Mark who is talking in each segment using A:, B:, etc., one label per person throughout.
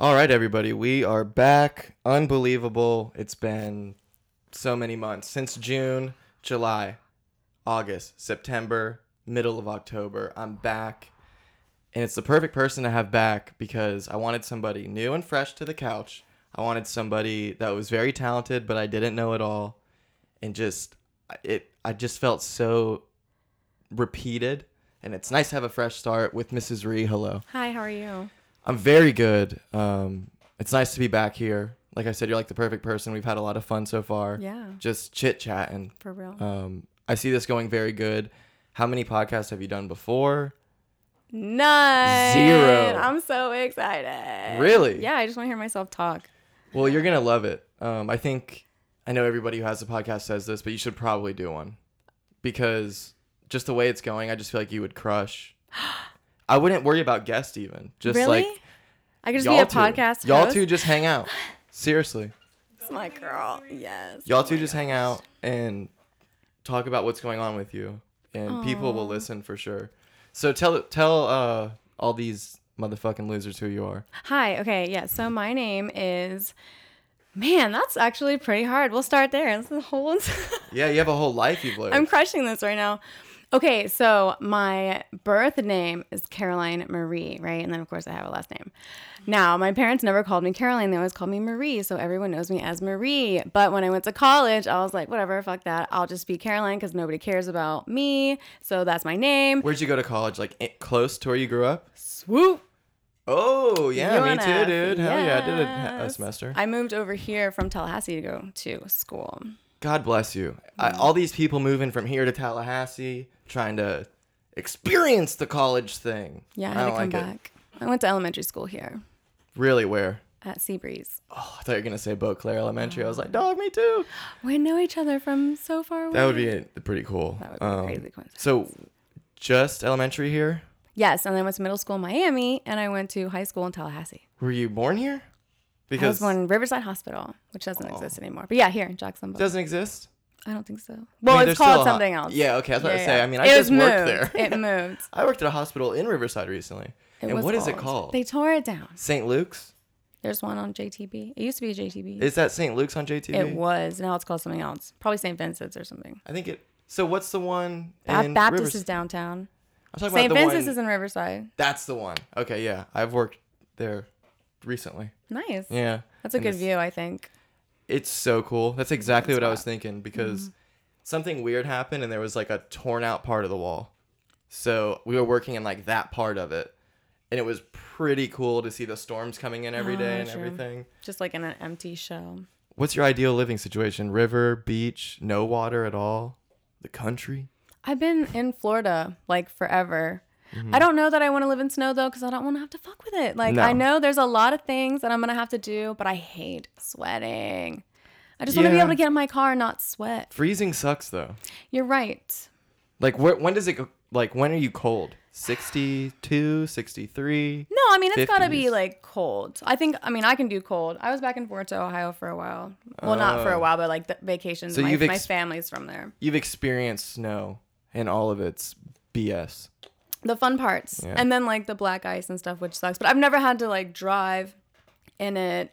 A: All right, everybody, we are back. Unbelievable. It's been so many months since June, July, August, September, middle of October. I'm back. And it's the perfect person to have back because I wanted somebody new and fresh to the couch. I wanted somebody that was very talented, but I didn't know it all. And just, it, I just felt so repeated. And it's nice to have a fresh start with Mrs. Ree. Hello.
B: Hi, how are you?
A: I'm very good. Um, it's nice to be back here. Like I said, you're like the perfect person. We've had a lot of fun so far.
B: Yeah.
A: Just chit chatting.
B: For real.
A: Um, I see this going very good. How many podcasts have you done before?
B: None.
A: Zero.
B: I'm so excited.
A: Really?
B: Eh, Yeah, I just want to hear myself talk.
A: Well, you're gonna love it. Um, I think I know everybody who has a podcast says this, but you should probably do one because just the way it's going, I just feel like you would crush. I wouldn't worry about guests even. Just
B: really?
A: like
B: I could just be
A: y'all
B: a
A: two.
B: podcast
A: Y'all
B: host.
A: two just hang out. Seriously.
B: That's my girl. Yes.
A: Y'all two just hang out and talk about what's going on with you, and people will listen for sure. So tell tell uh, all these motherfucking losers who you are.
B: Hi. Okay. Yeah. So my name is. Man, that's actually pretty hard. We'll start there. This is a whole.
A: Yeah, you have a whole life you've lived.
B: I'm crushing this right now. Okay, so my birth name is Caroline Marie, right? And then of course I have a last name. Now, my parents never called me Caroline, they always called me Marie, so everyone knows me as Marie. But when I went to college, I was like, whatever, fuck that. I'll just be Caroline cuz nobody cares about me. So that's my name.
A: Where'd you go to college? Like i- close to where you grew up?
B: Swoop.
A: Oh yeah, me
B: UNF,
A: too, dude. Hell yeah, I did a, a
B: yes.
A: semester.
B: I moved over here from Tallahassee to go to school.
A: God bless you. I,
B: Mm.
A: all these people moving from here to Tallahassee, trying to experience the college thing.
B: Yeah, I had to come back. I went to elementary school here
A: it. Really, where?
B: at Seabreeze.
A: Oh, I thought you were gonna say Beauclair Elementary. I
B: Oh.
A: was like, dog, me too.
B: We know each other from so far away.
A: That would be uh, pretty cool.
B: Mm. That would be a crazy coincidence.
A: So, just elementary here?
B: Yes, and then I went to middle school in Miami, and I went to high school in Tallahassee.
A: Were you born here?
B: I was
A: Because Oh.
B: born in Riverside Hospital, which doesn't exist anymore. But yeah, here in Jacksonville.
A: it doesn't exist.
B: I don't think so.
A: I
B: Well,
A: mean, there's
B: it's
A: still
B: called
A: a ho-
B: something else.
A: Yeah, okay. I was about to
B: Yeah,
A: say.
B: yeah.
A: I mean, I
B: It was
A: just worked
B: moved.
A: there.
B: it moved.
A: I worked at a hospital in Riverside recently.
B: It
A: and
B: was
A: what is it
B: old.
A: called?
B: They tore it down.
A: St. Luke's?
B: There's one on JTB. It used to be a JTB.
A: Is that St. Luke's on JTV?
B: it was. Now it's called something else. Probably St. Vincent's or something.
A: I think it. So what's the one
B: Ba-
A: in
B: Baptist
A: Rivers-
B: is downtown.
A: I'm talking
B: St.
A: about the
B: Vincent's
A: one.
B: is in Riverside.
A: That's the one. Okay, yeah. I've worked there recently.
B: Nice.
A: Yeah.
B: That's a
A: And
B: good
A: it's-
B: view, I think.
A: It's so cool. That's exactly what I was thinking because
B: Mm-hmm.
A: something weird happened and there was like a torn out part of the wall. So we were working in like that part of it. And it was pretty cool to see the storms coming in every
B: Oh,
A: day and
B: true.
A: everything.
B: Just like in an empty shell.
A: What's your ideal living situation? River, beach, no water at all, the country?
B: I've been in Florida like forever.
A: Mm-hmm.
B: I don't know that I want to live in snow though, because I don't want to have to fuck with it. Like
A: No.
B: I know there's a lot of things that I'm gonna have to do, but I hate sweating. I just want to be
A: Yeah.
B: able to get in my car and not sweat.
A: Freezing sucks though.
B: You're right.
A: Like where, when does it go? Like when are you cold? 62, 63?
B: No, I mean it's gotta be
A: 50s.
B: like cold. I think I mean I can do cold. I was back and forth to Ohio for a while. Well, not for a while, but like the vacations.
A: Oh. So
B: my,
A: you've
B: my
A: ex-
B: family's from there.
A: You've experienced snow and all of its BS.
B: the fun parts
A: Yeah.
B: and then like the black ice and stuff which sucks but i've never had to like drive in it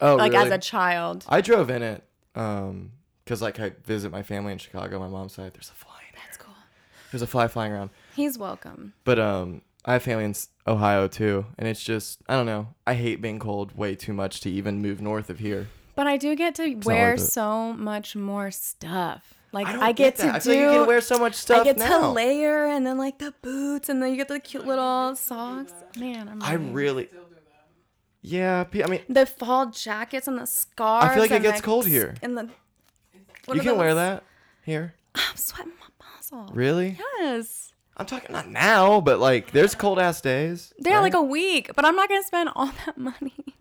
A: Oh,
B: like
A: really?
B: as a child
A: I drove in it um because like I visit my family in Chicago, my mom's side. There's a fly. in it.
B: that's cool
A: There's a fly flying around.
B: he's welcome
A: But um, I have family in S- Ohio too, and it's just I don't know. I hate being cold way too much to even move north of here.
B: but i do get to
A: not
B: wear
A: worth it.
B: so much more stuff like
A: don't
B: i get,
A: that.
B: to
A: I
B: do
A: feel like you can wear so much stuff
B: I get
A: now.
B: to layer and then like the boots and then you get the cute little socks. Man, I'm
A: I
B: ready.
A: really. Yeah, pe- I mean,
B: the fall jackets and the scarves.
A: like it
B: and,
A: gets cold here.
B: And the what
A: you
B: are
A: can wear
B: those?
A: that here.
B: I'm sweating my balls off.
A: Really?
B: Yes.
A: I'm talking not now, but like there's cold ass days.
B: They're like a week, but I'm not gonna spend all that money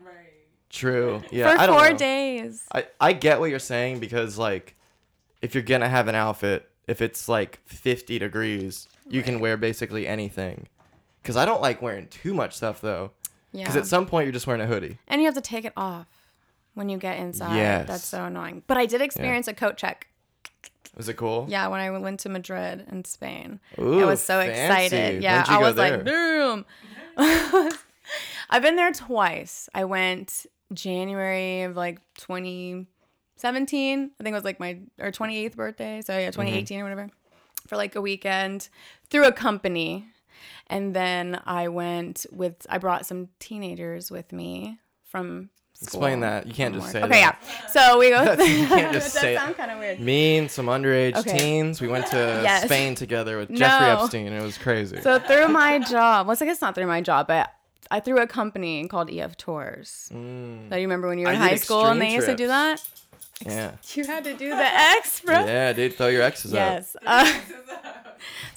A: True. Yeah,
B: for
A: I don't
B: four
A: know.
B: days.
A: I, I get what you're saying because like if you're gonna have an outfit if it's like 50 degrees you can wear basically anything because i don't like wearing too much stuff though
B: Yeah,
A: because at some point you're just wearing a hoodie
B: and you have to take it off when you get inside.
A: Yes.
B: that's so annoying. But I did experience a coat check.
A: is it cool
B: Yeah, when I went to Madrid in Spain, I
A: Ooh,
B: was so
A: fancy.
B: excited. Yeah,
A: When'd you
B: I
A: go
B: was
A: there?
B: like, damn. I've been there twice. I went January of like 2017. I think it was like my or 28th birthday. So
A: Mm-hmm.
B: yeah, 2018 or whatever. For like a weekend through a company. And then I went with I brought some teenagers with me from school.
A: Explain that. You can't just say
B: Okay,
A: that.
B: yeah. So we go
A: You can't just
B: that
A: say it.
B: sound kind of weird.
A: Me and some underage
B: Okay.
A: teens, we went to
B: Yes.
A: Spain together with Jeffrey
B: No.
A: Epstein. It was crazy.
B: So through my job, well, I guess not through my job, but I through a company called EF Tours.
A: Mm,
B: So you remember when you were in
A: I did
B: high school and
A: extreme
B: they used to do that?
A: yeah.
B: You had to do the X, bro.
A: Yeah, dude, throw your exes out.
B: Yes. Uh,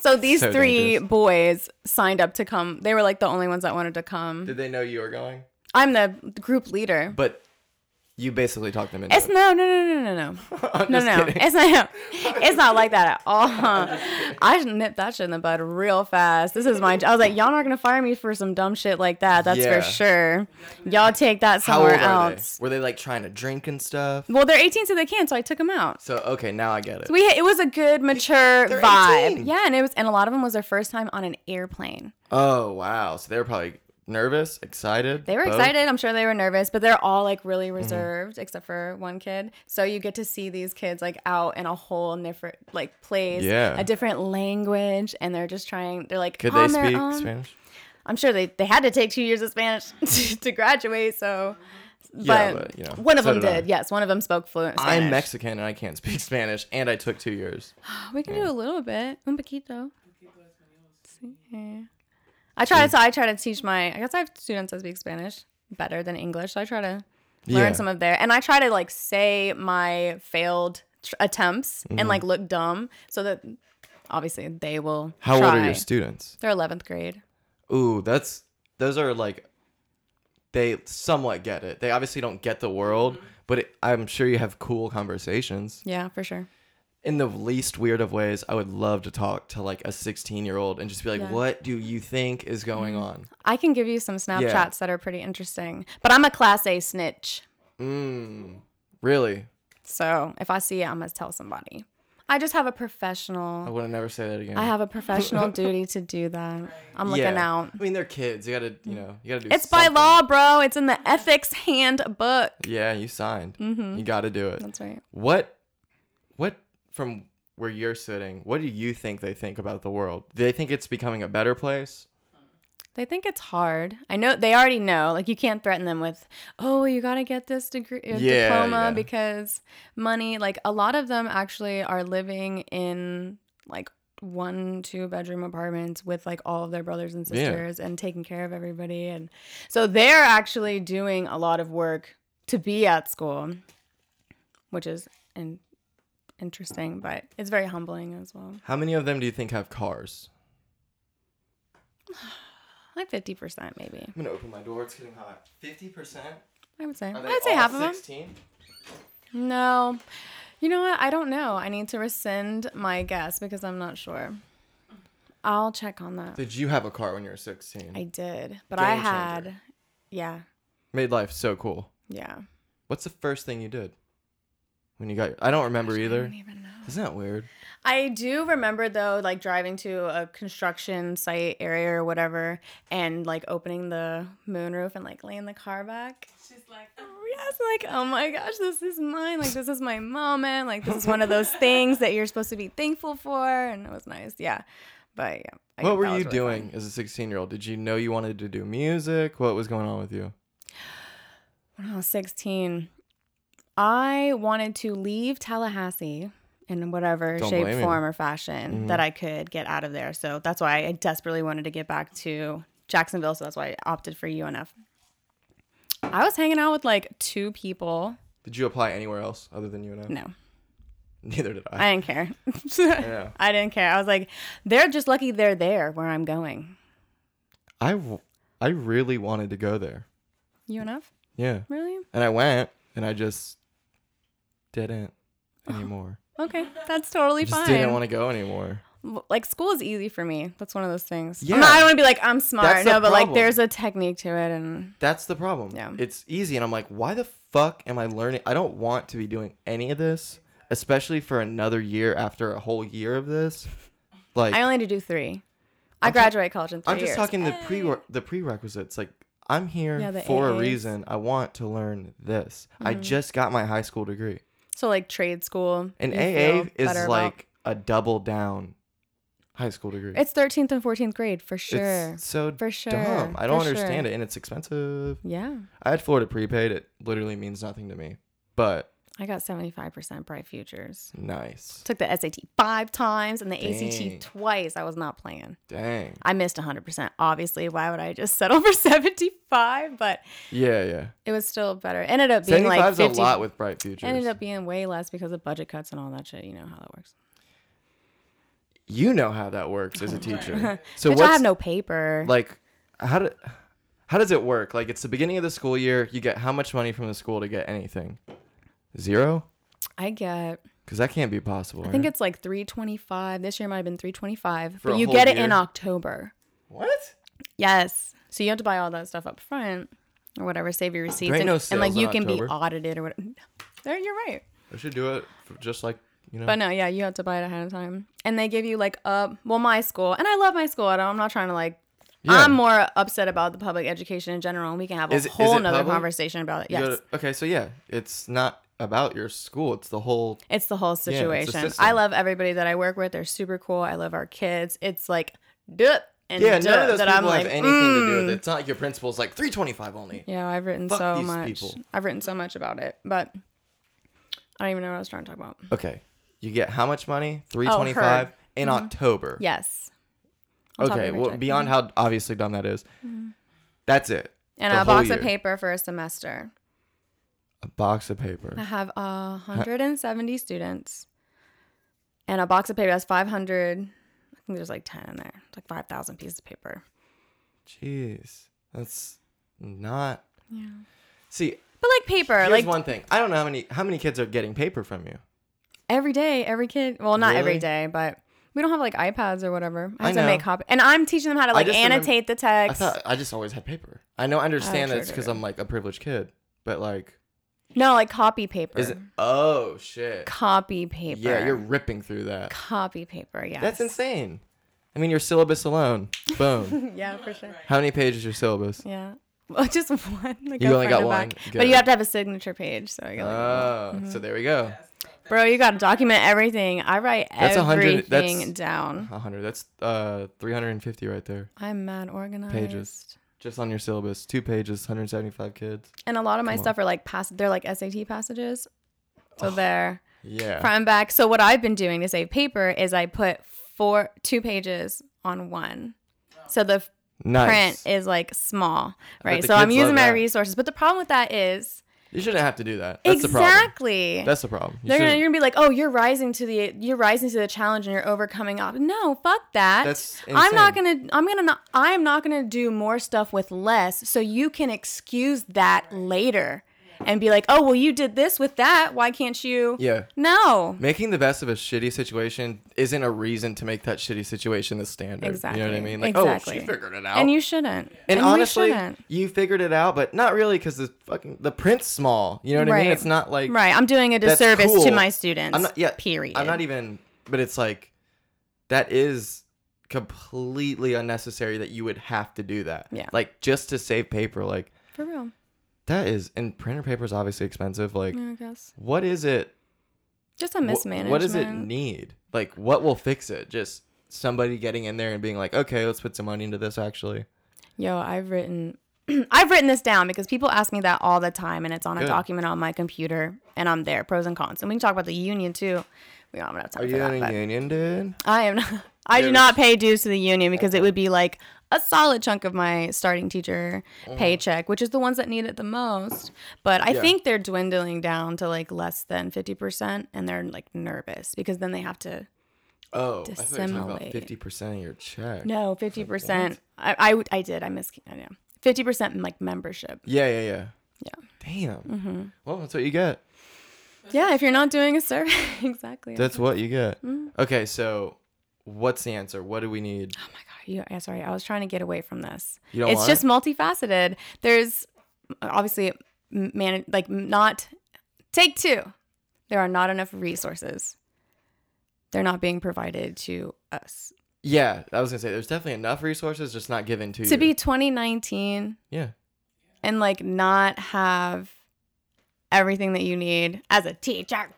B: so these
A: So
B: three
A: dangerous.
B: boys signed up to come. They were like the only ones that wanted to come.
A: Did they know you were going?
B: I'm the group leader.
A: But you basically talked them into
B: It's
A: it.
B: no, no, no, no, no, no.
A: I'm
B: No,
A: just
B: no,
A: kidding.
B: it's not. It's not like that at all. I just nipped that shit in the bud real fast. This is my. I was like, y'all not gonna fire me for some dumb shit like that. That's
A: Yeah.
B: for sure. Y'all take that
A: How old
B: somewhere
A: are they?
B: else.
A: Were they like trying to drink and stuff?
B: Well, they're 18, so they can. So I took them out.
A: So okay, now I get it.
B: We it was a good mature
A: They're
B: vibe.
A: 18.
B: Yeah, and it was and a lot of them was their first time on an airplane.
A: Oh wow, so they were probably nervous, excited.
B: They were
A: both? Mm-hmm.
B: excited. I'm sure they were nervous, but they're all like really reserved, except for one kid. So you get to see these kids like out in a whole different like place,
A: Yeah.
B: a different language, and they're just trying. They're like
A: Could they
B: on their
A: speak
B: own.
A: Spanish?
B: I'm sure they they had to take two years of Spanish to, to graduate. So, but,
A: Yeah, but, you know,
B: one of
A: so
B: them
A: did I.
B: did. Yes, one of them spoke fluent Spanish.
A: I'm Mexican and I can't speak Spanish, and I took two years.
B: Oh, We can do a little bit. Un poquito. Sí. I try
A: Mm.
B: to. I try to teach my. I guess I have students that speak Spanish better than English, so I try to learn
A: Yeah.
B: some of their. And I try to like say my failed tr- attempts and
A: Mm-hmm.
B: like look dumb, so that obviously they will.
A: How
B: try.
A: old are your students?
B: They're eleventh grade.
A: Ooh, that's those are like they somewhat get it. They obviously don't get the world,
B: Mm-hmm.
A: but it, I'm sure you have cool conversations.
B: Yeah, for sure.
A: in the least weird of ways, I would love to talk to like a 16 year old and just be like,
B: Yeah. Mm-hmm.
A: what do you think is going on?
B: I can give you some Snapchats that are pretty interesting, but I'm a class A snitch.
A: Mm, really?
B: So if I see it, I must tell somebody. I just have a professional.
A: I would have never say that again.
B: I have a professional duty to do that. I'm looking
A: Oh, Yeah.
B: out. Mm.
A: I mean, they're kids. You gotta, you know, you gotta do
B: It's
A: something.
B: by law, bro. It's in the ethics handbook.
A: Yeah, you signed. You gotta do it.
B: Mm-hmm. That's right.
A: What, what, from where you're sitting, what do you think they think about the world? Do they think it's becoming a better place?
B: They think it's hard. I know they already know. Like you can't threaten them with, "Oh, you got to get this degree or
A: Yeah,
B: diploma
A: yeah.
B: because money." Like a lot of them actually are living in like one two bedroom apartments with like all of their brothers and
A: Yeah.
B: sisters and taking care of everybody and so they're actually doing a lot of work to be at school, which is in- interesting, but it's very humbling as well.
A: How many of them do you think have cars?
B: Like 50% maybe.
A: I'm gonna open my door. It's getting hot. 50%?
B: I would say.
A: Are they
B: I'd say
A: all
B: half of them.
A: 16?
B: No. You know what? I don't know. I need to rescind my guess because I'm not sure. I'll check on that.
A: Did you have a car when you were 16?
B: I did, but
A: Game
B: I
A: changer.
B: had. Yeah.
A: Made life so cool.
B: Yeah.
A: What's the first thing you did when you got? Your, I don't remember
B: I
A: either.
B: don't even know.
A: Isn't that weird?
B: I do remember though, like driving to a construction site area or whatever, and like opening the moonroof and like laying the car back.
C: She's like,
B: Oh, Yes, like oh my gosh, this is mine. Like this is my moment. Like this is one of those things that you're supposed to be thankful for, and it was nice. Yeah, but yeah. I
A: what
B: guess
A: were
B: that was
A: you
B: really fun.
A: doing as a 16 year old? Did you know you wanted to do music? What was going on with you?
B: When I was 16, Oh, I wanted to leave Tallahassee in whatever
A: Don't
B: shape,
A: blame you.
B: form, or fashion
A: Mhm.
B: that I could get out of there. So that's why I desperately wanted to get back to Jacksonville. So that's why I opted for UNF. I was hanging out with like two people.
A: Did you apply anywhere else other than UNF?
B: No,
A: Neither did I.
B: I didn't care.
A: yeah.
B: I didn't care. I was like, they're just lucky they're there where I'm going.
A: I, w- I really wanted to go there.
B: UNF?
A: Yeah.
B: Really?
A: And I went and I just didn't anymore.
B: Okay, that's totally
A: I just
B: Oh, fine.
A: didn't want to go anymore.
B: l- like school is easy for me. That's one of those things.
A: Yeah.
B: I'm not, I don't want to be like I'm smart.
A: That's the
B: no, but like
A: problem.
B: there's a technique to it, and
A: That's the problem.
B: Yeah.
A: It's easy. And I'm like, why the fuck am I learning? I don't want to be doing any of this, especially for another year after a whole year of this. Like,
B: I only had to do three. I
A: I'm ta-
B: graduate college in 3
A: I'm just
B: years.
A: talking the pre the prerequisites. Like I'm here
B: Ah. Yeah, the Mm-hmm.
A: for a
B: AAs.
A: reason. I want to learn this. I just got my high school degree.
B: So like trade school.
A: And
B: you
A: AA
B: feel better
A: is
B: about-
A: like a double down high school degree.
B: it's 13th and 14th grade for
A: It's
B: sure.
A: so
B: For sure.
A: dumb. I don't
B: For
A: understand
B: sure.
A: it and it's expensive.
B: Yeah.
A: I had Florida prepaid. It literally means nothing to me. But
B: I got 75% bright futures.
A: nice.
B: Took the SAT five times and the
A: Dang.
B: ACT twice. I was not playing.
A: Dang.
B: I missed 100%. Obviously, why would I just settle for 75? But
A: Yeah, yeah.
B: it was still better. Ended up being
A: 75's
B: like 50.
A: a lot with bright futures.
B: ended up being way less because of budget cuts and all that shit. You know how that works.
A: you know how that works as a teacher. So
B: So
A: what's
B: Bitch, I have no paper.
A: like how do how does it work? Like it's the beginning of the school year. You get how much money from the school to get anything? Zero?
B: I get.
A: Because that can't be possible.
B: I think
A: right?
B: it's like 325. This year might have been 325,
A: For a
B: but you
A: whole
B: get it in
A: year?
B: October.
A: what?
B: Yes. So you have to buy all that stuff up front or whatever, save your receipts.
A: ain't
B: and,
A: no
B: and like
A: sales in
B: you can be
A: October.
B: audited or whatever. There, you're right.
A: I should do it for just like you know.
B: But no, yeah, you have to buy it ahead of time. And they give you like a well, my school, and I love my school. I don't, I'm not trying to like.
A: Yeah.
B: I'm more upset about the public education in general, and we can have a
A: Is it- is
B: whole
A: it
B: nother
A: public?
B: conversation about it.
A: You
B: Yes,
A: go to- okay, so yeah, it's not about your school. It's the whole.
B: it's the whole
A: a
B: situation. I
A: system.
B: love everybody that I work with. They're super cool. I love our kids. It's like dup and
A: Yeah,
B: dup
A: none of those
B: that
A: people
B: I'm
A: have
B: like, mm.
A: anything to do with it. It's not like your principal's like 325 only.
B: Yeah, I've written
A: Fuck
B: so
A: these
B: much.
A: people.
B: I've written so much about it, but I don't even know what I was trying to talk about.
A: Okay, you get how much
B: Oh,
A: money? 325 in October.
B: Yes. Mm-hmm. On top of
A: Okay,
B: your
A: well,
B: check.
A: beyond how obviously dumb that is, that's it.
B: And
A: The
B: a box
A: whole
B: of
A: year.
B: paper for a semester.
A: A box of
B: I
A: paper.
B: have uh, 170 students, and a box of paper that's 500. I think there's like 10 in there. It's like 5,000 pieces of paper.
A: Jeez, that's not.
B: Yeah.
A: See,
B: But like paper,
A: here's
B: like
A: one thing. I don't know how many how many kids are getting paper from you.
B: every day, every kid. Well, not every
A: Really?
B: day, but we don't have like iPads or whatever. I
A: I
B: have to make
A: know.
B: copy, and I'm teaching them how to like
A: just remem-
B: annotate the
A: I
B: text.
A: thought I just always had paper. I know I understand
B: Oh, sure,
A: that's
B: sure,
A: because
B: sure.
A: I'm like a privileged kid, but like,
B: no, like copy paper.
A: is it? Oh shit!
B: copy paper.
A: Yeah, you're ripping through that.
B: copy paper. Yeah,
A: That's insane. I mean, your syllabus alone. Boom.
B: yeah for sure.
A: how many pages is your syllabus?
B: Yeah, well, just one. Like
A: You
B: a
A: only
B: front
A: got
B: to
A: one?
B: back.
A: Good.
B: but you have to have a signature page. So I
A: Oh,
B: got like, Mm-hmm.
A: so there we go.
B: bro, you got to document everything. I write
A: That's a hundred- that's-
B: everything down.
A: A 100. That's uh 350 right there.
B: I'm mad organized.
A: Just on your syllabus, two pages, 175 kids.
B: And a lot of my
A: Come on.
B: stuff are like pass. They're like SAT passages. So they're
A: Yeah.
B: front and back. So what I've been doing to save paper is I put four two pages on one. So the print
A: nice.
B: is like small,
A: bet
B: right?
A: the
B: So I'm
A: kids
B: using
A: love
B: my
A: that.
B: resources. But the problem with that is
A: you shouldn't have to do that. That's the problem.
B: exactly.
A: That's the problem. You
B: They're gonna,
A: shouldn't-
B: you're gonna be like, oh, you're rising to the you're rising to the challenge and you're overcoming up. No, fuck that.
A: That's
B: I'm not
A: insane.
B: gonna I'm gonna not I am not gonna do more stuff with less so you can excuse that later and be like, oh well you did this with that. Why can't you
A: yeah.
B: No.
A: Making the best of a shitty situation isn't a reason to make that shitty situation the standard. You know what I
B: Exactly.
A: mean? Like, oh,
B: Exactly.
A: she figured it out.
B: And you shouldn't.
A: And
B: we
A: honestly,
B: shouldn't.
A: you figured it out, but not really because the fucking the print's small. You know what I mean?
B: Right.
A: It's not like
B: Right. I'm doing a
A: that's
B: disservice to
A: cool.
B: my students.
A: I'm not yeah.
B: Period.
A: I'm not even. But it's like that is completely unnecessary that you would have to do that.
B: Yeah.
A: Like just to save paper, like
B: for real.
A: that is and printer paper is obviously expensive. Like
B: Yeah, I guess.
A: what is it?
B: Just a
A: wh-
B: mismanagement.
A: What does it need? Like what will fix it? Just somebody getting in there and being like, okay, let's put some money into this. Actually,
B: Yo, I've written I've written this down because people ask me that all the time and it's on a
A: Good.
B: document on my computer and I'm there, pros and cons. And we can talk about the union too. We don't have enough time
A: are
B: for
A: you
B: that.
A: in
B: but
A: a union, dude?
B: I am not I do
A: There's-
B: not pay dues to the union because it would be like a solid chunk of my starting teacher paycheck, which is the ones that need it the most. But I
A: Yeah.
B: think they're dwindling down to like less than fifty percent and they're like nervous because then they have to
A: Oh, I thought you were talking about
B: Dissimulate.
A: fifty percent of your check.
B: No, fifty percent. I, I would- I did. I miss I know. Fifty percent like membership.
A: Yeah, yeah, yeah.
B: Yeah. Mm-hmm.
A: Damn. Well, that's what you get.
B: Yeah, if you're not doing a survey, exactly.
A: That's what you get.
B: Mm-hmm.
A: Okay, so what's the answer? What do we need?
B: oh my god, you, yeah, sorry, I was trying to get away from this.
A: You don't
B: it's
A: want
B: just multifaceted. There's obviously m- man, like not take two. There are not enough resources. They're not being provided to us.
A: Yeah, I was gonna say there's definitely enough resources, just not given to you.
B: To be 2019,
A: yeah,
B: and like not have everything that you need as a teacher.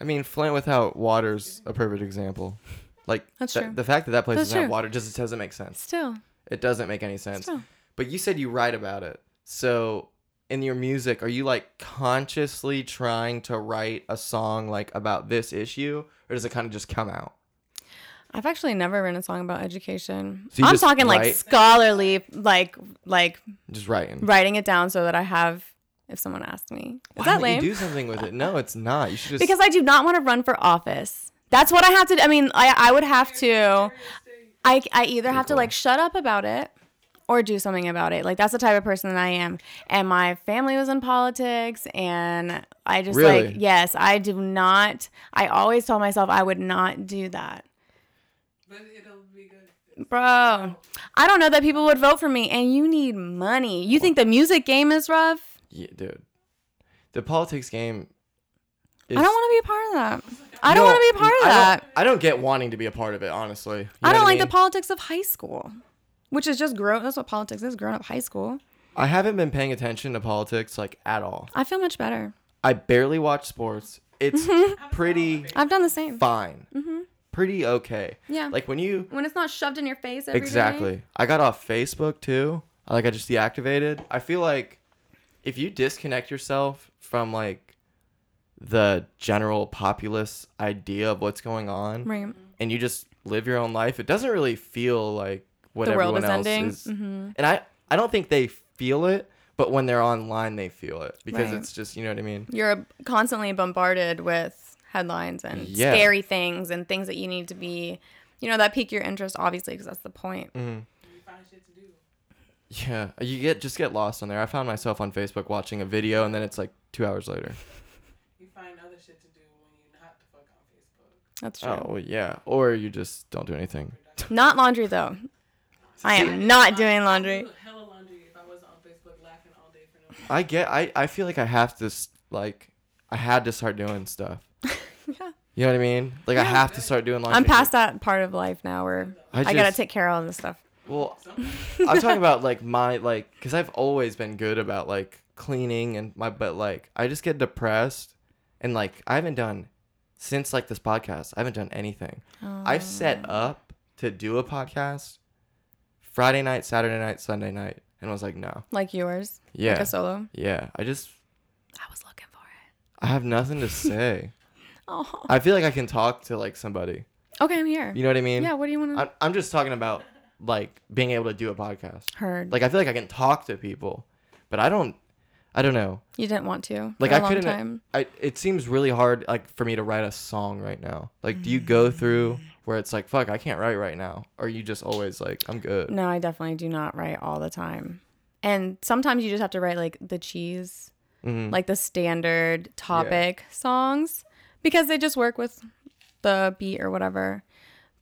A: I mean, Flint without water's a perfect example. Like
B: That's
A: th-
B: true.
A: the fact that that place
B: That's
A: doesn't have
B: true.
A: water just doesn't make sense.
B: Still,
A: It doesn't make any sense.
B: true.
A: But you said you write about it. So in your music, are you like consciously trying to write a song like about this issue, or does it kind of just come out?
B: I've actually never written a song about education.
A: So you
B: I'm
A: just
B: talking like
A: write-
B: scholarly, like like
A: Just writing.
B: writing it down so that I have if someone asks me. Is
A: Why
B: that
A: don't
B: lame?
A: You do something with it. No, it's not. You should just
B: because I do not want to run for office. That's what I have to. do. I mean, I I would have to. I I either have to like shut up about it or do something about it. Like that's the type of person that I am. And my family was in politics, and I just
A: Really?
B: like yes, I do not. I always told myself I would not do that.
C: But it'll be good.
B: Bro, I don't know that people would vote for me, and you need money. You think the music game is rough?
A: Yeah, dude. The politics game. Is,
B: I don't want to be a part of that. I don't
A: No,
B: want to be a part of
A: I don't-
B: that.
A: I don't get wanting to be a part of it, honestly. You
B: I
A: know
B: don't
A: what
B: like the
A: mean?
B: politics of high school, which is just grown. That's what politics is grown up high school.
A: I haven't been paying attention to politics like at all.
B: I feel much better.
A: I barely watch sports. It's pretty
B: I've done the same.
A: fine. Pretty okay.
B: Mm-hmm. Yeah.
A: Like when you
B: when it's not shoved in your face every day.
A: exactly. I got off Facebook too. Like I just deactivated. I feel like if you disconnect yourself from like the general populace idea of what's going on,
B: Right.
A: and you just live your own life, it doesn't really feel like what
B: The world
A: everyone
B: is
A: else
B: ending. Mm-hmm.
A: is. And I, I don't think they feel it, but when they're online, they feel it because
B: Right.
A: it's just, you know what I mean?
B: You're constantly bombarded with headlines and
A: Yeah.
B: scary things and things that you need to be, you know, that pique your interest, obviously, because that's the point.
A: Mm.
C: You find shit to do.
A: Yeah, you get just get lost on there. I found myself on Facebook watching a video, and then it's like two hours later.
C: You find other shit to do when you're not the fuck on Facebook.
B: That's true.
A: Oh well, yeah, or you just don't do anything.
B: Not laundry, though. I am not doing laundry.
C: do hella laundry if I wasn't on Facebook laughing all day for no reason.
A: I get. I I feel like I have to s- like I had to start doing stuff.
B: Yeah.
A: You know what I mean? Like I have to start doing. Laundry.
B: I'm past that part of life now where
A: I
B: I, gotta
A: just-
B: take care of all this stuff.
A: Well, I'm talking about like my like because I've always been good about like cleaning and my but like I just get depressed and like I haven't done since like this podcast I haven't done anything. I've set up to do a podcast Friday night, Saturday night, Sunday night, and was like no,
B: Like yours.
A: yeah,
B: Like a solo.
A: yeah. I just
B: I was looking for it.
A: I have nothing to say.
B: Oh.
A: I feel like I can talk to like somebody.
B: Okay, I'm here.
A: You know what I mean?
B: Yeah, what do you want to
A: I'm I'm just talking about like being able to do a podcast.
B: heard?
A: like I feel like I can talk to people, but I don't. I don't know.
B: you didn't want to.
A: Like
B: for a
A: I
B: long
A: couldn't. uh,
B: time.
A: I it seems really hard like for me to write a song right now. Like, do you go through where it's like, fuck, I can't write right now, or you just always like, I'm good.
B: No, I definitely do not write all the time. And sometimes you just have to write like the cheese,
A: Mm.
B: like the standard topic songs because they just work with the beat or whatever.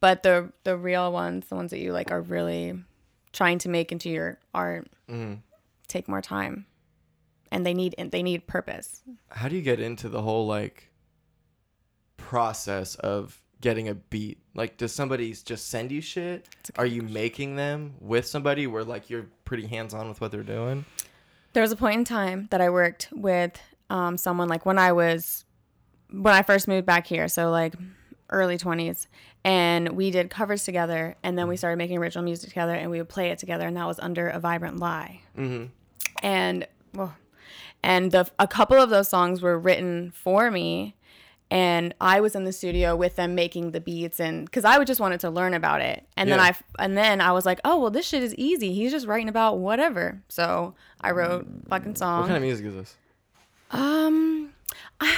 B: But the the real ones, the ones that you like are really trying to make into your art
A: Mm-hmm,
B: take more time. And they need they need purpose.
A: How do you get into the whole like process of getting a beat? Like, does somebody just send you shit? Are you making them with somebody where like you're pretty hands on with what they're doing?
B: There was a point in time that I worked with um, someone like when I was when I first moved back here, so like early 20s, and we did covers together and then we started making original music together and we would play it together and that was under a vibrant lie. And well, and the a couple of those songs were written for me and I was in the studio with them making the beats and cuz I would just wanted to learn about it. And then
A: Yeah.
B: I f- and then I was like, "Oh, well this shit is easy. He's just writing about whatever." So, I wrote fucking song.
A: What kind of music is this?
B: Um, I,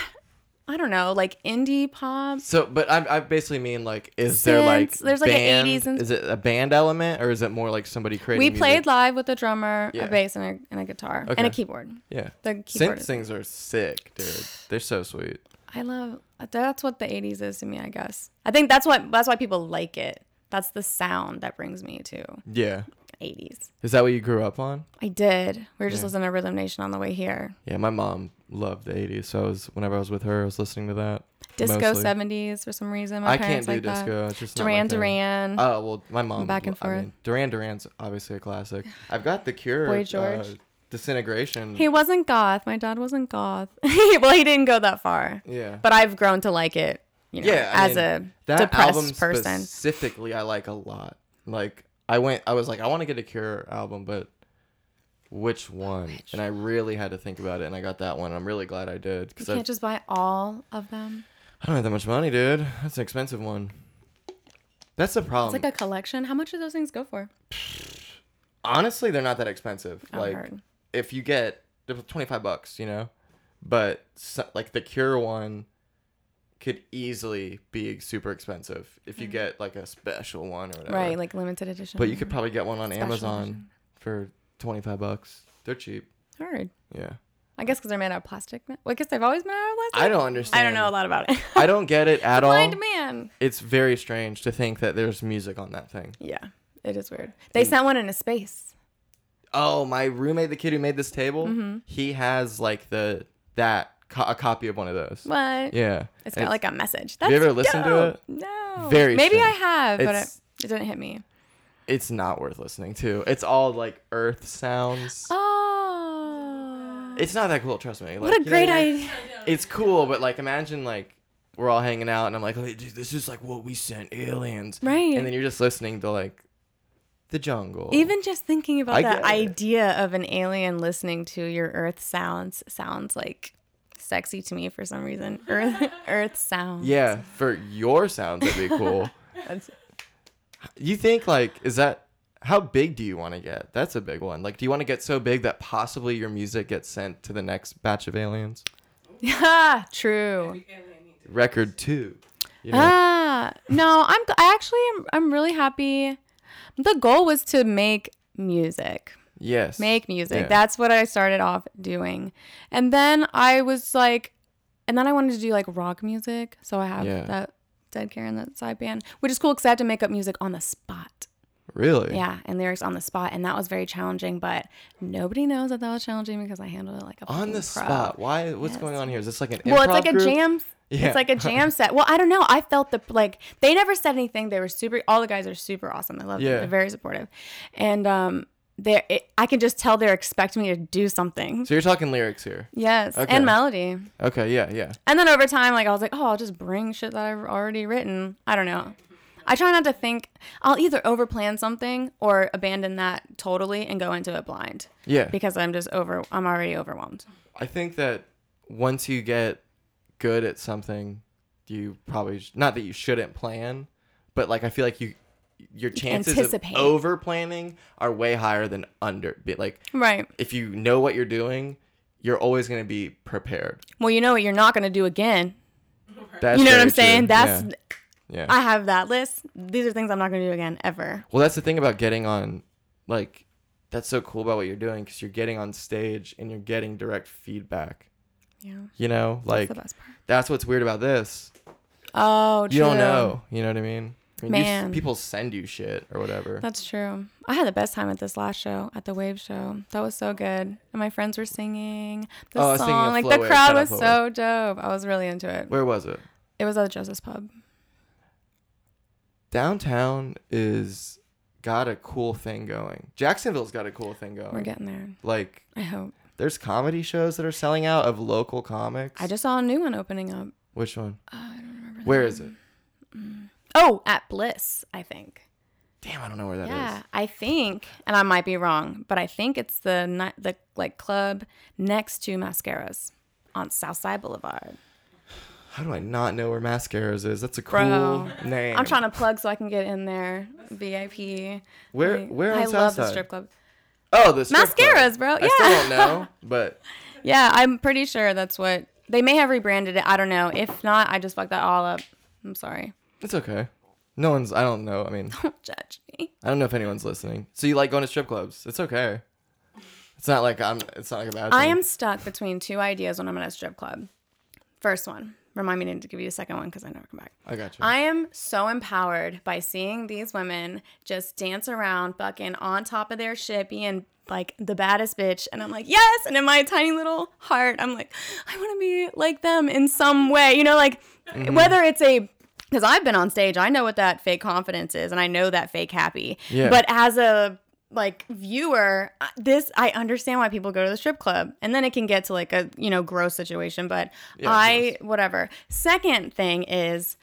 B: I don't know, like indie pop.
A: So, but I, I basically mean like, is there like
B: Since- there's, like, a
A: band-
B: 80s and-
A: is it a band element or is it more like somebody creating?
B: We
A: music?
B: played live with a drummer,
A: Yeah.
B: a bass, and a, and a guitar, and
A: Okay.
B: a keyboard.
A: Yeah,
B: The keyboard.
A: synth things are sick, dude. They're so sweet.
B: I love. That's what the '80s is to me, I guess. I think that's what that's why people like it. That's the sound that brings me to
A: Yeah,
B: '80s.
A: is that what you grew up on?
B: I did. We were just
A: Yeah.
B: listening to Rhythm Nation on the way here.
A: Yeah, my mom loved the '80s, so I was whenever I was with her, I was listening to that.
B: Disco
A: mostly.
B: '70s for some reason. My
A: I can't
B: parents
A: do
B: like that.
A: disco. It's just not my
B: Duran
A: thing.
B: Duran.
A: Oh well, my mom.
B: Back and
A: I mean,
B: forth.
A: Duran Duran's obviously a classic. I've got the Cure.
B: Boy George.
A: uh, disintegration.
B: He wasn't goth. My dad wasn't goth. well, he didn't go that far.
A: yeah.
B: But I've grown to like it, you know,
A: yeah, I
B: as
A: mean,
B: a
A: that
B: depressed
A: album
B: person.
A: specifically, I like a lot. Like I went, I was like, I want to get a Cure album, but which one? and I really had to think about it, and I got that one. I'm really glad I did
B: You
A: because I,
B: can't just buy all of them.
A: I don't have that much money, dude. That's an expensive one. That's the problem.
B: It's like a collection. How much do those things go for?
A: Honestly, they're not that expensive.
B: I
A: Oh, like
B: heard.
A: if you get they're 25 bucks, you know, but so, like the Cure one could easily be super expensive if you get like a special one or whatever.
B: Mm. Right, like limited edition.
A: uh, But you could probably get one on
B: Special
A: Amazon
B: edition.
A: for 25 bucks. They're cheap.
B: hard.
A: Yeah.
B: I guess because they're made out of plastic. Well, I guess they've always been out of plastic.
A: I don't understand.
B: I don't know a lot about it.
A: I don't get it at all.
B: Blind man.
A: It's very strange to think that there's music on that thing.
B: Yeah, it is weird. They
A: Mm.
B: sent one into space.
A: Oh, my roommate, the kid who made this table,
B: Mm-hmm.
A: he has like the that co- a copy of one of those.
B: What?
A: Yeah.
B: It's
A: And
B: got like a message.
A: Have
B: That's
A: you ever listened to
B: dope.
A: it?
B: No.
A: Very
B: Maybe I
A: strange.
B: have, but it,
A: It's-
B: it didn't hit me.
A: it's not worth listening to. It's all like earth sounds.
B: Oh.
A: It's not that cool, trust me. Like,
B: what a
A: you know
B: great
A: I mean?
B: idea.
A: it's cool, but like imagine like we're all hanging out and I'm like, hey, dude, this is like what we sent aliens.
B: Right.
A: And then you're just listening to like the jungle.
B: Even just thinking about
A: I
B: that
A: get it.
B: idea of an alien listening to your Earth sounds sounds like sexy to me for some reason. Earth Earth sounds.
A: Yeah, for your sounds that'd be cool.
B: That's-
A: you think like is that how big do you want to get? That's a big one. Like do you want to get so big that possibly your music gets sent to the next batch of aliens?
B: Yeah. True.
C: Alien need to
A: Record 2. You know?
B: Ah. No, I'm I actually am I'm really happy. The goal was to make music.
A: yes.
B: make music.
A: Yeah.
B: That's what I started off doing. And then I was like, and then I wanted to do like rock music. So I have
A: Yeah.
B: that Dead Karen, that side band, which is cool because I had to make up music on the spot.
A: Really?
B: Yeah, and lyrics on the spot. And that was very challenging, but nobody knows that that was challenging because I handled it like a
A: On the
B: fucking pro.
A: spot. Why what's
B: Yes.
A: going on here? Is this like an
B: Well, it's
A: improv
B: like a
A: group?
B: jam.
A: Yeah.
B: It's like a jam set. Well, I don't know. I felt the like they never said anything. They were super. All the guys are super awesome. I love
A: Yeah.
B: them. They're very supportive, and um, they are I can just tell they're expecting me to do something.
A: So you're talking lyrics here.
B: Yes,
A: Okay.
B: and melody.
A: Okay, yeah, yeah.
B: And then over time, like I was like, oh, I'll just bring shit that I've already written. I don't know. I try not to think. I'll either overplan something or abandon that totally and go into it blind
A: Yeah.
B: because I'm just over. I'm already overwhelmed.
A: I think that once you get good at something, you probably sh- not that you shouldn't plan, but like I feel like you your chances
B: anticipate.
A: of over planning are way higher than under. be- Like
B: Right.
A: if you know what you're doing, you're always going to be prepared.
B: Well, you know what you're not going to do again.
A: That's
B: you know
A: very
B: what I'm saying?
A: true.
B: That's
A: yeah. yeah.
B: I have that list. These are things I'm not going to do again ever.
A: Well, that's the thing about getting on, like, that's so cool about what you're doing because you're getting on stage and you're getting direct feedback.
B: Yeah.
A: You know, like
B: That's the best part.
A: that's what's weird about this.
B: Oh,
A: You don't
B: true.
A: know. You know what I mean? I mean you s-
B: Man.
A: people send you shit or whatever.
B: That's true. I had the best time at this last show, at the Wave show. That was so good. And my friends were singing the
A: Oh, I was thinking
B: song.
A: of
B: Like
A: Flow
B: the
A: Wave.
B: crowd
A: Shout out
B: was
A: Flow
B: so dope. I was really into it.
A: Where was it?
B: It was at Joseph's Pub.
A: Downtown is got a cool thing going. Jacksonville's got a cool thing going.
B: We're getting there.
A: like
B: I hope.
A: there's comedy shows that are selling out of local comics.
B: I just saw a new one opening up.
A: Which one?
B: Oh, I don't remember.
A: Where is it?
B: Oh, at Bliss, I think.
A: Damn, I don't know where that is.
B: yeah, I think, and I might be wrong, but I think it's the ni- the like club next to Mascaras on Southside Boulevard.
A: How do I not know where Mascaras is? That's a cool
B: Bro.
A: name.
B: I'm trying to plug so I can get in there. VIP.
A: Where-
B: Like,
A: where on
B: I love the
A: Southside?
B: strip club.
A: Oh, the strip club.
B: Mascaras, bro.
A: I still
B: Yeah.
A: don't know, but
B: Yeah, I'm pretty sure that's what they may have rebranded it. I don't know. If not, I just fucked that all up. I'm sorry.
A: it's okay. No one's. I don't know. I mean,
B: Don't judge me.
A: I don't know if anyone's listening. So you like going to strip clubs? It's okay. It's not like I'm. It's not like a bad.
B: I
A: thing.
B: am stuck between two ideas when I'm at a strip club. First one. Remind me to give you a second one because I never come back.
A: I got you.
B: I am so empowered by seeing these women just dance around, fucking on top of their shit, being like the baddest bitch. And I'm like, yes. And in my tiny little heart, I'm like, I want to be like them in some way. You know, like
A: Mm-hmm.
B: whether it's a, because I've been on stage, I know what that fake confidence is and I know that fake happy.
A: Yeah.
B: But as a, like viewer, I- this I understand why people go to the strip club, and then it can get to like a you know gross situation. But
A: Yeah, of
B: I whatever. Second thing is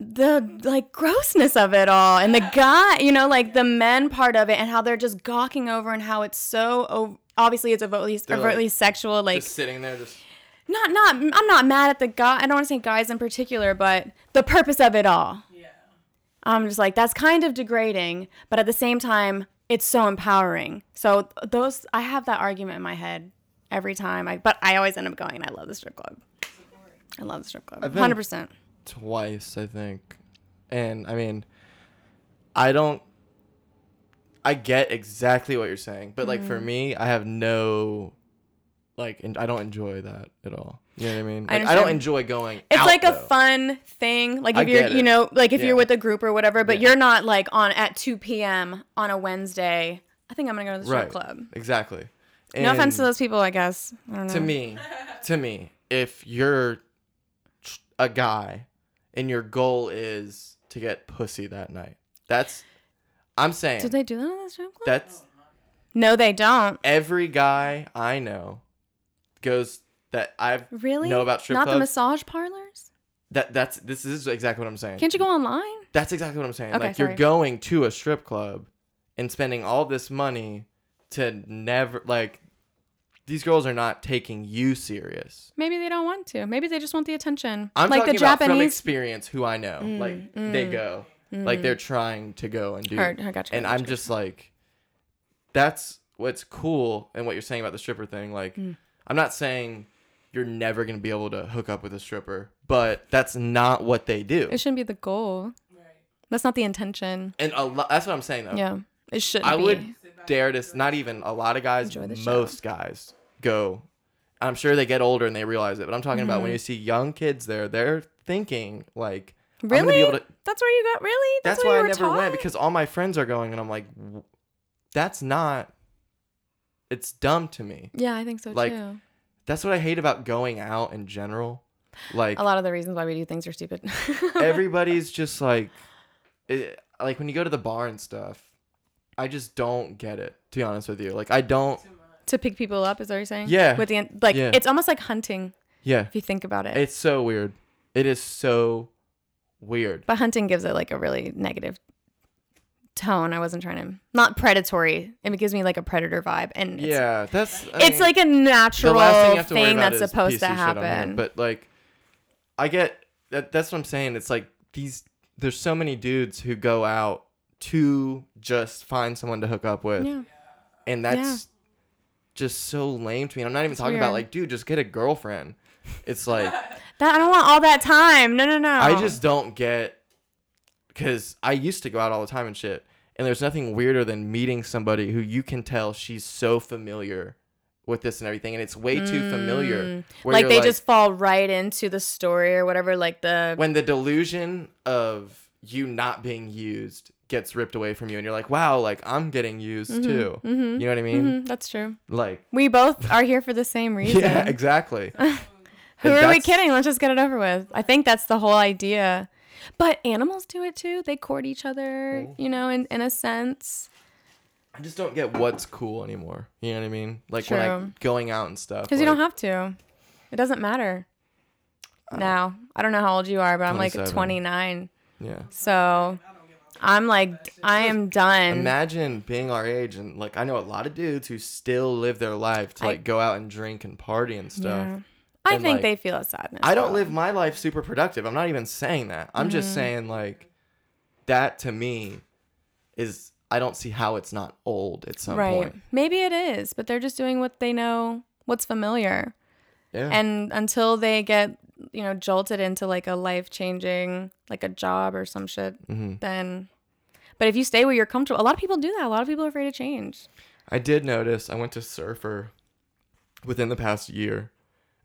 B: the like grossness of it all, and the guy, you know, like the men part of it, and how they're just gawking over, and how it's so o- obviously it's overtly
A: like,
B: overtly sexual, like
A: just sitting there, just
B: not not I'm not mad at the guy. I don't want to say guys in particular, but the purpose of it all.
C: Yeah.
B: I'm just like that's kind of degrading, but at the same time, it's so empowering. So th- those I have that argument in my head every time. I but I always end up going. and I love the strip club. I love the strip club.
A: been-
B: Hundred percent.
A: twice, I think. And I mean, I don't. I get exactly what you're saying, but like for
B: Mm-hmm.
A: me, I have no, like, and I don't enjoy that at all. You know what I mean? Like,
B: I
A: I, don't
B: understand.
A: enjoy going.
B: It's
A: out,
B: like
A: though.
B: a fun thing. Like
A: I
B: if you're,
A: get
B: you
A: it.
B: know, like if
A: Yeah.
B: you're with a group or whatever, but
A: Yeah.
B: you're not like on at 2 p.m. on a Wednesday. I think I'm gonna go to the strip
A: right
B: club.
A: Exactly.
B: No offense to
A: And-
B: those people, I guess. I don't know.
A: to me to me if you're tr- a guy and your goal is to get pussy that night that's i'm saying
B: do they do that on the strip club?
A: that's
B: No, they don't.
A: every guy i know goes that i've
B: Really?
A: know about strip
B: Not the
A: clubs?
B: massage parlors?
A: that that's this is exactly what i'm saying
B: Can't you go online?
A: that's exactly what i'm saying
B: Okay,
A: like
B: sorry.
A: you're going to a strip club and spending all this money to never like these girls are not taking you serious
B: Maybe they don't want to. Maybe they just want the attention.
A: I'm
B: like
A: talking
B: the
A: about from
B: Japanese. Mm,
A: experience who I know. like they go, like they're trying to go and do.
B: Heard. I gotcha,
A: and
B: gotcha,
A: I'm just like, that's what's cool and what you're saying about the stripper thing. Like,
B: Mm.
A: I'm not saying you're never gonna be able to hook up with a stripper, but that's not what they do.
B: it shouldn't be the goal.
C: Right.
B: That's not the intention.
A: And a lot. That's what I'm saying though.
B: Yeah. It shouldn't
A: Oh. I
B: be.
A: would dare to. s- Not even a lot of guys.
B: Enjoy the show.
A: Most guys go. I'm sure they get older and they realize it, but I'm talking about
B: Mm-hmm.
A: when you see young kids there, they're thinking like, I'm gonna
B: really?
A: be able to.
B: That's where you got really?
A: that's,
B: what
A: why
B: you
A: I
B: were
A: never
B: taught?
A: went because all my friends are going, and I'm like, "W- that's not. It's dumb to me.
B: Yeah, I think so
A: like,
B: too.
A: That's what I hate about going out in general. Like
B: A lot of the reasons why we do things are stupid.
A: everybody's just like, it, like when you go to the bar and stuff. I just don't get it. To be honest with you, like I don't.
B: to pick people up is what you're saying?
A: Yeah.
B: With the in- like
A: Yeah.
B: it's almost like hunting
A: Yeah,
B: if you think about it.
A: it's so weird. It is so weird.
B: But hunting gives it like a really negative tone. I wasn't trying to not predatory. It gives me like a predator vibe, and it's,
A: Yeah, that's. I
B: it's
A: mean-
B: like a natural thing, that's
A: is
B: supposed
A: PC
B: to
A: shit on here,
B: happen.
A: but like, I get that. That's what I'm saying. It's like these. There's so many dudes who go out to just find someone to hook up with,
B: yeah,
A: and that's just so lame to me. And I'm not even talking about
B: weird.
A: like, dude, just get a girlfriend. It's like
B: that I don't want all that time. No, no, no.
A: I just don't get because I used to go out all the time and shit. And there's nothing weirder than meeting somebody who you can tell she's so familiar with this and everything, and it's way too familiar. where
B: Mm. like
A: you're
B: they just fall right into the story or whatever. Like the
A: when the delusion of you not being used gets ripped away from you, and you're like, wow, like I'm getting used
B: Mm-hmm.
A: too. You know what I mean?
B: Mhm, that's true.
A: Like,
B: We both are here for the same reason.
A: yeah, exactly.
B: Who are we
A: that's-
B: kidding? Let's just get it over with. I think that's the whole idea. But animals do it too. They court each other, you know, in, in a sense.
A: I just don't get what's cool anymore. You know what I mean? Like when I
B: True.
A: going out and stuff.
B: Because you don't have to. It doesn't matter.
A: Uh,
B: now, I don't know how old you are, but I'm like
A: 27.
B: 29.
A: Yeah.
B: So I'm like, I am done.
A: Imagine being our age and like I know a lot of dudes who still live their life to
B: I-
A: like go out and drink and party and stuff.
B: Yeah. I
A: and,
B: think
A: like,
B: they feel a sadness.
A: I don't
B: though.
A: live my life super productive. I'm not even saying that. I'm
B: Mm-hmm.
A: just saying like that to me is I don't see how it's not old at some
B: Right.
A: point.
B: Maybe it is, but they're just doing what they know, what's familiar.
A: Yeah.
B: And until they get, you know, jolted into like a life changing, like a job or some shit,
A: Mm-hmm.
B: then. But if you stay where you're comfortable, a lot of people do that. A lot of people are afraid to change.
A: I did notice I went to Surfer within the past year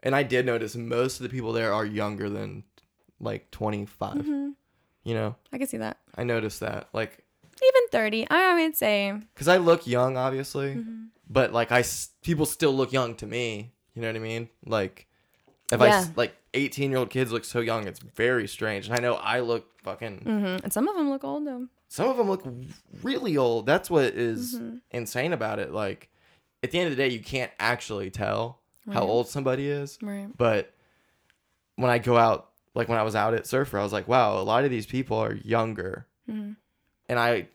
A: and I did notice most of the people there are younger than like 25.
B: Mm-hmm.
A: You know,
B: I can see that.
A: I noticed that. Like
B: Even 30, I would say
A: cuz I look young obviously,
B: Mm-hmm.
A: but like I s- people still look young to me. You know what I mean? Like if I s-
B: Yeah.
A: like 18 year old kids look so young, it's very strange. And I know I look fucking
B: Mm. Mm-hmm. And some of them look old though.
A: Some of them look really old. That's what is
B: Mhm.
A: insane about it. Like at the end of the day, you can't actually tell how
B: Right.
A: old somebody is.
B: Right.
A: But when I go out, like when I was out at Surfer, I was like, wow, a lot of these people are younger.
B: Mhm.
A: And I,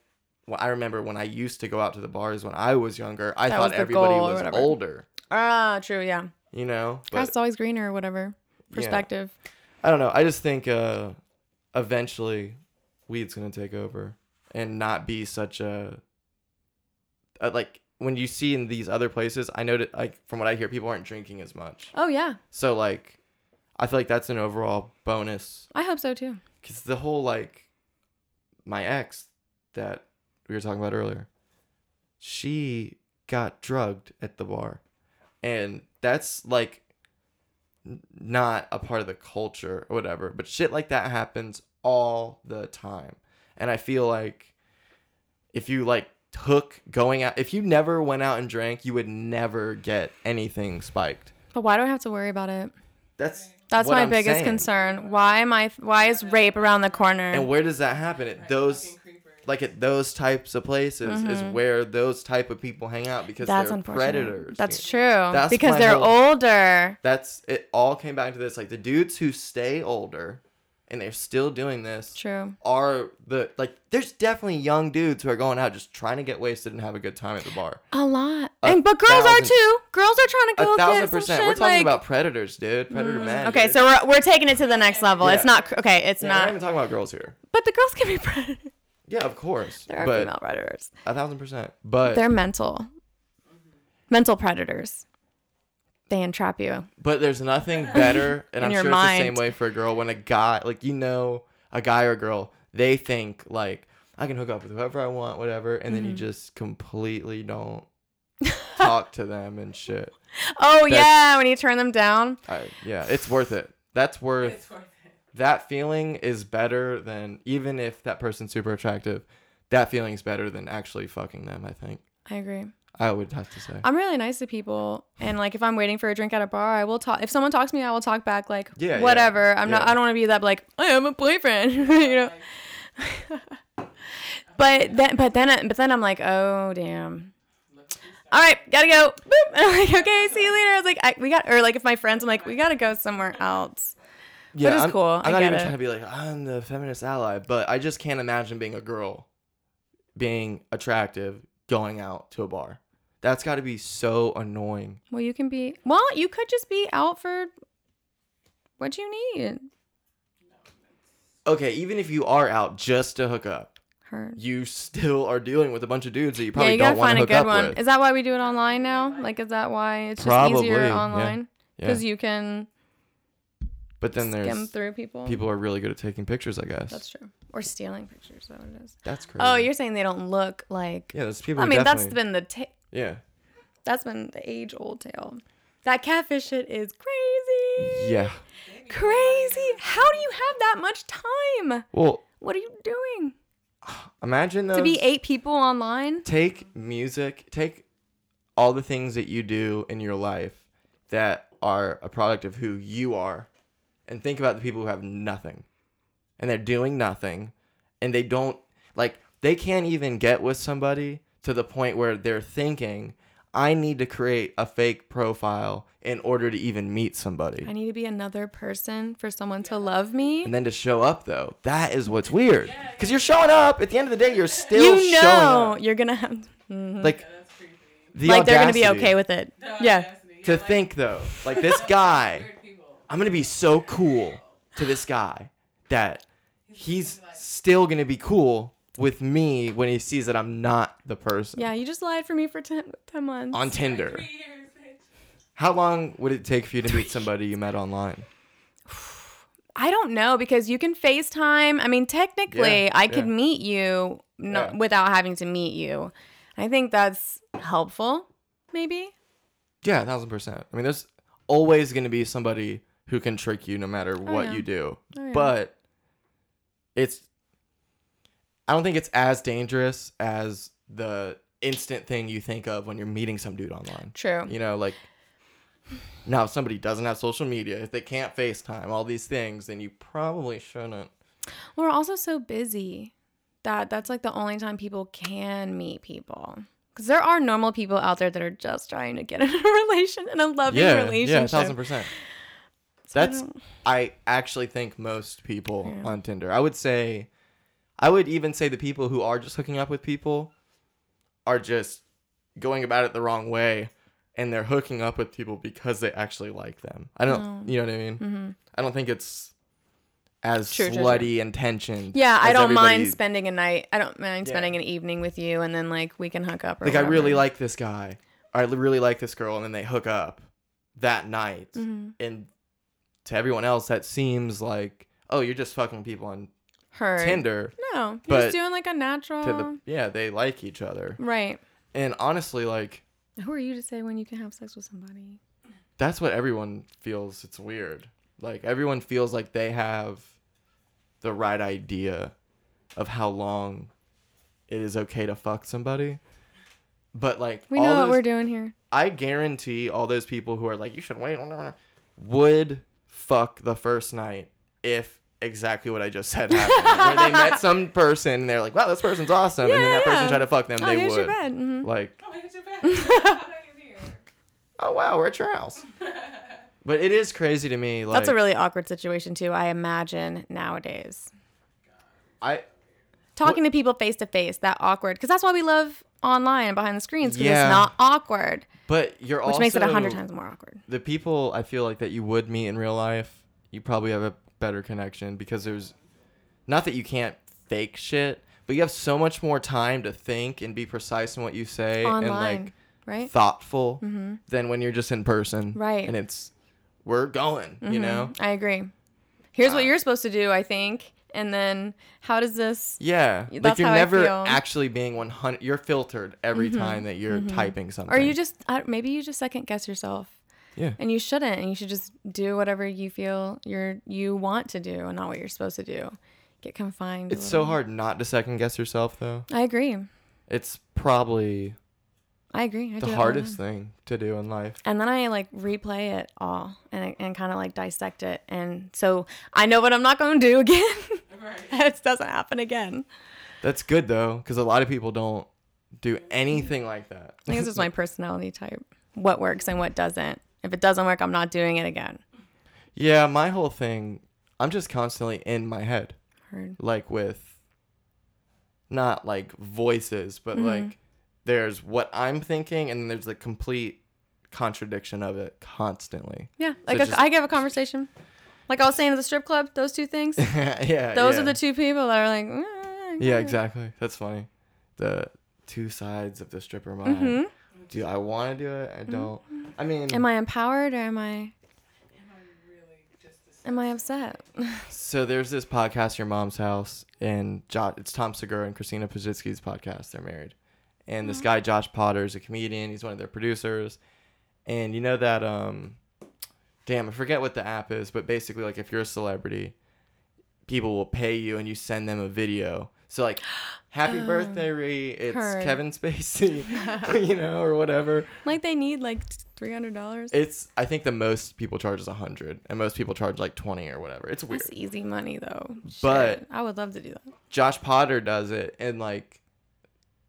A: well, I remember when I used to go out to the bars when I was younger, I
B: That was
A: thought
B: the
A: everybody
B: goal or
A: was
B: whatever.
A: older.
B: Ah, true. Yeah.
A: You know,
B: Grass is always greener or whatever
A: yeah.
B: perspective.
A: I don't know. I just think uh, eventually weed's gonna take over and not be such a, a like when you see in these other places. I know that like from what I hear, people aren't drinking as much.
B: Oh yeah,
A: So like, I feel like that's an overall bonus
B: I hope so too.
A: because the whole like my ex that we were talking about earlier, she got drugged at the bar, and that's like n- not a part of the culture or whatever. But shit like that happens all the time, and I feel like if you like took going out, if you never went out and drank, you would never get anything spiked.
B: But why do I have to worry about it?
A: That's
B: That's
A: what
B: my
A: I'm
B: biggest
A: saying.
B: concern. Why am I? Why is rape around the corner?
A: And where does that happen? At those
C: Fucking creepers.
A: like at those types of places is where those type of people hang out because
B: Mm-hmm. That's
A: they're
B: unfortunate.
A: predators.
B: That's
A: dude.
B: true.
A: That's
B: because
A: my
B: they're
A: whole-
B: older.
A: That's it. All came back to this. Like the dudes who stay older, and they're still doing this.
B: True.
A: Are the like? There's definitely young dudes who are going out just trying to get wasted and have a good time at the bar.
B: A lot.
A: A
B: and but girls are
A: thousand-
B: too. Girls are trying to
A: A
B: go
A: thousand
B: get some
A: percent.
B: shit,
A: We're talking
B: like- Mm,
A: about predators, dude. Predator men.
B: Okay,
A: dude.
B: so we're, we're taking it to the next level. It's
A: Yeah.
B: not cr- okay. It's
A: yeah, we're not even
B: not.
A: talking about girls here.
B: But the girls can be predators.
A: Yeah, of course.
B: There are
A: but
B: female predators.
A: a thousand percent. But
B: They're mental. Mental predators. They entrap you.
A: But there's nothing better, and
B: In
A: I'm
B: your
A: sure it's the same
B: mind.
A: way for a girl when a guy, like you know, a guy or a girl, they think like I can hook up with whoever I want, whatever, and then you just completely don't talk to them and shit.
B: Oh yeah, when you turn them down.
A: I, yeah, it's worth it. That's worth
C: It's worth it.
A: that feeling is better than even if that person's super attractive. That feeling's better than actually fucking them. I think
B: I agree.
A: I would have to say.
B: I'm really nice to people, and like if I'm waiting for a drink at a bar, I will talk. If someone talks to me, I will talk back. Like
A: Yeah, yeah,
B: whatever. I'm not.
A: yeah.
B: I don't want to be that like I have a boyfriend. you know. But then, but then, but then I'm like, oh damn. All right, gotta go. Boop. And I'm like, okay, see you later. I was like, I, we got, or like if my friends, I'm like, we gotta go somewhere else.
A: yeah,
B: is
A: I'm,
B: cool.
A: I'm
B: I
A: not
B: get
A: even
B: it.
A: trying to be like I'm the feminist ally, but I just can't imagine being a girl, being attractive, going out to a bar. That's got to be so annoying.
B: Well, you can be. Well, you could just be out for what you need.
A: Okay, even if you are out just to hook up,
B: Her.
A: you still are dealing with a bunch of dudes that you
B: Yeah,
A: probably
B: you gotta
A: don't want
B: find
A: to
B: a
A: hook
B: good
A: up
B: one.
A: with.
B: Is that why we do it online now? Like, is that why it's just
A: Probably,
B: easier
A: yeah.
B: online?
A: yeah.
B: Because you can
A: But then
B: skim
A: there's
B: through people.
A: people are really good at taking pictures. I guess
B: That's
A: that's,
B: true. Or stealing pictures. Is that what it is?
A: crazy.
B: Oh, you're saying they don't look like.
A: yeah. There's people.
B: I
A: who
B: mean, that's
A: definitely-
B: been the ta-
A: yeah.
B: that's been the age old tale. That catfish shit is crazy.
A: Yeah.
B: Crazy. How do you have that much time?
A: Well,
B: What are you doing?
A: imagine those
B: To be eight people online?
A: take music, take all the things that you do in your life that are a product of who you are, and think about the people who have nothing and they're doing nothing and they don't like they can't even get with somebody to the point where they're thinking, I need to create a fake profile in order to even meet somebody.
B: I need to be another person for someone to love me.
A: And then to show up though, that is what's weird. Because you're showing up. At the end of the day, you're still
B: You
A: showing
B: know
A: up.
B: you're gonna have Mhm.
A: Like
C: That's creepy.
A: the
B: like they're gonna be
A: audacity.
B: okay with it.
C: The
B: Yeah.
C: audacity.
A: to
C: You're like,
A: think though like this guy
C: weird people.
A: i'm gonna be so cool to this guy that he's still gonna be cool with me when he sees that i'm not the person
B: Yeah, you just lied for me for 10, 10 months.
A: on tinder
C: Three years, bitch.
A: how long would it take for you to meet somebody you met online
B: I don't know because you can FaceTime. I mean, technically,
A: Yeah,
B: I could
A: yeah.
B: meet you no,
A: Yeah.
B: without having to meet you. I think that's helpful, maybe.
A: yeah a thousand percent i mean there's always gonna be somebody who can trick you no matter what
B: yeah.
A: you do
B: Oh, yeah.
A: but it's i don't think it's as dangerous as the instant thing you think of when you're meeting some dude online
B: True.
A: You know, like now if somebody doesn't have social media, if they can't FaceTime, all these things, then you probably shouldn't.
B: We're also so busy. that that's like the only time people can meet people. Because there are normal people out there that are just trying to get in a relation and a loving
A: yeah,
B: relationship.
A: yeah, a thousand percent.
B: So I
A: That's
B: don't-
A: I actually think most people
B: Yeah.
A: on Tinder. I would say, I would even say the people who are just hooking up with people are just going about it the wrong way, and they're hooking up with people because they actually like them. I don't,
B: Oh.
A: you know what I mean? I don't think it's as
B: Mm-hmm. True, true, true.
A: slutty and tensioned.
B: yeah, I
A: as
B: don't mind
A: everybody-
B: spending a night. I don't mind
A: Yeah.
B: spending an evening with you, and then like we can hook up. Or
A: like I really
B: whatever.
A: like this guy, or I really like this girl, and then they hook up that night,
B: Mm-hmm.
A: and to everyone else that seems like, oh, you're just fucking people on
B: her.
A: Tinder.
B: No, you're
A: but
B: just doing like a natural.
A: To the yeah, they like each other,
B: right.
A: and honestly, like
B: Who are you to say when you can have sex with somebody?
A: that's what everyone feels. It's weird. Like everyone feels like they have the right idea of how long it is okay to fuck somebody. But like
B: We
A: all
B: know what
A: those-
B: we're doing here.
A: I guarantee all those people who are like, you should wait, would fuck the first night if exactly what I just said happened. Where they met some person and they're like, wow, this person's awesome. and then that
B: Yeah.
A: person tried to fuck them,
B: Oh,
A: they
B: here's
A: would.
B: your bed. Mhm.
A: Like,
C: Oh, here's your bag. How are you here?
A: oh, wow, we're at your house. But it is crazy to me. Like,
B: That's a really awkward situation too. I imagine nowadays.
A: I,
B: talking to people face to face that awkward because that's why we love online and behind the screens because
A: Yeah.
B: it's not awkward
A: but you're
B: which
A: also.
B: makes it a hundred times more awkward
A: The people I feel like that you would meet in real life, you probably have a better connection because there's not that you can't fake shit, but you have so much more time to think and be precise in what you say
B: online
A: and like
B: right Mm-hmm.
A: thoughtful than when you're just in person.
B: Right. Mm-hmm.
A: And it's we're going, you know?
B: i agree here's
A: Uh.
B: what you're supposed to do i think and then how does this
A: Yeah. like
B: That's
A: you're
B: how I
A: never
B: feel. Mm-hmm.
A: actually being 100 you're filtered every time that you're typing something.
B: or you just I- maybe you just second guess yourself
A: Yeah.
B: and you shouldn't and you should just do whatever you feel you're you want to do and not what you're supposed to do get confined a
A: It's so
B: little.
A: hard not to second guess yourself though.
B: i agree
A: It's probably
B: i agree I do it
A: the
B: all
A: hardest
B: time.
A: thing to do in life.
B: and then I like replay it all and and kind of like dissect it, and so I know what I'm not going to do again.
C: Right.
B: it doesn't happen again.
A: That's good though, because a lot of people don't do anything like that.
B: Mm-hmm. I think it's just my personality type, what works and what doesn't. If it doesn't work, I'm not doing it again.
A: yeah, my whole thing, I'm just constantly in my head,
B: Heard.
A: like with not like voices, but
B: Mm-hmm.
A: like there's what I'm thinking, and then there's the complete contradiction of it constantly.
B: Yeah, like
A: it's
B: a,
A: just-
B: I have a conversation, like I was saying at the strip club. Those two things.
A: yeah,
B: Those
A: yeah.
B: are the two people that are like. "Mm,
A: Yeah, exactly. That's funny. The two sides of the stripper mind. Do I want to do it? I don't. I mean,
B: Mm-hmm. Am I empowered or am I
C: Am I really just this?
B: am I upset?
A: So there's this podcast, Your Mom's House, and jo- it's Tom Segura and Christina Pajitsky's podcast. They're married, and this guy Josh Potter is a comedian. He's one of their producers, and you know that um, damn, I forget what the app is, but basically, like if you're a celebrity, people will pay you, and you send them a video. So like, happy birthday, Ree. It's
B: heard.
A: Kevin Spacey, you know, or whatever.
B: like they need like three hundred dollars.
A: It's I think the most people charge is a hundred, and most people charge like twenty or whatever. It's weird.
B: That's easy money though.
A: But-
B: Shit, I would love to do that.
A: Josh Potter does it in like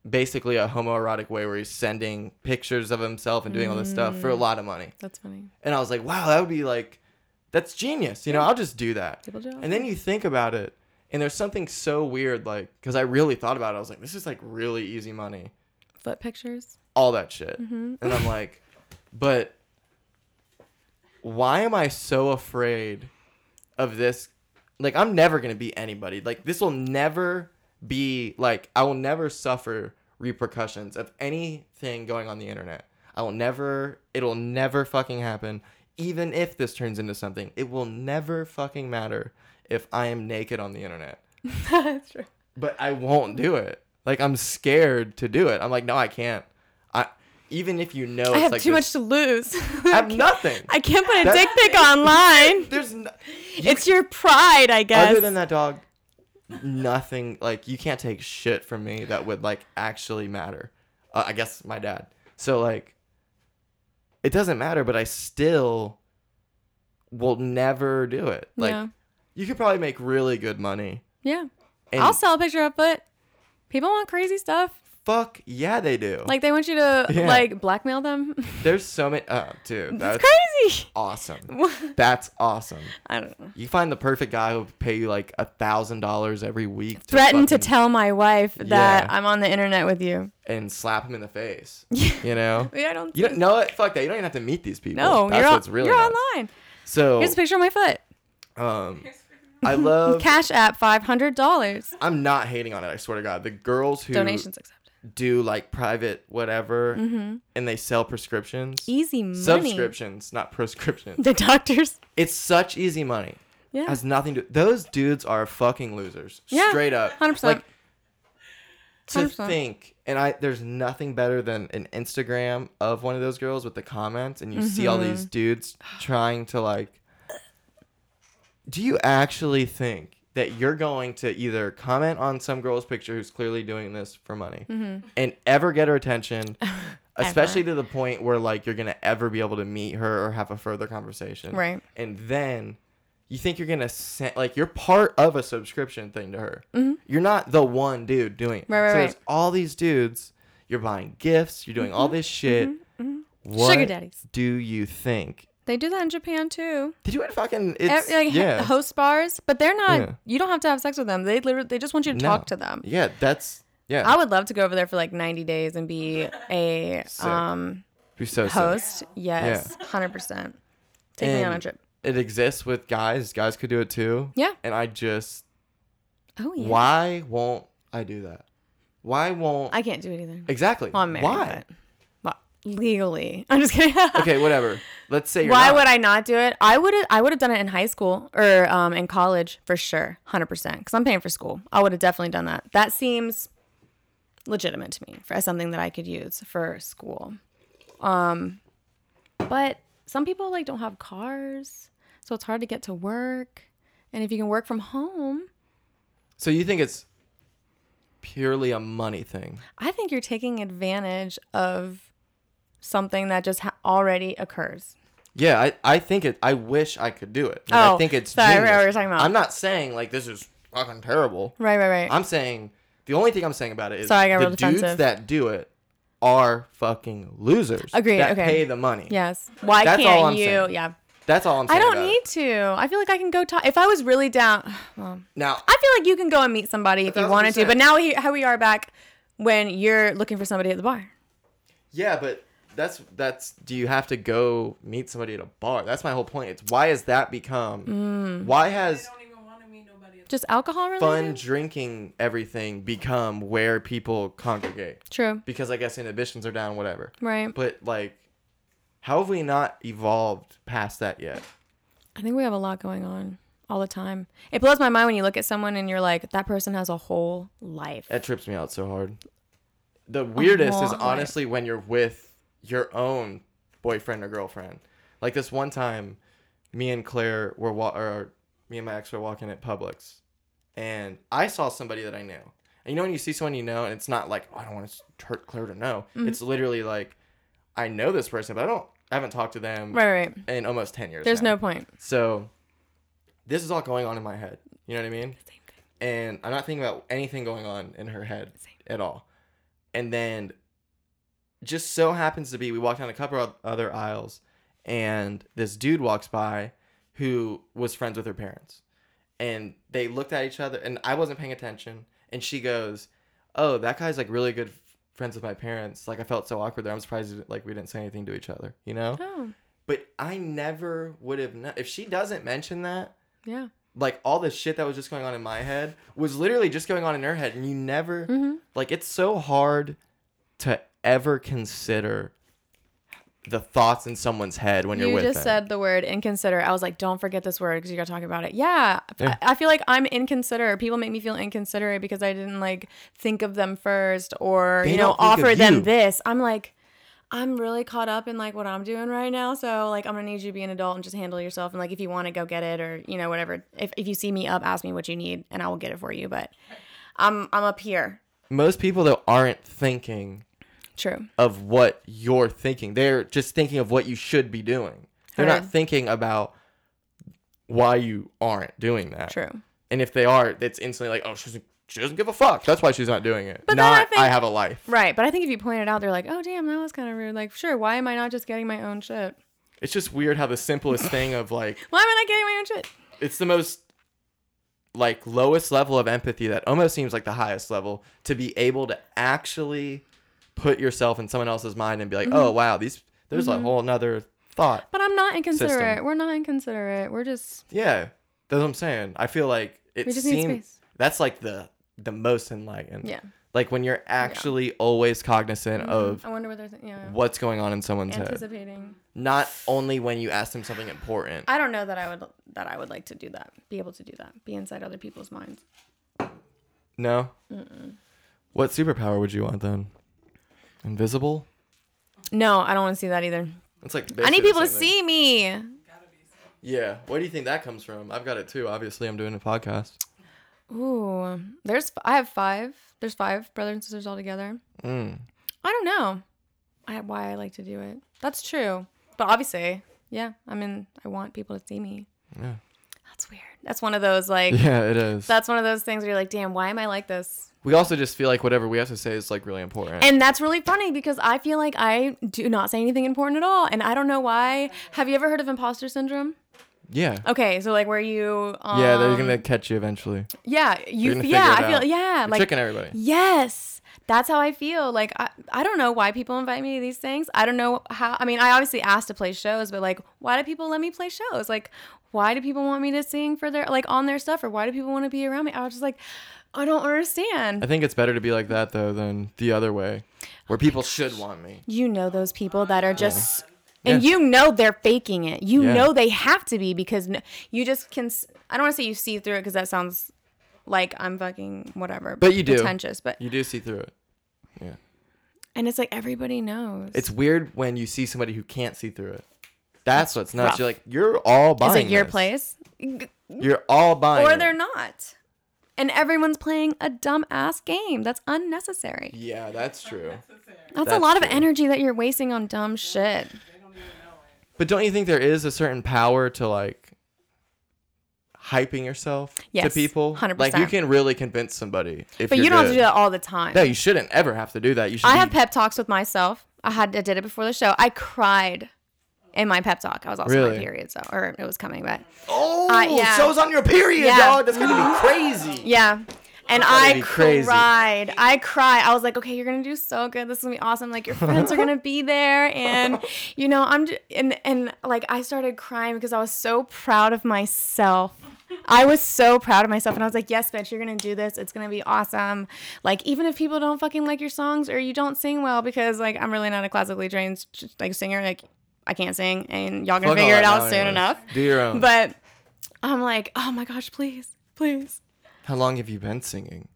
A: basically a homoerotic way where he's sending pictures of himself and doing all this stuff for a lot of money.
B: That's funny.
A: And I was like, wow, that would be like, that's genius. You know, I'll just do that.
B: People do it all
A: And then you think about it, and there's something so weird, like, because I really thought about it. I was like, this is like really easy money,
B: Foot pictures. Mm-hmm.
A: all that shit. And I'm like, but why am I so afraid of this? Like, I'm never going to be anybody. Like, this will never be, like, I will never suffer repercussions of anything going on the internet. I will never, it'll never fucking happen. Even if this turns into something, it will never fucking matter if I am naked on the internet.
B: That's true.
A: but I won't do it. Like I'm scared to do it. I'm like, no, I can't. I even if you know,
B: I
A: Oh, it's
B: have
A: like
B: too much
A: this-
B: to lose.
A: I have nothing.
B: I can't put a
A: That-
B: dick pic online.
A: There's no,
B: It's your pride, I guess.
A: other than that dog, nothing. Like you can't take shit from me that would like actually matter. Uh, I guess my dad. So like, it doesn't matter. But I still will never do it. Like
B: yeah.
A: you could probably make really good money.
B: Yeah.
A: And
B: I'll sell a picture of foot. People want crazy stuff.
A: Fuck yeah, they do.
B: Like they want you to
A: Yeah.
B: like blackmail them.
A: There's so many. Oh, dude, that's
B: That's crazy.
A: awesome. That's awesome.
B: I don't know.
A: You find the perfect guy who'll pay you like a thousand dollars every week. To
B: Threaten to
A: fucking-
B: tell my wife that
A: Yeah.
B: I'm on the internet with you.
A: and slap him in the face.
B: Yeah.
A: You know.
B: Yeah, I don't.
A: You don't know what? Fuck that. You don't even have to meet these people.
B: no,
A: that's
B: you're, on,
A: what's really Oh.
B: you're
A: nuts.
B: online.
A: So,
B: Here's a picture of my foot.
A: um, I love.
B: Cash app, five hundred dollars.
A: I'm not hating on it. I swear to God, the girls who
B: Donations accepted.
A: do like private whatever, and they sell prescriptions,
B: Easy money.
A: subscriptions, not prescriptions.
B: The doctors.
A: it's such easy money.
B: Yeah.
A: Has nothing to. Those dudes are fucking losers.
B: Yeah,
A: Straight up.
B: 100%.
A: Like, to
B: 100%.
A: think, and I there's nothing better than an Instagram of one of those girls with the comments, and you see all
B: Mm-hmm.
A: these dudes trying to like. Do you actually think that you're going to either comment on some girl's picture who's clearly doing this for money
B: Mm-hmm.
A: and ever get her attention? Especially to the point where like you're gonna ever be able to meet her or have a further conversation,
B: Right.
A: And then you think you're gonna send like you're part of a subscription thing to her. You're not the one dude doing it.
B: Mm-hmm. Right, right,
A: so
B: right. Mm-hmm.
A: there's all these dudes. You're buying gifts. You're doing all this shit. What
B: Sugar daddies.
A: Do you think?
B: They do that in Japan too.
A: Did you want to fucking? It's,
B: Ev- like ha-
A: yeah.
B: host bars, but they're not.
A: Yeah.
B: You don't have to have sex with them. They literally they just want you to
A: No.
B: talk to them.
A: Yeah, that's yeah.
B: I would love to go over there for like 90 days and be a
A: Sick.
B: um,
A: Be so sick.
B: host. Yes, 100%. Take me on a
A: And-
B: trip.
A: It exists with guys. Guys could do it too.
B: Yeah.
A: And I just
B: Oh, yeah.
A: why won't I do that? Why won't
B: I can't do it either.
A: exactly?
B: Well, I'm married.
A: why?
B: but- Well, legally. I'm just kidding.
A: Okay, whatever. Let's say you're
B: Why
A: not.
B: would I not do it? I would have. I would have done it in high school or um, in college for sure, hundred percent. Because I'm paying for school. I would have definitely done that. That seems legitimate to me for as something that I could use for school. Um, but some people like don't have cars, so it's hard to get to work. And if you can work from home,
A: So you think it's purely a money thing?
B: I think you're taking advantage of something that just ha- already occurs.
A: Yeah, I, I think it. I wish I could do it. And I
B: Oh,
A: think it's.
B: sorry, I
A: genius.
B: forgot what we were talking about.
A: I'm not saying like this is fucking terrible.
B: Right, right, right.
A: I'm saying the only thing I'm saying about it is
B: Sorry, I got
A: the
B: real defensive.
A: dudes that do it are fucking losers.
B: Agreed,
A: That
B: okay.
A: pay the money.
B: yes. Why
A: That's all
B: can't
A: I'm
B: you?
A: saying.
B: Yeah.
A: that's all I'm
B: I
A: saying.
B: don't
A: about it.
B: need to. I feel like I can go talk. If I was really down, well,
A: now.
B: I feel like you can go and meet somebody if you
A: thousand
B: wanted to.
A: percent.
B: But now we, how we are back when you're looking for somebody at the bar.
A: Yeah, but that's that's. Do you have to go meet somebody at a bar? That's my whole point. It's why has that become?
B: Mm.
A: Why
C: They
A: has
C: don't even want to meet nobody. Else.
B: Just alcohol related.
A: fun drinking everything become where people congregate?
B: True.
A: Because I guess inhibitions are down, whatever.
B: Right.
A: But like, how have we not evolved past that yet?
B: I think we have a lot going on all the time. It blows my mind when you look at someone and you're like, that person has a whole life.
A: That trips me out so hard. The weirdest is
B: whole-
A: honestly when you're with your own boyfriend or girlfriend. Like this one time, me and Claire were wa- or me and my ex were walking at Publix, and I saw somebody that I knew. And you know when you see someone you know, and it's not like oh, I don't want to hurt Claire to know.
B: Mm-hmm.
A: It's literally like I know this person, but I don't. I haven't talked to them
B: Right, right.
A: in almost ten years.
B: There's
A: now.
B: no point.
A: So this is all going on in my head. You know what I mean? And I'm not thinking about anything going on in her head
B: Same.
A: at all. And then just so happens to be we walked down a couple of other aisles and this dude walks by who was friends with her parents. And they looked at each other and I wasn't paying attention and she goes, "Oh, that guy's like really good f- friends with my parents. Like I felt so awkward there. I'm surprised like we didn't say anything to each other, you know?"
B: Oh,
A: But I never would have known if she doesn't mention that.
B: yeah.
A: Like all the shit that was just going on in my head was literally just going on in her head, and you never
B: Mm-hmm.
A: like it's so hard to ever consider the thoughts in someone's head when you're
B: you
A: with
B: just
A: them.
B: said the word inconsiderate. I was like, don't forget this word because you got to talk about it. Yeah,
A: Yeah.
B: I, I feel like I'm inconsiderate. People make me feel inconsiderate because I didn't like think of them first or
A: They
B: you know
A: don't think of
B: offer them
A: you.
B: this. I'm like, I'm really caught up in like what I'm doing right now. So like, I'm gonna need you to be an adult and just handle yourself. And like, if you want to go get it or you know whatever. If if you see me up, ask me what you need and I will get it for you. But I'm I'm up here.
A: most people though aren't thinking
B: True.
A: of what you're thinking. They're just thinking of what you should be doing. They're not
B: Right.
A: thinking about why you aren't doing that.
B: True.
A: And if they are, it's instantly like, oh, she's, she doesn't give a fuck. That's why she's not doing it.
B: But then
A: not
B: I think-
A: I have a life.
B: Right, but I think if you point it out, they're like, "Oh, damn, that was kind of rude." Like, sure, why am I not just getting my own shit?
A: It's just weird how the simplest thing of like
B: Why am I not getting my own shit?
A: it's the most like lowest level of empathy that almost seems like the highest level to be able to actually put yourself in someone else's mind and be like,
B: Mm-hmm.
A: oh wow, these there's a whole another thought.
B: But I'm not inconsiderate.
A: System.
B: We're not inconsiderate. We're just
A: Yeah, that's what I'm saying. I feel like it
B: We just need
A: seems
B: space.
A: that's like the the most enlightened.
B: Yeah. Mm-hmm.
A: like when you're actually always cognizant of
B: I wonder what they're thinking. Yeah.
A: what's going on in someone's head,
B: Anticipating.
A: not only when you ask them something important.
B: I don't know that I would that I would like to do that. Be able to do that. Be inside other people's minds.
A: No. What superpower would you want then? Invisible.
B: No, I don't want to see that either.
A: It's like
B: I
A: basically
B: need
A: the
B: people to
A: same thing.
B: see me.
A: Yeah. Where do you think that comes from? I've got it too. Obviously, I'm doing a podcast.
B: Ooh, there's I have five. There's five brothers and sisters all together. Hmm.
A: Mm.
B: I don't know I, why I like to do it. That's true. But obviously, yeah, I mean, I want people to see me.
A: Yeah.
B: That's weird. That's one of those like.
A: Yeah, it is.
B: That's one of those things where you're like, damn, why am I like this?
A: we also just feel like whatever we have to say is like really important.
B: And that's really funny because I feel like I do not say anything important at all. And I don't know why. Have you ever heard of imposter syndrome?
A: yeah.
B: Okay, so like where you. Um,
A: yeah, they're gonna catch you eventually.
B: Yeah, you.
A: gonna
B: Yeah,
A: figure
B: I
A: it
B: feel.
A: out.
B: Yeah,
A: You're
B: like
A: tricking everybody.
B: Yes. That's how I feel. Like I, I don't know why people invite me to these things. I don't know how I mean, I obviously asked to play shows, but like why do people let me play shows? Like why do people want me to sing for their like on their stuff or why do people want to be around me? I was just like I don't
A: I
B: understand.
A: think it's better to be like that though than the other way, where people should want me.
B: You know those people that are just
A: Yeah.
B: and you know they're faking it. You
A: Yeah.
B: know they have to be because no, you just can s- I don't want to say you see through it because that sounds like I'm fucking whatever.
A: But you do.
B: Pretentious, but
A: You do see through it.
B: and it's like everybody knows.
A: It's weird when you see somebody who can't see through it. That's what's nuts.
B: rough.
A: You're like, you're all
B: Is
A: buying.
B: it your
A: this.
B: place?
A: You're all buying.
B: or
A: it.
B: they're not. And everyone's playing a dumbass game. That's unnecessary.
A: Yeah, that's true.
B: That's, a
A: That's
B: lot of
A: true.
B: energy that you're wasting on dumb shit.
A: But don't you think there is a certain power to like hyping yourself to
B: Yes,
A: people? Like you
B: 100%.
A: can really convince somebody if
B: But
A: you're
B: you don't have to
A: good.
B: do that all the time.
A: No, you shouldn't ever have to do that. You should.
B: I
A: be-
B: have pep talks with myself. I had I did it before the show. I cried in my pep talk. I was also on
A: Really?
B: my period, so or it was coming, but
A: Oh,
B: I- yeah.
A: show's on your period,
B: Yeah. Mm-hmm.
A: dog. That's gonna be crazy.
B: Yeah. And
A: That'd
B: I
A: be crazy.
B: cried. I cried. I was like, okay, you're gonna do so good. This is gonna be awesome. Like your friends are gonna be there, and you know, I'm j- and and like I started crying because I was so proud of myself. I was so proud of myself, and I was like, yes, bitch, you're gonna do this. It's gonna be awesome. Like even if people don't fucking like your songs or you don't sing well, because like I'm really not a classically trained like singer. Like I can't sing, and y'all gonna
A: Fuck all
B: figure
A: that um,
B: it out
A: now
B: soon
A: anyways.
B: enough.
A: Do your own.
B: But I'm like, oh my gosh, please, please.
A: How long have you been singing?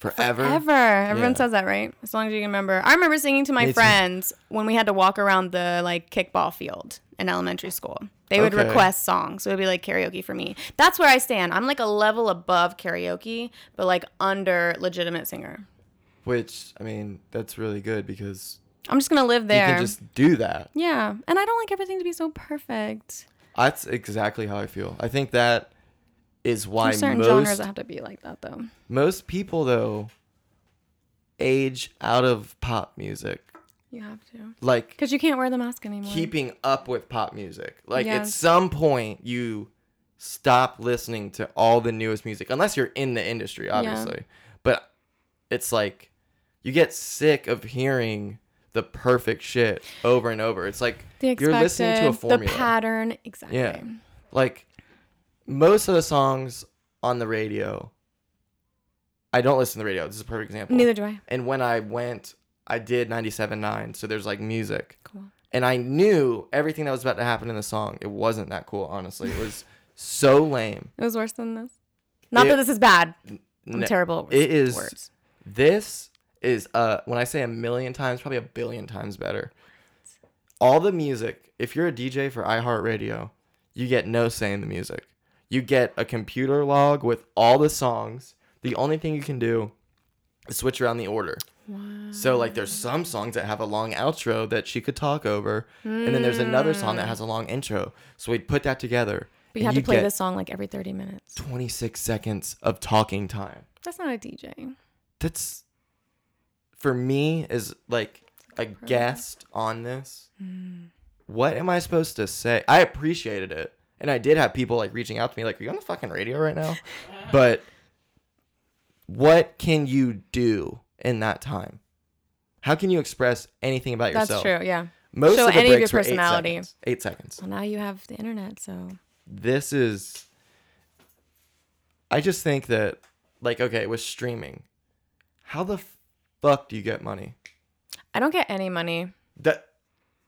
A: Forever.
B: Ever. Everyone
A: Yeah.
B: says that, right? As long as you can remember. I remember singing to my
A: Me too.
B: friends when we had to walk around the like kickball field in elementary school. They would
A: Okay.
B: request songs. So it would be like karaoke for me. That's where I stand. I'm like a level above karaoke, but like under legitimate singer.
A: Which I mean, that's really good because
B: I'm just gonna live
A: you
B: there.
A: can just do that.
B: yeah. And I don't like everything to be so perfect.
A: That's exactly how I feel. I think that is why
B: There's certain
A: most
B: genres that have to be like that though.
A: Most people though age out of pop music.
B: You have to.
A: Like
B: Because you can't wear the mask anymore.
A: keeping up with pop music. Like at
B: Yes.
A: some point you stop listening to all the newest music unless you're in the industry obviously. But it's like you get sick of hearing the perfect shit over and over. It's like
B: the expected,
A: you're listening to a formula.
B: the pattern. Exactly.
A: Yeah. Like most of the songs on the radio I don't listen to the radio. This is a perfect example.
B: Neither do I.
A: And when I went, I did 97.9. So there's like music.
B: Cool.
A: And I knew everything that was about to happen in the song. It wasn't that cool, honestly. It was so lame.
B: It was worse than this. Not
A: It-
B: that this is bad. I'm
A: No,
B: terrible. at
A: It is.
B: Words.
A: This is, uh, when I say a million times, probably a billion times better. All the music, if you're a DJ for iHeartRadio, you get no say in the music. You get a computer log with all the songs. The only thing you can do is switch around the order. So like there's some songs that have a long outro that she could talk over, and then there's another song that has a long intro. So we'd put that together. and
B: But you Hmm. have to
A: you'd
B: play
A: get
B: this song like every 30 minutes.
A: 26 seconds of talking time.
B: That's not a DJ.
A: That's for me is like a
B: Good
A: guest on this.
B: Mm.
A: What am I supposed to say? I appreciated it. And I did have people like reaching out to me like, Are you on the fucking radio right now? but what can you do in that time? How can you express anything about
B: That's
A: yourself?
B: true. Yeah.
A: Most
B: Show
A: of the
B: any of your
A: breaks were eight
B: personality.
A: seconds. Eight seconds.
B: Well, now you have the internet, so
A: This is. I just think that, like, okay, with streaming, how the fuck do you get money?
B: I don't get any money.
A: That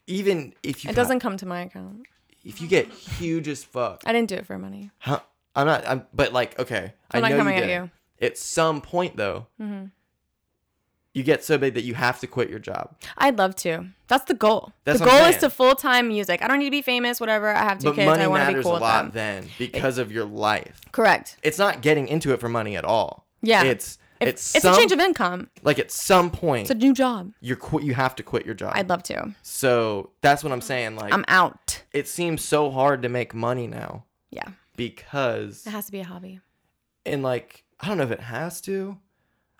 A: even if you
B: It doesn't come to my account.
A: if you get huge as fuck,
B: I didn't do it for money.
A: how, I'm not. I'm but like, okay,
B: I'm
A: I
B: not
A: know
B: coming
A: you
B: at
A: did it.
B: you.
A: At some point, though,
B: Mhm.
A: you get so big that you have to quit your job.
B: I'd love to. That's the goal.
A: That's
B: the
A: what I'm
B: goal is
A: saying.
B: to full time music. I don't need to be famous, whatever. I have two
A: But
B: kids.
A: money
B: I want to be
A: matters
B: cool
A: a
B: with
A: lot
B: them.
A: then because of your life.
B: Correct.
A: It's not getting into it for money at all.
B: Yeah.
A: it's
B: If-
A: it's
B: it's a change of income.
A: like at some point
B: It's a new job.
A: you're qu- you have to quit your job.
B: I'd love to.
A: so that's what I'm saying. Like
B: I'm out.
A: it seems so hard to make money now
B: Yeah.
A: because
B: It has to be a hobby.
A: and like I don't know if it has to.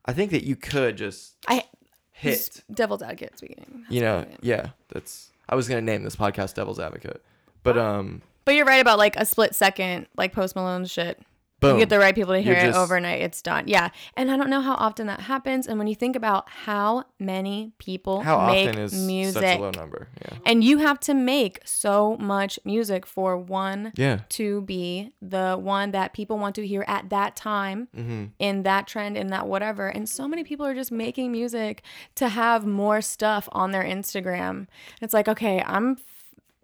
A: I think that you could just
B: I
A: hit.
B: devil's advocate speaking.
A: You know, yeah. That's I was gonna name this podcast Devil's Advocate, but um,
B: But you're right about like a split second, like Post Malone shit.
A: boom.
B: You get the right people to hear
A: You're
B: it
A: just-
B: overnight. It's done. Yeah. And I don't know how often that happens. And when you think about how many people
A: How
B: make
A: often is
B: music,
A: such a low number? Yeah.
B: and you have to make so much music for one
A: Yeah.
B: to be the one that people want to hear at that time in that trend in that whatever and so many people are just making music to have more stuff on their instagram it's like okay i'm f-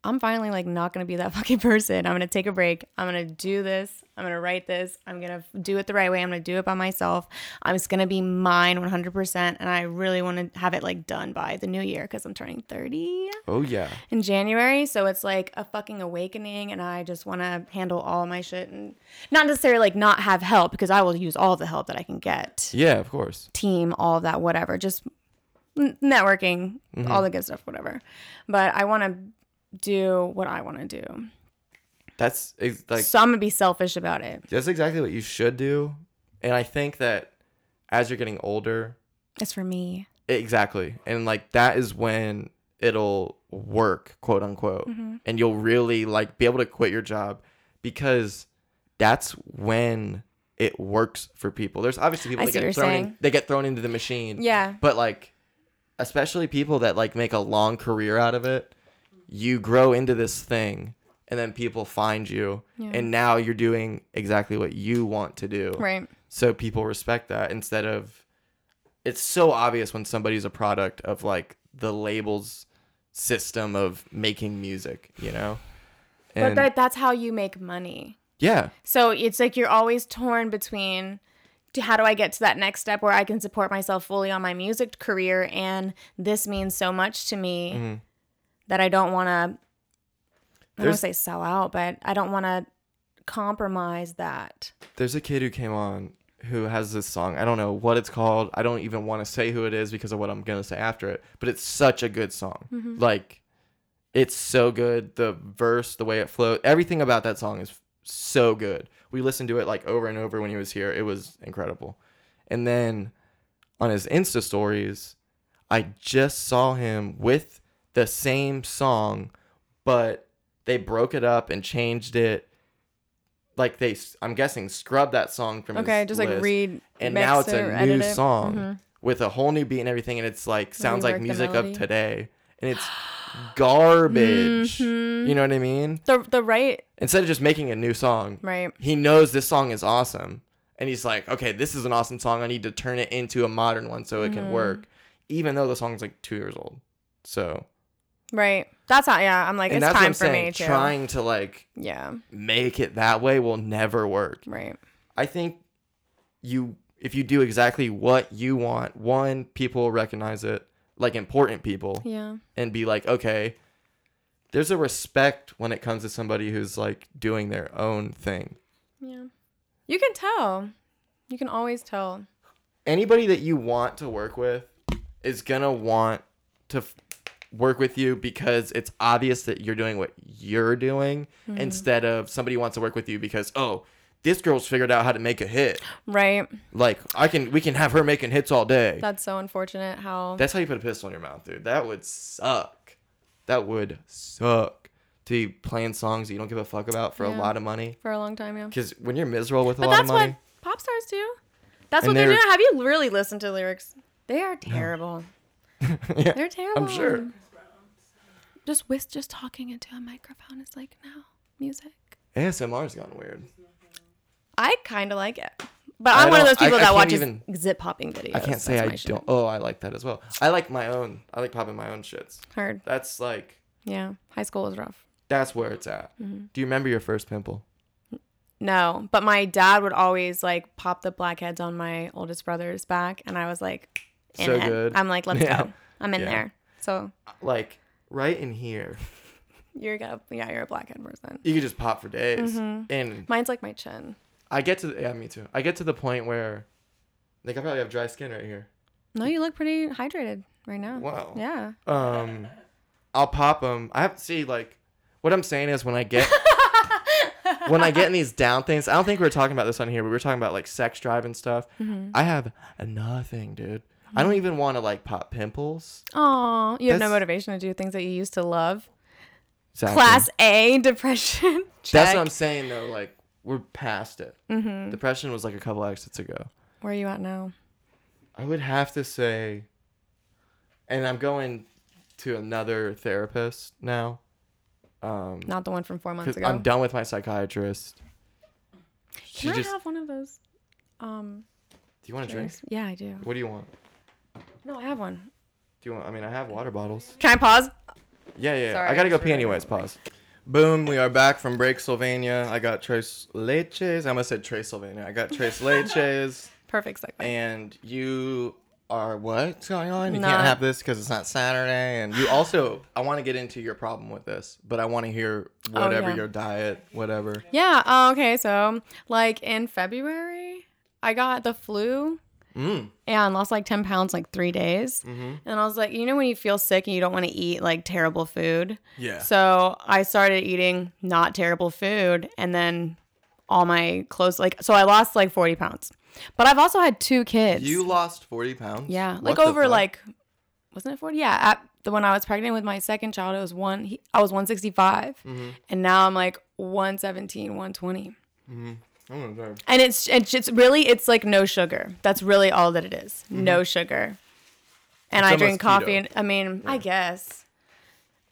B: i'm finally like not gonna be that fucking person i'm gonna take a break i'm gonna do this i'm gonna write this i'm gonna f- do it the right way i'm gonna do it by myself i'm just gonna be mine 100% and i really want to have it like done by the new year because i'm turning 30
A: Oh yeah.
B: in January, so it's like a fucking awakening, and I just want to handle all my shit and not necessarily like not have help because I will use all the help that I can get,
A: Yeah, of course.
B: team, all of that, whatever, just n- networking, all
A: Mm-hmm.
B: the good stuff, whatever. But I want to do what I want to do,
A: That's ex- like
B: so I'm gonna be selfish about it.
A: that's exactly what you should do. And I think that as you're getting older,
B: It's for me.
A: exactly. And like that is when it'll work, quote unquote.
B: Mm-hmm.
A: And you'll really like be able to quit your job because that's when it works for people. There's obviously people
B: I
A: that
B: see what
A: get
B: you're
A: thrown in,
B: saying.
A: they get thrown into the machine.
B: Yeah.
A: But like especially people that like make a long career out of it, you grow into this thing and then people find you and now you're doing exactly what you want to do.
B: Right.
A: So people respect that instead of it's so obvious when somebody's a product of like the labels system of making music, you know?
B: But
A: And
B: that, that's how you make money.
A: yeah.
B: So it's like you're always torn between do- how do I get to that next step where I can support myself fully on my music career and this means so much to me
A: Mm-hmm.
B: that I don't want to I don't want to
A: There's-
B: say sell out, but I don't want to compromise that.
A: There's a kid who came on who has this song. I don't know what it's called. I don't even want to say who it is because of what I'm going to say after it, but it's such a good song.
B: Mm-hmm.
A: Like it's so good. The verse, the way it flows, everything about that song is so good. We listened to it like over and over when he was here. It was incredible. And then on his Insta stories, I just saw him with the same song, but they broke it up and changed it. Like they, I'm guessing, scrubbed that song from his
B: Okay, just like
A: list,
B: read
A: And
B: mix
A: now it's
B: it or
A: a
B: edit
A: new
B: it.
A: song with a whole new beat and everything, and it's like sounds like
B: Rework the
A: music of
B: melody.
A: today, and it's garbage.
B: Mm-hmm.
A: You know what I mean?
B: The the right
A: Instead of just making a new song,
B: right
A: he knows this song is awesome and he's like okay this is an awesome song i need to turn it into a modern one so it can
B: Mm-hmm.
A: work even though the song's like two years old so
B: right. That's how yeah, I'm like
A: and
B: it's
A: that's what i'm
B: time for
A: saying
B: me too.
A: trying to like
B: yeah,
A: make it that way will never work
B: right.
A: i think you if you do exactly what you want one people will recognize it like important people
B: Yeah.
A: and be like, okay, there's a respect when it comes to somebody who's like doing their own thing.
B: Yeah. You can tell. You can always tell.
A: Anybody that you want to work with is gonna want to f- work with you because it's obvious that you're doing what you're doing instead of somebody wants to work with you because, oh, this girl's figured out how to make a hit.
B: Right.
A: Like I can, we can have her making hits all day.
B: That's so unfortunate how
A: That's how you put a pistol in your mouth, dude. That would suck. That would suck to be playing songs that you don't give a fuck about for a
B: Yeah.
A: lot of money.
B: for a long time, yeah.
A: Because when you're miserable with a
B: But
A: lot of
B: that's
A: money,
B: what pop stars do. That's
A: And
B: what they do.
A: they're-
B: Have you really listened to lyrics? They are terrible.
A: Yeah,
B: They're terrible.
A: I'm sure.
B: Just whis- just talking into a microphone is like now music.
A: ASMR's gotten weird.
B: I kind of like it, but
A: I
B: I'm one
A: don't-
B: of those people
A: I- I
B: that
A: can't
B: watches
A: even-
B: zip popping videos.
A: I can't say
B: That's
A: I
B: my shit.
A: don't. Oh, I like that as well. I like my own. I like popping my own shits.
B: Hard.
A: That's like,
B: Yeah, high school was rough.
A: that's where it's at.
B: Mm-hmm.
A: Do you remember your first pimple?
B: No, but my dad would always like pop the blackheads on my oldest brother's back, and I was like, in
A: So
B: it.
A: good.
B: I'm like, let's
A: Yeah.
B: go. I'm in
A: Yeah.
B: there. So
A: Like right in here.
B: you're gonna, yeah, you're a blackhead person.
A: You could just pop for days.
B: Mm-hmm.
A: And
B: Mine's like my chin.
A: I get to, the, yeah, me too. I get to the point where, like, I probably have dry skin right here.
B: No, you look pretty hydrated right now.
A: Wow.
B: Yeah.
A: Um, I'll pop them. I have see like what I'm saying is when I get when I get in these down things. I don't think we were talking about this on here. but We were talking about like sex drive and stuff.
B: Mm-hmm.
A: I have nothing, dude. I don't even want to like pop pimples.
B: Aw, you have no
A: That's-
B: motivation to do things that you used to love.
A: Exactly.
B: Class A depression.
A: That's
B: Check. Mm-hmm.
A: what I'm saying though. Like we're past it. Depression was like a couple exits ago.
B: Where are you at now?
A: I would have to say, and I'm going to another therapist now. Um,
B: Not the one from four months
A: because
B: ago.
A: I'm done with my psychiatrist. She
B: Can
A: just.
B: I have one of those? Um,
A: do you want a drink?
B: drinks? Yeah, I do.
A: What do you want?
B: No, I have one.
A: Do you want? I mean, I have water bottles.
B: Can I pause?
A: Yeah, yeah. yeah.
B: Sorry,
A: I gotta
B: I
A: go
B: just
A: pee anyways. Pause. Boom. We are back from break, Sylvania. I got Trace Leches. I almost said Trace Sylvania. I got Trace Leches.
B: Perfect segue.
A: and you are what's going on? You
B: No.
A: can't have this because it's not Saturday. And you also, I want to get into your problem with this, but I want to hear whatever
B: Oh, yeah.
A: your diet, whatever.
B: Yeah. Oh, okay. So, like in February, I got the flu
A: Mm.
B: and lost like 10 pounds in, like three days.
A: Mm-hmm.
B: And I was like, you know, when you feel sick and you don't want to eat like terrible food.
A: Yeah.
B: So I started eating not terrible food and then all my clothes, like, so I lost like 40 pounds. But I've also had two kids.
A: you lost forty pounds.
B: Yeah,
A: What
B: like
A: the
B: over
A: fuck?
B: like, wasn't it forty? Yeah, at the when I was pregnant with my second child, it was one. He, I was one
A: Mm-hmm.
B: and now I'm like 117, 120.
A: I'm gonna die.
B: And it's it's just really it's like no sugar. That's really all that it is. No sugar. And
A: Mm-hmm. It's
B: I drink
A: almost
B: coffee.
A: keto.
B: And, I mean, I guess.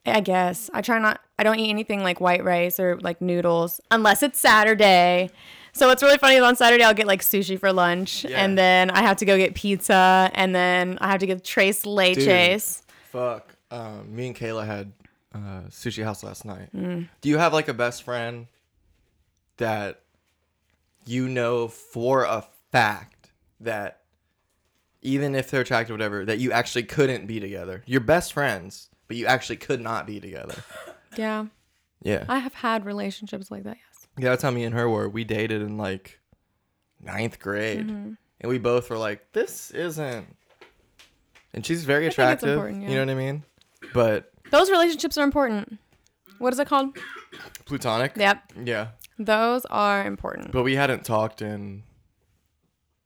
B: I guess I try not. I don't eat anything like white rice or like noodles unless it's Saturday. So what's really funny is on Saturday I'll get like sushi for lunch,
A: Yeah.
B: and then I have to go get pizza, and then I have to get tres leches.
A: Fuck. Um, me and Kayla had uh, sushi house last night.
B: Mm.
A: Do you have like a best friend that you know for a fact that even if they're attracted, whatever, that you actually couldn't be together? You're best friends, but you actually could not be together.
B: Yeah,
A: Yeah.
B: I have had relationships like that. Yes.
A: yeah, that's how me and her were. We dated in like ninth grade,
B: Mm-hmm.
A: and we both were like, "This isn't." And she's very
B: it's
A: attractive.
B: important,
A: You
B: yeah.
A: know what I mean? But
B: Those relationships are important. What is it called?
A: platonic.
B: Yep,
A: Yeah.
B: those are important.
A: But we hadn't talked in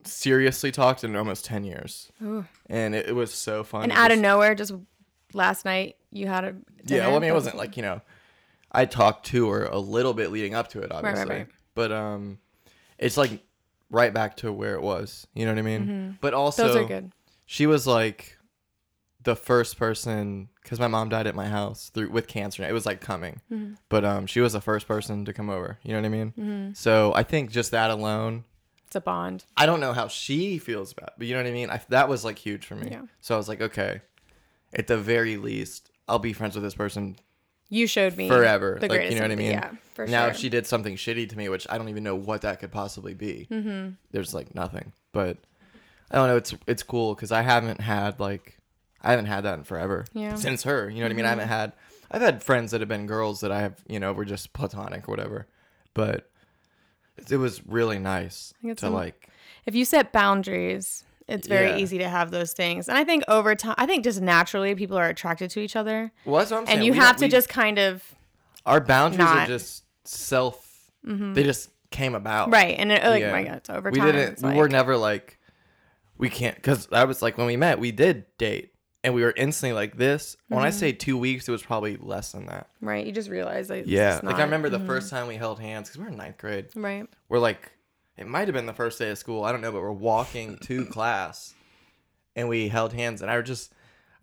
A: seriously talked in almost 10 years.
B: Ooh.
A: And it, it was so fun.
B: And
A: to
B: out of
A: just-
B: nowhere, just last night, you had a
A: Yeah,
B: dinner?
A: well, I mean, it wasn't like, you know, I talked to her a little bit leading up to it, obviously.
B: right.
A: But um it's like right back to where it was. You know what I mean? But also
B: Mm-hmm. those are good.
A: she was like the first person because my mom died at my house through with cancer. It was like coming,
B: Mm-hmm.
A: but um, she was the first person to come over. You know what I mean? So I think just that alone
B: It's a bond.
A: I don't know how she feels about it, but you know what I mean? I, that was like huge for me.
B: Yeah.
A: So I was like, okay, at the very least, I'll be friends with this person
B: You showed me
A: forever.
B: The
A: like,
B: greatest
A: you know what I mean?
B: Yeah, for
A: now,
B: sure.
A: if she did something shitty to me, which I don't even know what that could possibly be,
B: Mm-hmm.
A: there's like nothing. But I don't know. It's it's cool because I haven't had like I haven't had that in forever.
B: Yeah. Mm-hmm.
A: Since her, you know what I mean? I haven't had. I've had friends that have been girls that I have, you know, were just platonic or whatever, but it- it was really nice
B: think it's
A: to
B: im-
A: like
B: if you set boundaries, it's very
A: Yeah.
B: easy to have those things. And I think over time, I think just naturally people are attracted to each other,
A: Well, that's what I'm saying.
B: and you
A: We
B: have
A: don't-
B: to
A: we-
B: just kind of
A: our boundaries are
B: not-
A: just self. They just came about.
B: Mm-hmm. Right. And it, like,
A: Yeah.
B: oh my God, it's over
A: we
B: time.
A: didn't.
B: It's
A: We
B: like-
A: were never like, we can't. Because I was like, when we met, we did date, and we were instantly like this. When
B: Mm-hmm.
A: I say two weeks, it was probably less than that.
B: Right. You just realize that. it's
A: Yeah.
B: just
A: Like I
B: not- mm-hmm.
A: remember the first time we held hands because we were in ninth grade.
B: Right.
A: We're like, it might have been the first day of school. I don't know, but we're walking to class, and we held hands, and I just.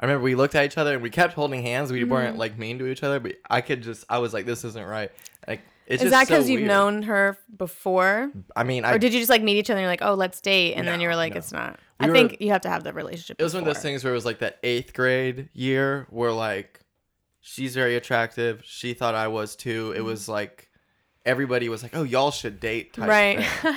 A: I remember we looked at each other and we kept holding hands. We
B: Mm-hmm.
A: weren't like mean to each other, but I could just I was like, this isn't right. Like it's
B: Is
A: just
B: that because
A: so
B: you've
A: weird.
B: known her before?
A: I mean, I
B: or did you just like meet each other and you're like, oh, let's date? And then
A: No,
B: you were like,
A: no.
B: it's not.
A: We
B: I
A: were-
B: think you have to have the relationship.
A: It was one of those
B: before.
A: things where it was like that eighth grade year where like she's very attractive. She thought I was too. It
B: Mm-hmm.
A: was like everybody was like, "Oh, y'all should date." Type
B: Right.
A: thing.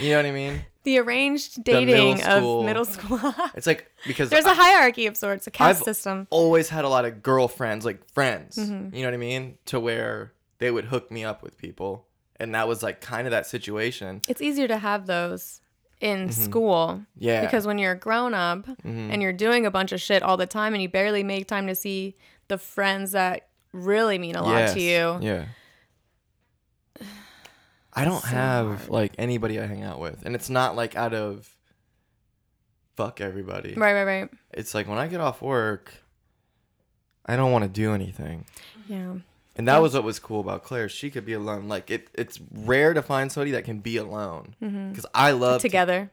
A: You know what I mean?
B: the arranged
A: middle
B: dating
A: school-
B: of middle school.
A: It's like because
B: There's a
A: I-
B: hierarchy of sorts, a caste
A: I've-
B: system.
A: always had a lot of girlfriends, like friends.
B: Mm-hmm.
A: You know what I mean? To where they would hook me up with people, and that was like kind of that situation.
B: It's easier to have those in school.
A: Mm-hmm. Yeah. Mm-hmm.
B: Because when you're a grown up and you're doing a bunch of shit all the time and you barely make time to see the friends that really mean a lot to you.
A: Yeah. I don't have like anybody I hang out with, and it's not like out of fuck everybody.
B: Right, right, right.
A: It's like when I get off work, I don't want to do anything,
B: Yeah.
A: and that was what was cool about Claire. She could be alone. Like it, it's rare to find somebody that can be alone because I love to
B: Mm-hmm. Together.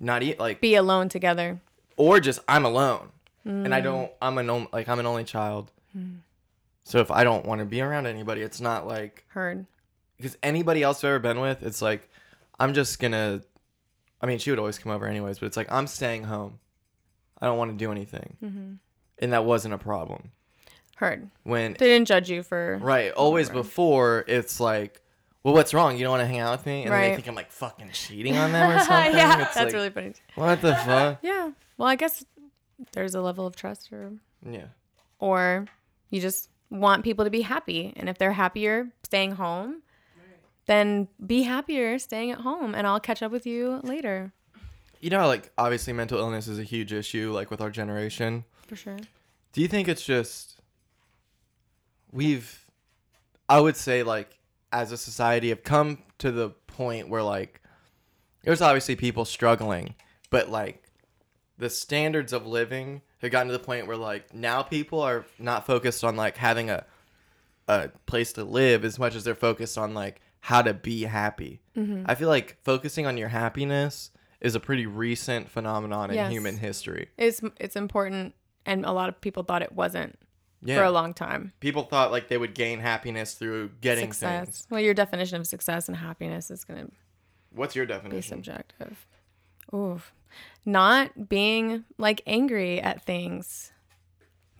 A: not eat like
B: Be alone together.
A: or just I'm alone and
B: Hmm.
A: I don't I'm an on- like I'm an only child. So if I don't want to be around anybody, it's not like
B: Heard.
A: because anybody else I've ever been with, it's like I'm just gonna. I mean, she would always come over anyways, but it's like I'm staying home. I don't want to do anything,
B: Mm-hmm.
A: and that wasn't a problem
B: Heard.
A: when
B: They didn't judge you for
A: right. Always before, it's like, well, what's wrong? You don't want to hang out with me, and then they
B: Right.
A: think I'm like fucking cheating on them or something.
B: yeah,
A: It's
B: that's
A: like,
B: really funny.
A: what the fuck.
B: Yeah. Well, I guess there's a level of trust or
A: Yeah,
B: or you just want people to be happy. And if they're happier staying home, then be happier staying at home and I'll catch up with you later.
A: you know, like obviously, mental illness is a huge issue, like with our generation.
B: For sure.
A: Do you think it's just we've I would say like as a society have come to the point where like there's obviously people struggling, but like the standards of living have gotten to the point where like now people are not focused on like having a a place to live as much as they're focused on like how to be happy.
B: Mm-hmm.
A: I feel like focusing on your happiness is a pretty recent phenomenon in
B: Yes.
A: human history.
B: It's it's important and a lot of people thought it wasn't
A: Yeah.
B: for a long time.
A: people thought like they would gain happiness through getting
B: Success.
A: things.
B: Well, your definition of success and happiness is going to
A: What's your
B: be
A: definition?
B: subjective. Oof. Not being like angry at things.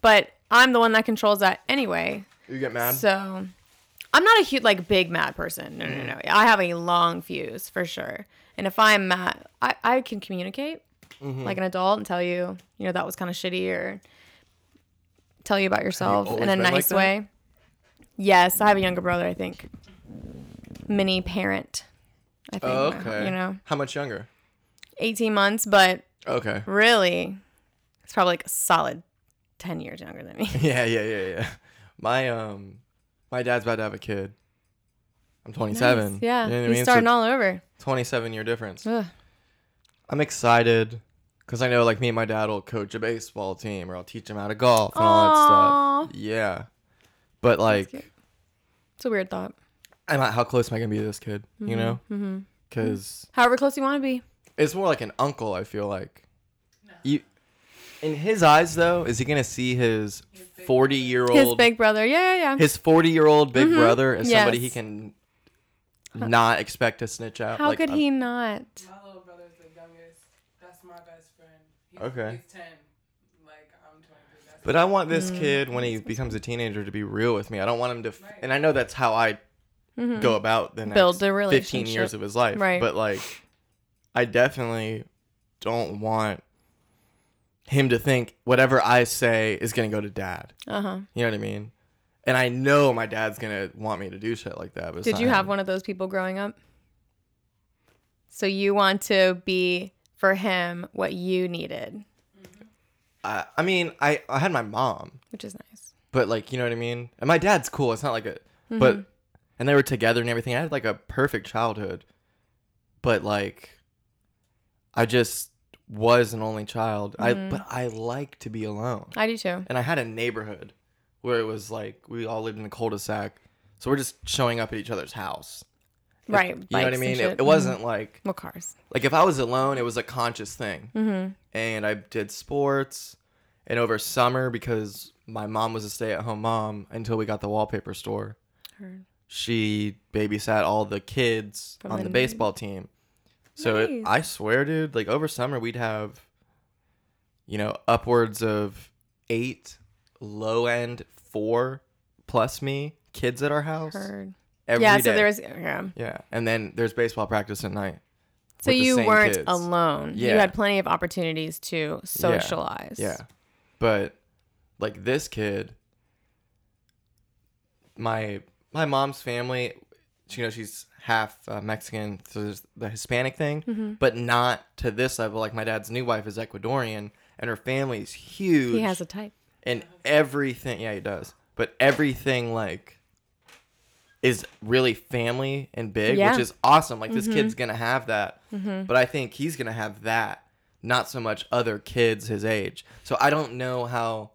B: But I'm the one that controls that anyway.
A: You get mad?
B: So I'm not a huge like big mad person. No,
A: Mm.
B: no, no. I have a long fuse for sure. And if I'm mad, I, I can communicate
A: Mm-hmm.
B: like an adult and tell you, you know, that was kind of shitty or tell you about yourself
A: always
B: in a
A: been like
B: nice
A: that?
B: way. Yes, I have a younger brother, I think. Mini parent. I think.
A: Oh, okay.
B: You know,
A: How much younger?
B: 18 months, but
A: Okay.
B: really, it's probably like a solid 10 years younger than me.
A: Yeah, yeah, yeah, yeah. My um my dad's about to have a kid. I'm 27.
B: Yeah.
A: You know what I
B: he's
A: mean? So
B: starting all over.
A: 27 year difference.
B: Ugh.
A: I'm excited cuz I know like me and my dad will coach a baseball team or I'll teach him how to golf and all that stuff. Yeah. But like
B: cute. It's a weird thought.
A: I'm not, how close am I going to be to this kid, you know? Mm-hmm. Cuz
B: However close you want to be.
A: It's more like an uncle. I feel like. You, in his eyes, though, is he gonna see his
B: His
A: forty-year-old,
B: big brother. Yeah, yeah, yeah.
A: his forty-year-old big brother as somebody
B: Yes.
A: he can not expect to snitch out?
B: How
A: Like,
B: could
A: I'm-
B: he not?
C: My little brother's the youngest. That's my best friend. He's,
A: Okay.
C: He's 10. Like, I'm 23. That's
A: But I want this
B: Mm.
A: kid when he becomes a teenager to be real with me. I don't want him to, f-
C: Right.
A: and I know that's how I go about the next
B: Mm-hmm. Build the
A: fifteen years
B: relationship.
A: of his life.
B: Right.
A: But like, I definitely don't want him to think whatever I say is gonna go to dad.
B: Uh huh.
A: You know what I mean? And I know my dad's gonna want me to do shit like that. But it's
B: Did
A: not
B: you have
A: happening.
B: one of those people growing up? So you want to be for him what you needed,
A: I, I mean, I, I had my mom,
B: which is nice. Mm-hmm.
A: but like, you know what I mean? And my dad's cool. It's not like a, but and they were together and everything. I had like a perfect childhood, but like, I just was an only child.
B: Mm-hmm.
A: I but I like to be alone,
B: I do too.
A: and I had a neighborhood where it was like we all lived in a cul-de-sac, so we're just showing up at each other's house.
B: Right.
A: You know what I mean?
B: Mm-hmm.
A: It, it wasn't like
B: What cars?
A: like if I was alone, it was a conscious thing.
B: Mhm.
A: And I did sports, and over summer because my mom was a stay-at-home mom until we got the wallpaper store.
B: Heard.
A: She babysat all the kids
B: From
A: on
B: the
A: the, baseball team. So it,
B: Nice.
A: I swear, dude, like over summer we'd have, you know, upwards of eight low end four plus me kids at our house
B: Heard.
A: every
B: yeah. So
A: day.
B: there was. Yeah.
A: yeah, and then there's baseball practice at night.
B: So
A: with the
B: you
A: same
B: weren't
A: kids.
B: alone. You
A: Yeah.
B: had plenty of opportunities to socialize.
A: Yeah. But like this kid my my mom's family, you know, she's half uh, Mexican, so there's the Hispanic thing,
B: Mm-hmm.
A: but not to this level like my dad's new wife is Ecuadorian and her family's huge
B: He has a type.
A: and everything yeah, he does. But everything like is really family and big,
B: Yeah. Mm-hmm.
A: which is awesome. Like this kid's gonna have that, but I think he's gonna have that, not so much other kids his age. So I don't know how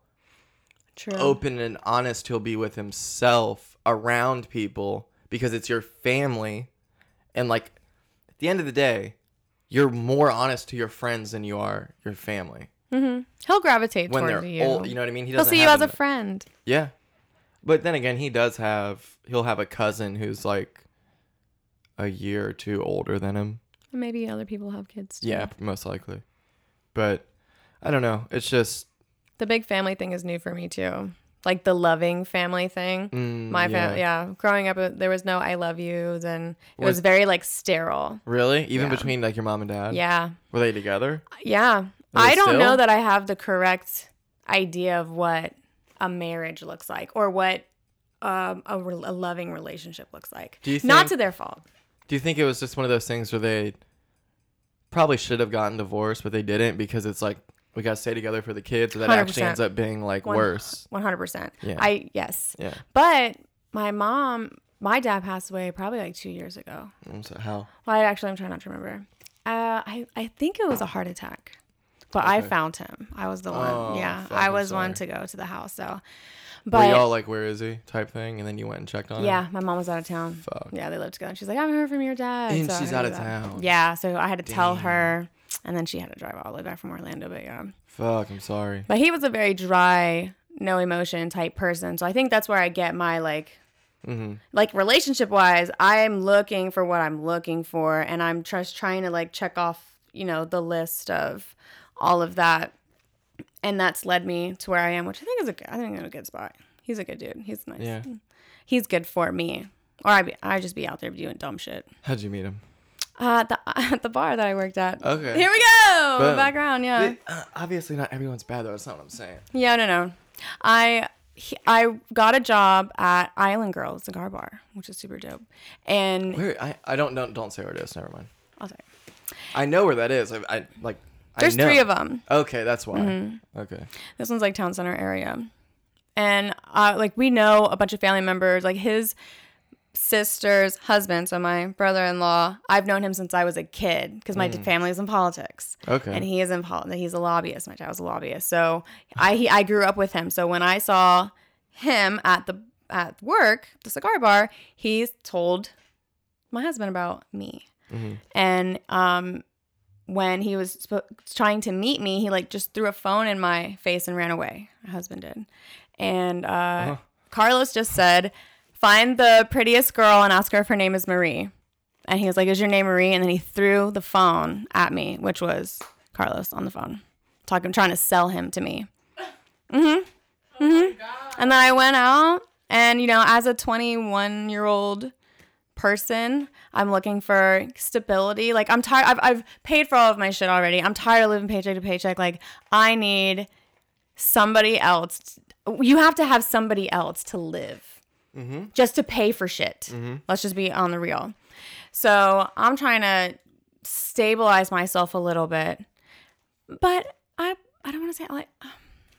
B: True.
A: open and honest he'll be with himself around people because it's your family, and like at the end of the day, you're more honest to your friends than you are your family
B: He'll gravitate
A: when
B: towards
A: they're
B: you.
A: old. You know what I mean? He
B: He'll
A: doesn't
B: see you
A: have
B: as a
A: them-
B: friend.
A: yeah. But then again, he does have he'll have a cousin who's like a year or two older than him.
B: Maybe other people have kids. Too.
A: Yeah, most likely. But I don't know. It's just
B: The big family thing is new for me too. Like the loving family thing.
A: mm, yeah.
B: My family, yeah. Growing up, uh, there was no "I love yous," and it was
A: Was-
B: very like sterile.
A: Really? Even
B: Yeah.
A: between like your mom and dad?
B: Yeah,
A: Were they together?
B: yeah.
A: they
B: I don't know
A: still?
B: that I have the correct idea of what a marriage looks like or what um, a, re- a loving relationship looks like.
A: Do you
B: Not
A: think-
B: to their fault.
A: Do you think it was just one of those things where they probably should have gotten divorced, but they didn't because it's like we gotta stay together for the kids, so that actually
B: 100%.
A: ends up being like
B: One-
A: worse.
B: 100%.
A: Yeah.
B: I yes.
A: Yeah.
B: But my mom, my dad passed away probably like 2 years ago.
A: I'm so how?
B: Well, I actually I'm trying not to remember. Uh, I I think it was a heart attack. But I
A: Okay.
B: found him. I was the one.
A: Oh,
B: yeah.
A: fuck,
B: I
A: I'm
B: was one to
A: sorry.
B: go to the house, so
A: Were
B: but
A: y'all like, where is he? Type thing, and then you went and checked on him.
B: yeah, my mom was out of town.
A: Fuck.
B: Yeah, they lived together. She's like, I haven't heard from your dad.
A: And
B: so I
A: she's
B: had
A: out
B: to
A: of
B: go back.
A: town.
B: Yeah, so I had to tell
A: Damn.
B: her, and then she had to drive all the way back from Orlando. But yeah,
A: Fuck, I'm sorry.
B: but he was a very dry, no emotion type person. So I think that's where I get my like
A: Mm-hmm.
B: like relationship wise, I'm looking for what I'm looking for, and I'm just trying to like check off, you know, the list of all of that, and that's led me to where I am, which I think is a good, I think I'm in a good spot. He's a good dude. He's nice.
A: Yeah.
B: He's good for me, or I be, I just be out there doing dumb shit.
A: How'd you meet him?
B: Uh, at the at the bar that I worked at.
A: Okay.
B: Here we go.
A: Boom.
B: Background. Yeah.
A: Th- uh, obviously, not everyone's bad though. That's not what I'm saying.
B: Yeah, no, no. I he, I got a job at Island Girl cigar bar, which is super dope. And
A: Where I, I don't don't don't say where it is. Never mind.
B: I'll tell you.
A: I know where that is. I, I like.
B: there's
A: I know.
B: three of Mm-hmm. them.
A: Okay, that's why. Okay.
B: This one's like town center area, and uh, like we know a bunch of family members, like his sister's husband, so my brother-in-law. I've known him since I was a kid because my
A: Hmm.
B: family is in politics.
A: Okay.
B: And he is in politics. He's a lobbyist. My dad was a lobbyist. So I he, I grew up with him. So when I saw him at the at work, the cigar bar, he told my husband about me.
A: Mhm.
B: And um, when he was sp- trying to meet me, he like just threw a phone in my face and ran away. My husband did. And uh, Carlos just said, "Find the prettiest girl and ask her if her name is Marie." And he was like, "Is your name Marie?" And then he threw the phone at me, which was Carlos on the phone, talking, trying to sell him to me. Mm-hmm.
C: God.
B: And then I went out, and you know, as a 21 year old person, I'm looking for stability. Like I'm tired. I've, I've paid for all of my shit already. I'm tired of living paycheck to paycheck. Like I need somebody else. You have to have somebody else to live, just to pay for shit. Let's just be on the real. So I'm trying to stabilize myself a little bit, but I I don't want to say like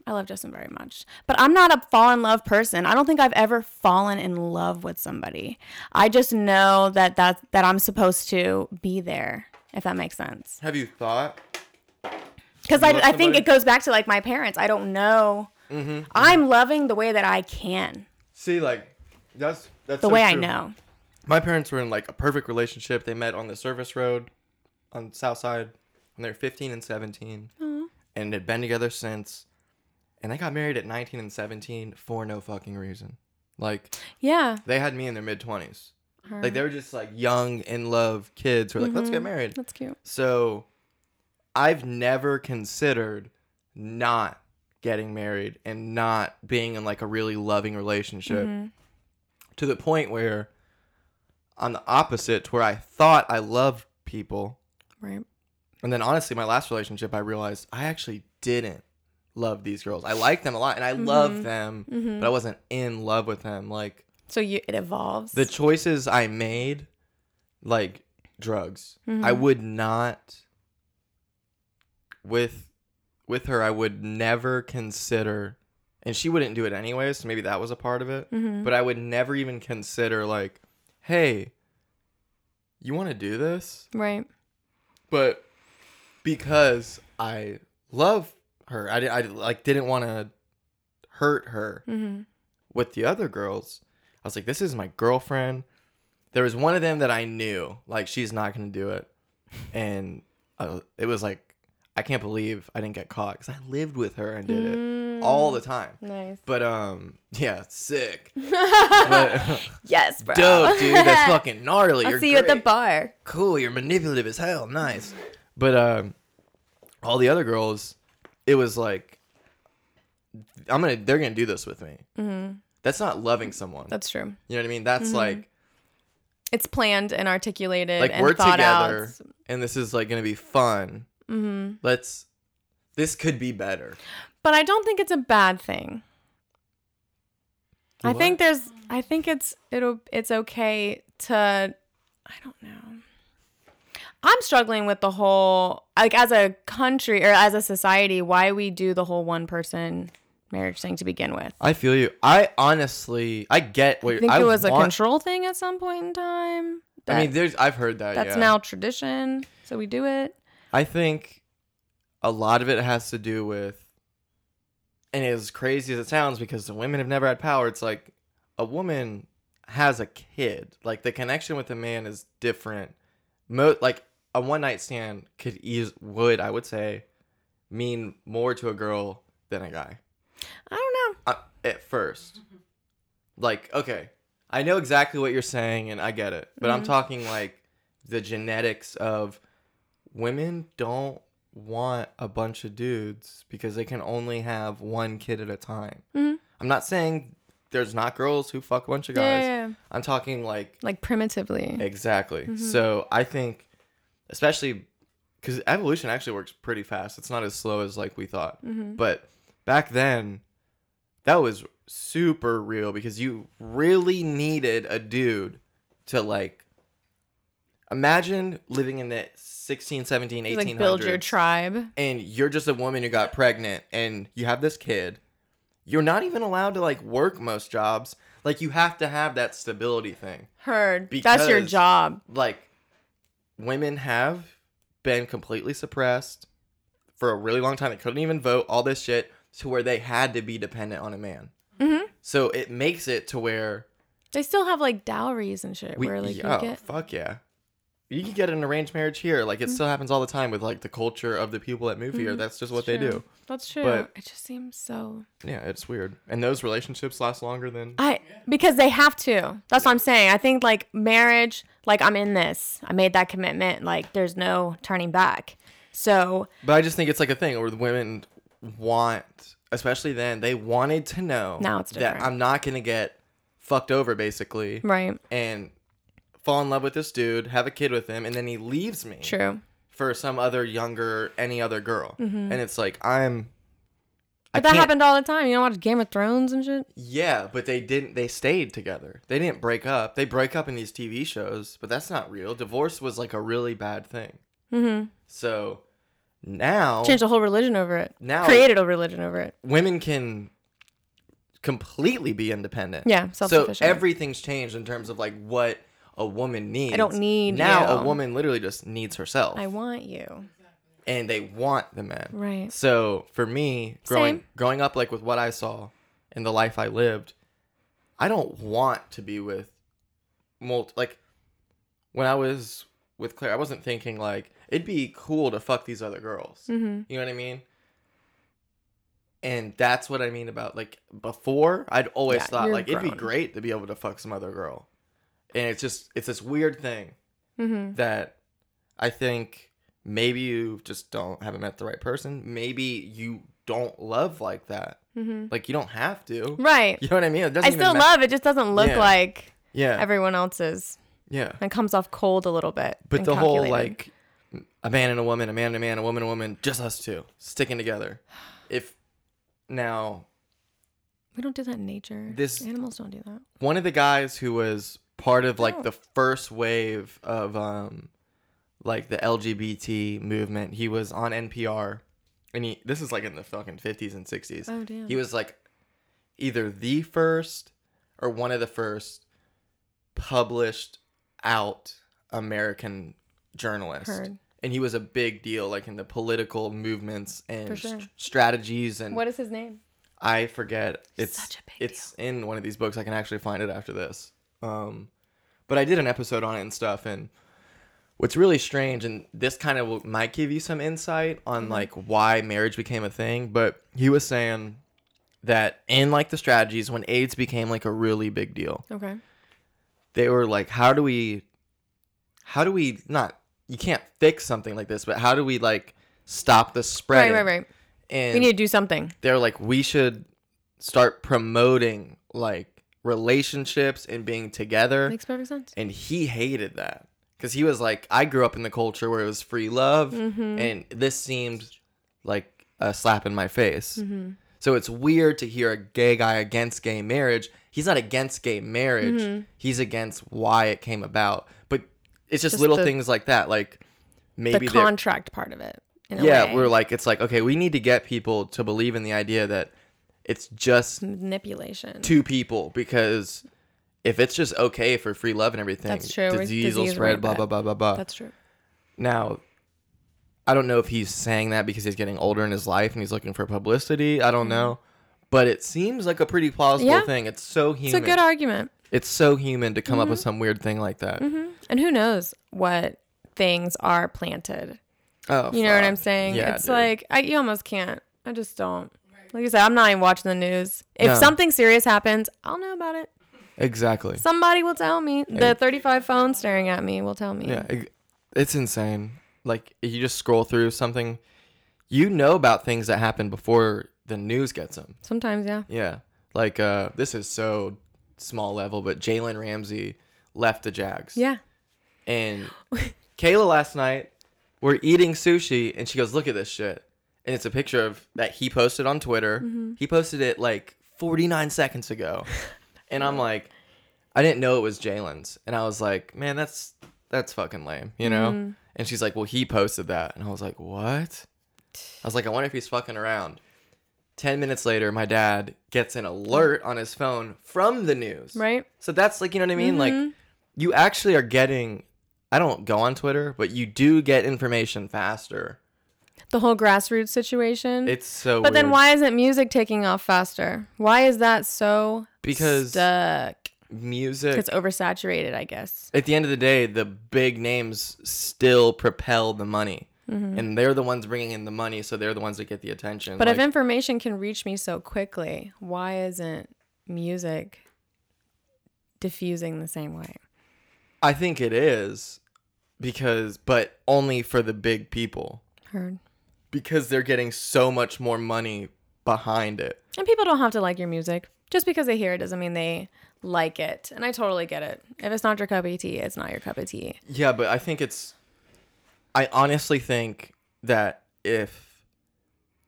B: I love Justin very much. But I'm not a fall in love person. I don't think I've ever fallen in love with somebody. I just know that that, that I'm supposed to be there, if that makes sense.
A: Have you thought?
B: Because
A: You
B: I,
A: love
B: I think
A: somebody? Mm-hmm,
B: it goes back to like my parents. I don't know. I'm loving the way that I can,
A: See, like that's that's
B: the
A: so
B: way I
A: true.
B: know.
A: My parents were in like a perfect relationship. They met on the service road on the South Side when they were 15 and 17 and had been together since. And they got married at 19 and 17 for no fucking reason. Like
B: Yeah.
A: they had me in their mid 20s. Like they were just like young in love kids who were like, let's get married.
B: That's cute.
A: So I've never considered not getting married and not being in like a really loving relationship to the point where on the opposite to where I thought I loved people.
B: Right.
A: And then honestly, my last relationship, I realized I actually didn't love these girls. I liked them a lot and I loved them, but I wasn't in love with them. Like
B: So you, it evolves.
A: the choices I made, like drugs, I would not with with her. I would never consider, and she wouldn't do it anyways. So maybe that was a part of it.
B: Mm-hmm.
A: But I would never even consider like, hey, you want to do this?
B: right.
A: But because I love her, I, di- I like didn't want to hurt her
B: Mm-hmm.
A: with the other girls, I was like, this is my girlfriend. There was one of them that I knew, like, she's not going to do it. And uh, it was like, I can't believe I didn't get caught because I lived with her and did it
B: Mm.
A: all the time.
B: Nice.
A: But, um, yeah, sick. but,
B: Yes, bro.
A: dope, dude. That's fucking gnarly.
B: I'll
A: You're
B: see you at the
A: great
B: bar.
A: cool you're manipulative as hell nice but um all the other girls it was like i'm gonna they're gonna do this with me mm-hmm. that's not loving someone
B: That's true.
A: you know what i mean that's like
B: It's planned and articulated
A: like
B: and
A: we're
B: thought
A: together
B: out.
A: and this is like gonna be fun mm-hmm. let's this could be better
B: But I don't think it's a bad thing. I
A: What?
B: think there's I think it's it'll it's okay to I don't know. I'm struggling with the whole like as a country or as a society why we do the whole one person marriage thing to begin with.
A: i feel you i honestly i get what
B: I
A: you're
B: think
A: Oh, I
B: it was a
A: want-
B: control thing at some point in time.
A: i mean
B: that-
A: there's i've heard that
B: that's
A: yeah.
B: now tradition, so we do it.
A: I think a lot of it has to do with, and as crazy as it sounds, because the women have never had power, it's like a woman has a kid. Like the connection with a man is different. Mo- like a one night stand could ease would I would say mean more to a girl than a guy
B: I don't know.
A: uh, at first. Like, okay, I know exactly what you're saying and I get it, but
B: Mm-hmm.
A: I'm talking like the genetics of women don't want a bunch of dudes because they can only have one kid at a time. I'm not saying there's not girls who fuck a bunch of
B: Mm-hmm. Yeah,
A: guys.
B: yeah, yeah.
A: I'm talking like
B: Like primitively.
A: exactly.
B: Mm-hmm.
A: So I think, especially because evolution actually works pretty fast. It's not as slow as like we thought.
B: Mm-hmm.
A: But back then, that was super real because you really needed a dude to like imagine living in the 16 17 1800s
B: like build your tribe.
A: and you're just a woman who got pregnant and you have this kid you're not even allowed to like work most jobs like you have to have that stability thing
B: Heard. That's your
A: Because-
B: job.
A: like women have been completely suppressed for a really long time. They couldn't even vote, all this shit, to where they had to be dependent on a man.
B: Mhm.
A: So it makes it to where
B: They still have like dowries and shit
A: we
B: where like
A: yeah,
B: you get Mm-hmm.
A: fuck yeah. You can get an arranged marriage here. Like it still happens all the time with like the culture of the people that move here. That's just what they do.
B: That's Mm-hmm. true.
A: But-
B: it just seems so
A: Yeah, it's weird. And those relationships last longer than
B: I because they have to. That's what I'm saying. I think like marriage, like I'm in this. I made that commitment. Like there's no turning back. So
A: But I just think it's like a thing where the women want, especially then, they wanted to know
B: Now it's
A: that
B: different.
A: I'm not gonna get fucked over basically
B: right,
A: and fall in love with this dude, have a kid with him, and then he leaves me
B: true.
A: for some other younger, any other girl. And it's like I'm. I
B: Mm-hmm. But that
A: can't-
B: happened all the time. You know, watch Game of Thrones and shit.
A: Yeah, but they didn't. They stayed together. They didn't break up. They break up in these TV shows, but that's not real. Divorce was like a really bad thing.
B: Mm-hmm.
A: So Now,
B: Changed a whole religion over it.
A: Oh. Now-
B: Created a religion over it.
A: women can completely be independent.
B: Yeah,
A: So
B: self-sufficient.
A: everything's changed in terms of like what a woman needs.
B: don't need
A: now.
B: you.
A: A woman literally just needs herself,
B: I want you.
A: and they want the men.
B: Right.
A: So for me, growing
B: Same.
A: growing up like with what I saw and the life I lived, I don't want to be with multi like when I was with Claire, I wasn't thinking like it'd be cool to fuck these other girls.
B: Mm-hmm.
A: You know what I mean? And that's what I mean about like before I'd always
B: Yeah,
A: thought
B: you're
A: like it'd be
B: grown.
A: great to be able to fuck some other girl. And it's just it's this weird thing
B: Mm-hmm.
A: that I think maybe you just don't haven't met the right person. Maybe you don't love like that.
B: Mm-hmm.
A: Like you don't have to.
B: Right.
A: You know what I mean? It doesn't
B: I
A: even
B: still
A: ma-
B: love it. Just doesn't look
A: Yeah.
B: like
A: Yeah.
B: everyone else's,
A: yeah.
B: and comes off cold a little bit.
A: But
B: and
A: the whole
B: calculated.
A: like a man and a woman, a man and a man, a woman and a woman, just us two sticking together. If now
B: we don't do that in nature.
A: This-
B: animals don't do that.
A: one of the guys who was part of like
B: Oh.
A: the first wave of um like the LGBT movement. He was on NPR and he this is like in the fucking 50s and 60s.
B: Oh damn.
A: He was like either the first or one of the first published out American journalist.
B: Heard.
A: And he was a big deal like in the political movements
B: For
A: and
B: sure.
A: st- strategies and
B: what is his name?
A: I forget. It's
B: Such a big
A: it's in one of these books. I can actually find it after this. Um, but I did an episode on it and stuff. And what's really strange, and this kind of will- might give you some insight
B: Mm-hmm.
A: on like why marriage became a thing. But he was saying that in like the strategies when AIDS became like a really big deal,
B: Okay.
A: they were like, how do we, how do we not? You can't fix something like this, but how do we like stop the spread?
B: Right, right, right.
A: And
B: We need to do something.
A: they're like we should start promoting like relationships and being together
B: Makes perfect sense.
A: and he hated that because he was like i grew up in the culture where it was free love
B: Mm-hmm.
A: and this seemed like a slap in my face
B: Mm-hmm.
A: so it's weird to hear a gay guy against gay marriage he's not against gay marriage
B: Mm-hmm.
A: he's against why it came about but it's just,
B: Just
A: little
B: the-
A: things like that like maybe
B: the
A: they're
B: contract part of it. In a
A: yeah
B: way.
A: we're like it's like okay we need to get people to believe in the idea that it's just
B: manipulation.
A: two people because if it's just okay for free love and everything
B: That's true, we're-
A: disease will
B: disease
A: spread
B: won't
A: blah blah
B: spread.
A: blah blah blah
B: That's true.
A: now i don't know if he's saying that because he's getting older in his life and he's looking for publicity i don't know but it seems like a pretty plausible
B: Mm-hmm. Yeah.
A: thing it's so
B: It's a
A: human it's,
B: good Mm-hmm. argument.
A: so human to come up with some weird thing like that
B: And who knows what things are planted.
A: oh
B: You know what
A: fuck.
B: I'm saying?
A: Yeah,
B: it's
A: dude.
B: like I, you almost can't. I just don't. Like you said, I'm not even watching the news. If
A: No.
B: something serious happens, I'll know about it.
A: exactly
B: Somebody will tell me. The 35 phone staring at me will tell me.
A: Yeah, ex- it's insane. Like you just scroll through something, you know about things that happened before the news gets them.
B: Sometimes, yeah.
A: Yeah, like uh, this is so small level, but Jalen Ramsey left the Jags.
B: Yeah.
A: and Kayla last night we're eating sushi, and she goes, "Look at this shit," and it's a picture of that he posted on Twitter. He posted it like 49 seconds ago, and I'm like, I didn't know it was Jalen's, and I was like, man, that's that's fucking lame, you know. And she's like, well, he posted that, and I was like, what? I was like, I wonder if he's fucking around. Ten minutes later, my dad gets an alert on his phone from the news.
B: Right?
A: So that's like, you know what I mean?
B: Mm-hmm.
A: Like, you actually are getting. I don't go on Twitter, but you do get information faster.
B: The whole grassroots situation.
A: It's so.
B: but then
A: weird.
B: why isn't music taking off faster? Why is that so
A: Because-
B: stuck?
A: music?
B: It's oversaturated, I guess.
A: at the end of the day, the big names still propel the money, and they're the ones bringing in the money, so they're the ones that get the attention.
B: Mm-hmm. But if
A: Like,
B: information can reach me so quickly, why isn't music diffusing the same way?
A: I think it is because, but only for the big people
B: Heard.
A: because they're getting so much more money behind it.
B: And people don't have to like your music. Just because they hear it doesn't mean they like it. And I totally get it. If it's not your cup of tea, it's not your cup of tea.
A: Yeah, but I think it's. I honestly think that if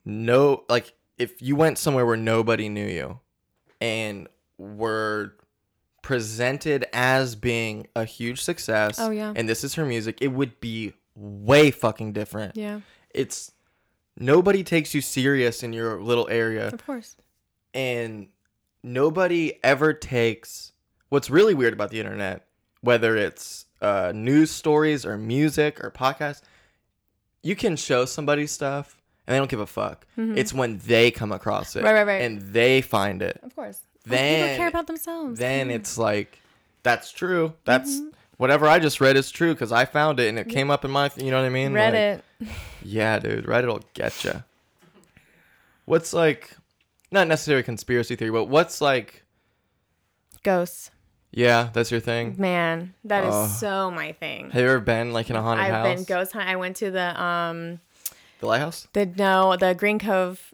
A: no, like, if you went somewhere where nobody knew you and were presented as being a huge success,
B: Oh, yeah.
A: and this is her music, it would be way fucking different.
B: Yeah.
A: It's nobody takes you serious in your little area
B: Of course.
A: and nobody ever takes what's really weird about the internet, whether it's uh, news stories or music or podcasts, you can show somebody stuff and they don't give a fuck. It's when they come across it
B: Mm-hmm. Right, right, right.
A: and they find it.
B: Of course. Most people
A: Then-
B: care about themselves.
A: Then it's like, that's true. That's
B: Mm-hmm.
A: whatever I just read is true because I found it and it came up in my, you know what I mean? Like,
B: Reddit.
A: yeah, dude, Reddit'll get you. What's like, not necessarily a conspiracy theory, but what's like,
B: Ghosts.
A: yeah, that's your
B: Mm-hmm.
A: thing.
B: Man, that is
A: Ugh.
B: so my thing.
A: Have you ever been like in a haunted
B: I've
A: Oh. house?
B: been ghost hunting. I went to the um
A: the lighthouse.
B: the no the Green Cove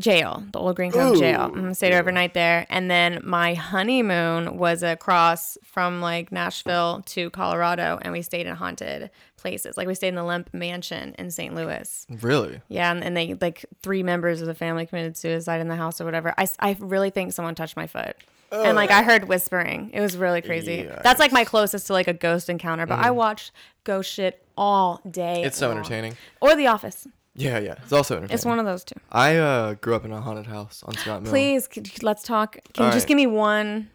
B: jail, the old Green Cove jail.
A: Ooh.
B: Mhm, stayed overnight there, and then my honeymoon was across from like Nashville to Colorado, and we stayed in haunted places. Like we stayed in the Limp Mansion in St. Louis.
A: Really?
B: Yeah, and, and they like three members of the family committed suicide in the house or whatever. I, s- I really think someone touched my foot.
A: Oh,
B: And like I heard whispering. It was really crazy. That's like my closest to like a ghost encounter, but I
A: Mm.
B: watched ghost shit all day.
A: It's so
B: long.
A: entertaining.
B: Or The Office.
A: Yeah, yeah. It's also entertaining.
B: It's one of those two.
A: I uh, grew up in a haunted house on Scott Mill.
B: Please, c- c- let's talk. Can you
A: All
B: just
A: right.
B: give me one?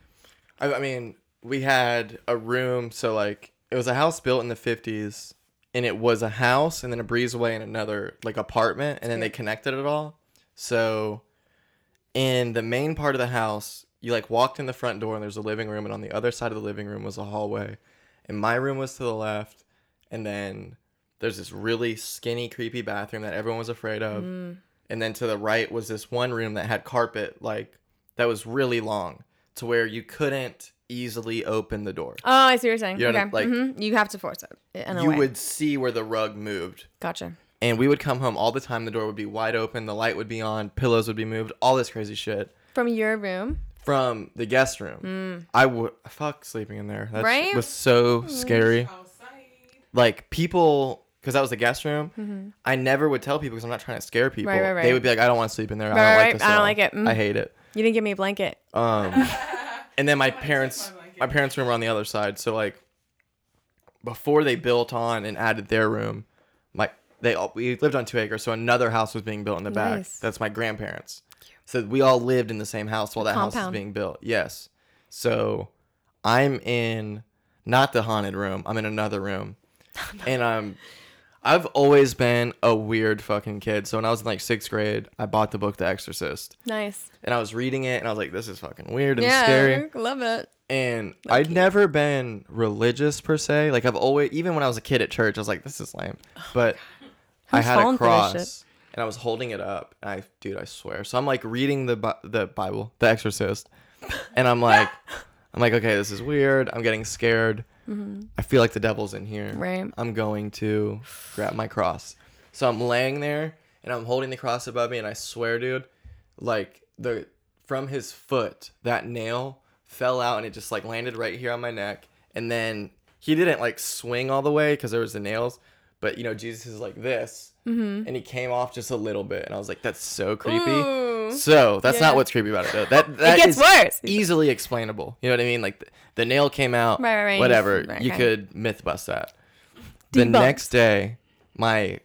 A: I, I mean, we had a room, so like it was a house built in the fifties, and it was a house, and then a breezeway, and another like apartment, and then they connected it all. So, in the main part of the house, you like walked in the front door, and there's a living room, and on the other side of the living room was a hallway, and my room was to the left, and then there's this really skinny, creepy bathroom that everyone was afraid of. And then to the right was this one room that had carpet, like that was really long to where you couldn't easily open the door.
B: Oh, I see what you're saying.
A: You know,
B: okay.
A: like-
B: Mhm. You have to force it in a
A: you
B: way.
A: would see where the rug moved.
B: Gotcha.
A: And we would come home all the time. The door would be wide open, the light would be on, pillows would be moved, all this crazy shit
B: From your room.
A: from the guest room. I would fuck sleeping in there. That
B: Mm. Right? Mm.
A: was so scary.
C: Outside.
A: Like people, because that was the guest room. I never would tell people because I'm not trying to scare people.
B: Mm-hmm. Right, right,
A: They
B: right.
A: would be like, "I don't want to sleep in there.
B: Right,
A: I don't
B: right,
A: like this.
B: I
A: at
B: don't
A: all.
B: like it. Mm.
A: I hate it."
B: You didn't give me a blanket.
A: Um, and then my
C: took
A: parents,
C: my blanket.
A: my parents' room were on the other side. So like, before they built on and added their room, my they all, we lived on two acres, so another house was being built in the back.
B: Nice.
A: That's my grandparents. So we all lived in the same house while that house was
B: Compound.
A: being built. Yes. So I'm in not the haunted room. I'm in another room, and I'm. I've always been a weird fucking kid. So when I was in like sixth grade, I bought the book The Exorcist
B: Nice.
A: and I was reading it and I was like, this is fucking weird and
B: yeah.
A: scary.
B: Love it.
A: And I'd never been religious per se. Like I've always, even when I was a kid at church, I was like, this is lame. But I
B: Oh Who's
A: had a
B: fallen for this
A: cross and I was holding it up. And I, dude, I swear. So I'm like reading the Bi- the Bible, The Exorcist, and I'm like, I'm like, okay, this is weird. I'm getting scared.
B: Mm-hmm.
A: I feel like the devil's in here.
B: Right.
A: I'm going to grab my cross. So I'm laying there and I'm holding the cross above me, and I swear, dude, like the from his foot, that nail fell out and it just like landed right here on my neck. And then he didn't like swing all the way because there was the nails, but you know Jesus is like this, and he came off just a little bit, and I was like, that's so creepy.
B: Mm-hmm. Ooh.
A: So that's
B: Mm-hmm. Yeah.
A: not what's creepy about it though. That that
B: gets
A: is
B: worse.
A: easily explainable. You know what I mean? Like the, the nail came out,
B: Right, right, right.
A: whatever.
B: Right,
A: You
B: okay.
A: could myth bust that. The
B: Debunked.
A: next day, my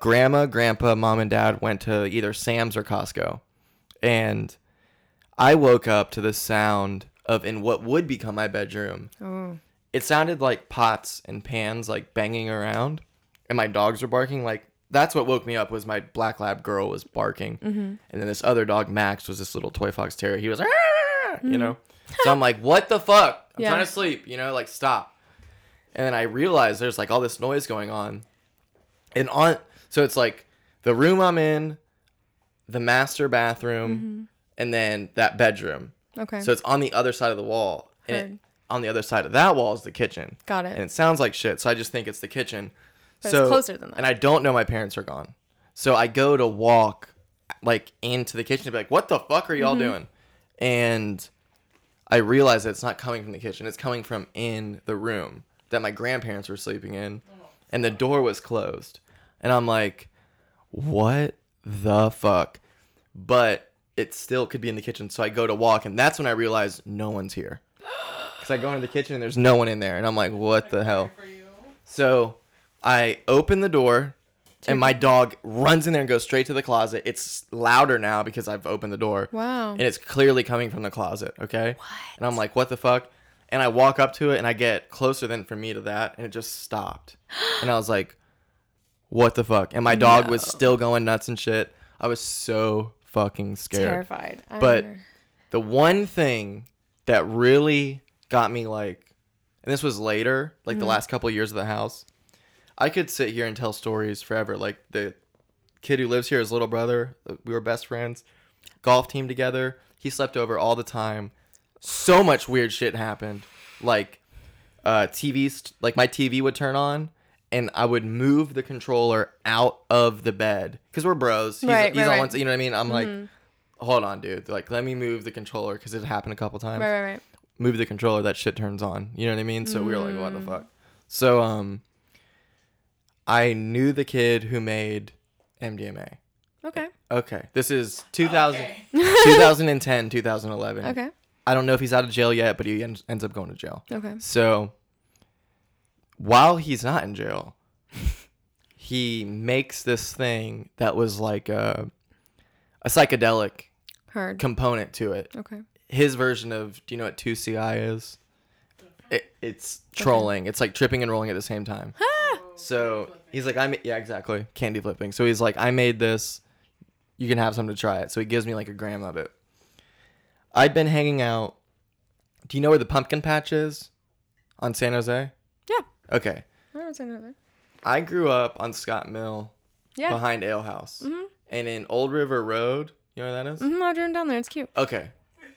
A: grandma, grandpa, mom, and dad went to either Sam's or Costco, and I woke up to the sound of in what would become my bedroom.
B: Oh.
A: It sounded like pots and pans like banging around, and my dogs were barking. Like that's what woke me up was my black lab girl was barking, and then this other dog Max was this little toy fox terrier. He was, "Arr!" you know, so I'm like, what the fuck? I'm
B: Yeah.
A: trying to sleep, you know, like stop. And then I realized there's like all this noise going on, and on so it's like the room I'm in, the master bathroom, and then that bedroom.
B: Okay.
A: So it's on the other side of the wall. And
B: Heard.
A: it, on the other side of that wall is the kitchen.
B: Got it.
A: And it sounds like shit, so I just think it's the kitchen.
B: But it's
A: so
B: closer than that.
A: And I don't know my parents are gone. So I go to walk like into the kitchen to be like, what the fuck are
B: Mm-hmm.
A: y'all doing? And I realize that it's not coming from the kitchen. It's coming from in the room that my grandparents were sleeping in. And the door was closed. And I'm like, what the fuck? But it still could be in the kitchen. So I go to walk, and that's when I realize no one's here. Because I go into the kitchen and there's no one in there. And I'm like, what the hell?
C: For you.
A: So I open the door, and my dog runs in there and goes straight to the closet. It's louder now because I've opened the door.
B: Wow.
A: And it's clearly coming from the closet, okay? What? And I'm like, what the fuck? And I walk up to it and I get closer than from me to that and it just stopped. and I was like, what the fuck? And my dog was still going nuts and shit. I was so fucking scared.
B: Terrified. I
A: But
B: wonder.
A: the one thing that really got me like and this was later, like
B: Mm-hmm.
A: the last couple of years of the house. I could sit here and tell stories forever. Like the kid who lives here, his little brother, we were best friends, golf team together. He slept over all the time. So much weird shit happened. Like uh TVs like my TV would turn on and I would move the controller out of the bed cuz we're bros. He's,
B: Right,
A: he's
B: right,
A: on
B: right. Mm-hmm.
A: one side, you know what I mean? I'm like hold on, dude. Like let me move the controller cuz it happened a couple times
B: right, right, right.
A: move the controller, that shit turns on. You know what I mean? So we were like,
B: Mm.
A: what the fuck? So um I knew the kid who made MDMA.
B: Okay.
A: Okay. This is 2000,
C: Okay.
A: 2010, 2011.
B: Okay.
A: I don't know if he's out of jail yet, but he ends, ends up going to jail.
B: Okay.
A: So while he's not in jail, he makes this thing that was like a, a psychedelic
B: Heard.
A: component to it
B: okay.
A: his version of do you know what 2CI is? It, it's trolling. It's like tripping and rolling at the same time. so he's like, I ma- yeah, exactly, candy flipping. So he's like, I made this. You can have some to try it. So he gives me like a gram of it. I'd been hanging out. Do you know where the pumpkin patch is on San Jose?
B: Yeah.
A: Okay.
B: I don't say another.
A: I grew up on Scott Mill
B: Yeah.
A: behind Ale House. And in Old River Road, you know where that is?
B: Mhm, I've driven down there. It's cute.
A: Okay.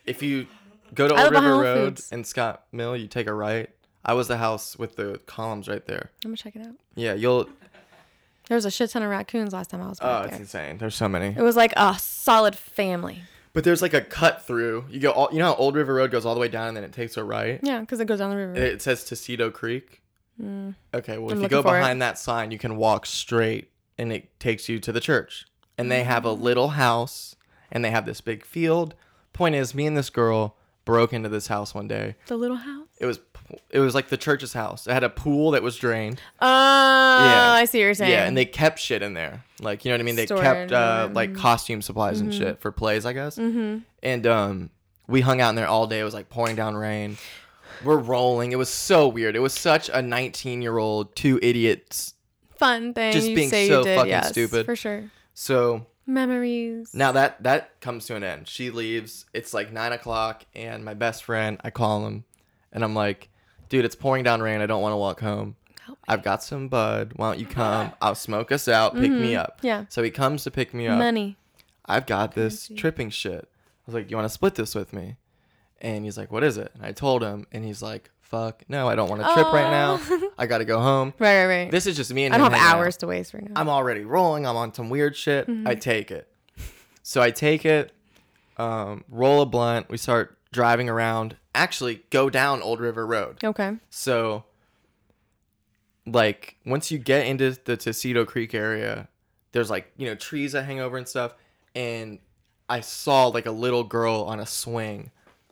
A: If you go to
B: I live
A: Old
B: behind
A: River
B: Whole
A: Road
B: Foods.
A: and Scott Mill, you take a right. I was the house with the columns right there.
B: I'm gonna check it out.
A: Yeah, you'll.
B: There was a shit ton of raccoons last time I was
A: Oh,
B: back
A: it's
B: there.
A: insane. There's so many.
B: It was like a solid family.
A: But there's like a cut through. You go all. You know how Old River Road goes all the way down and then it takes a right.
B: Yeah, because it goes down the river.
A: It says Tocito Creek. Okay, well
B: Hmm. I'm
A: if you
B: looking
A: go
B: for it.
A: behind that sign, you can walk straight and it takes you to the church. And they have a
B: Hmm.
A: little house and they have this big field. Point is, me and this girl broke into this house one day.
B: the little house.
A: It was it was like the church's house. It had a pool that was drained.
B: Oh, I see what you're saying.
A: Yeah, and they kept shit in there. Like you know what I mean? They
B: Stored
A: kept
B: or
A: uh,
B: whatever.
A: like costume supplies and shit for plays, I guess. Mm-hmm. And um, we hung out in there all day. It was like pouring down rain. We're rolling. It was so weird. It was such a 19 year old two idiots.
B: fun thing.
A: Just
B: you
A: being
B: say
A: so
B: you did,
A: fucking
B: yes,
A: stupid.
B: for sure.
A: So
B: Memories.
A: now that that comes to an end. She leaves. It's like nine o'clock, and my best friend. I call him, and I'm like, dude, it's pouring down rain. I don't want to walk home.
B: Help
A: I've got some bud. Why don't you come? I'll smoke us out. Pick me up.
B: Mm-hmm. Yeah.
A: So he comes to pick me up.
B: Money.
A: I've got this tripping shit. I was like, you want to split this with me? And he's like, what is it? And I told him, and he's like, fuck, no, I don't want to trip right now. I got to go home.
B: Right, right, right.
A: This is just me and
B: Oh. I don't
A: him
B: have
A: hanging out.
B: hours Mm-hmm. to waste right now.
A: I'm already rolling. I'm on some weird shit. I take it. So I take it, um, roll a blunt. We start driving around. Actually, go down Old River Road.
B: okay.
A: So, like, once you get into the Tocito Creek area, there's like, you know, trees that hang over and stuff. And I saw like a little girl on a swing,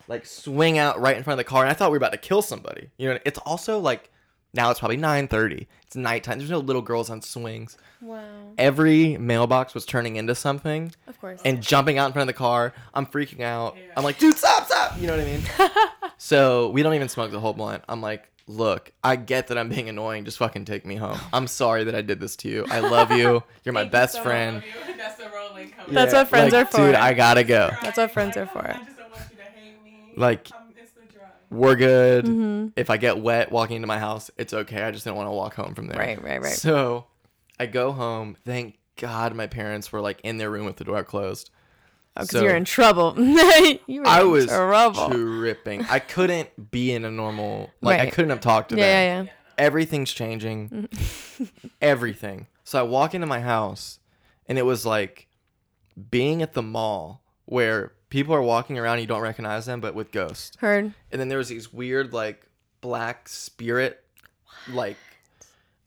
A: like, swing out right in front of the car. And I thought we were about to kill somebody. You know, it's also like, now it's probably 9.30. It's nighttime. There's no little girls on swings.
B: Wow.
A: Every mailbox was turning into something
B: Of course.
A: and jumping out in front of the car. I'm freaking out. I'm like, dude, stop, stop. You know what I mean? so we don't even smoke the whole blunt. I'm like, look, I get that I'm being annoying. Just fucking take me home. I'm sorry that I did this to you. I love you. You're my
C: Thank you
A: best
C: so
A: friend.
C: much. That's the rolling coming.
B: That's what friends
A: like,
B: are for.
A: Dude, I gotta go.
B: That's what friends are for.
C: I just don't want you to hate me.
A: Like-
C: I'm, it's the drive.
A: We're good.
B: Mm-hmm.
A: If I get wet walking into my house, it's okay. I just didn't want to walk home from there.
B: Right, right, right.
A: So I go home. Thank God my parents were like in their room with the door closed.
B: Because
A: so-
B: Oh, you're in trouble. you were
A: I
B: in
A: was
B: trouble.
A: tripping. I couldn't be in a normal like I
B: Right.
A: couldn't have talked to
B: Yeah,
A: them.
B: yeah, Mm. yeah.
A: Everything's changing. Everything. So I walk into my house and it was like being at the mall where people are walking around and you don't recognize them but with ghosts.
B: Heard.
A: And then there was these weird like black spirit like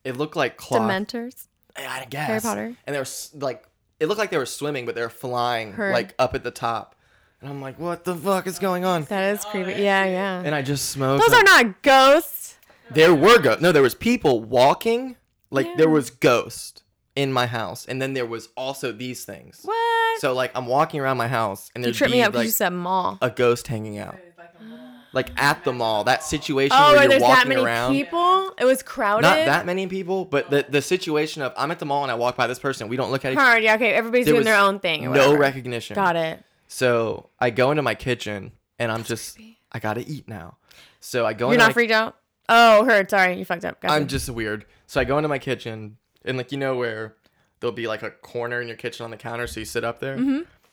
A: it looked like cloth.
B: Dementors.
A: I guess.
B: Potter.
A: And they were s- like, it looked like they were swimming, but they were flying
B: Heard.
A: like up at the top. And I'm like, what the fuck is going on?
B: That is creepy. Yeah, yeah.
A: And Oh, I just smoked.
B: Those are not ghosts.
A: there were ghosts. No, there was people walking. Like
B: Yeah.
A: there was ghosts. in my house, and then there was also these things.
B: What?
A: So like I'm walking around my house, and
D: You
A: there's
D: tripped me up because
A: like
D: you said mall.
A: a ghost hanging out,
C: It's like a mall.
A: like at the mall. That situation
B: Oh,
A: where
B: where
A: you're
B: there's that
A: walking
B: many
A: around.
B: people? It was crowded.
A: Not that many people, but the, the situation of I'm at the mall and I walk by this person. We don't look at each
D: Hard. Yeah. Okay. Everybody's
A: There
D: doing their
A: was
D: own thing. or
A: no
D: whatever.
A: recognition.
D: Got it.
A: So I go into my kitchen and I'm just I gotta eat now. So I go
D: You're
A: into
D: not
A: my,
D: freaked out. Oh, heard. Sorry, you fucked up. Got
A: I'm just weird. So I go into my kitchen and like you know where there'll be like a corner in your kitchen on the counter, so you sit up there.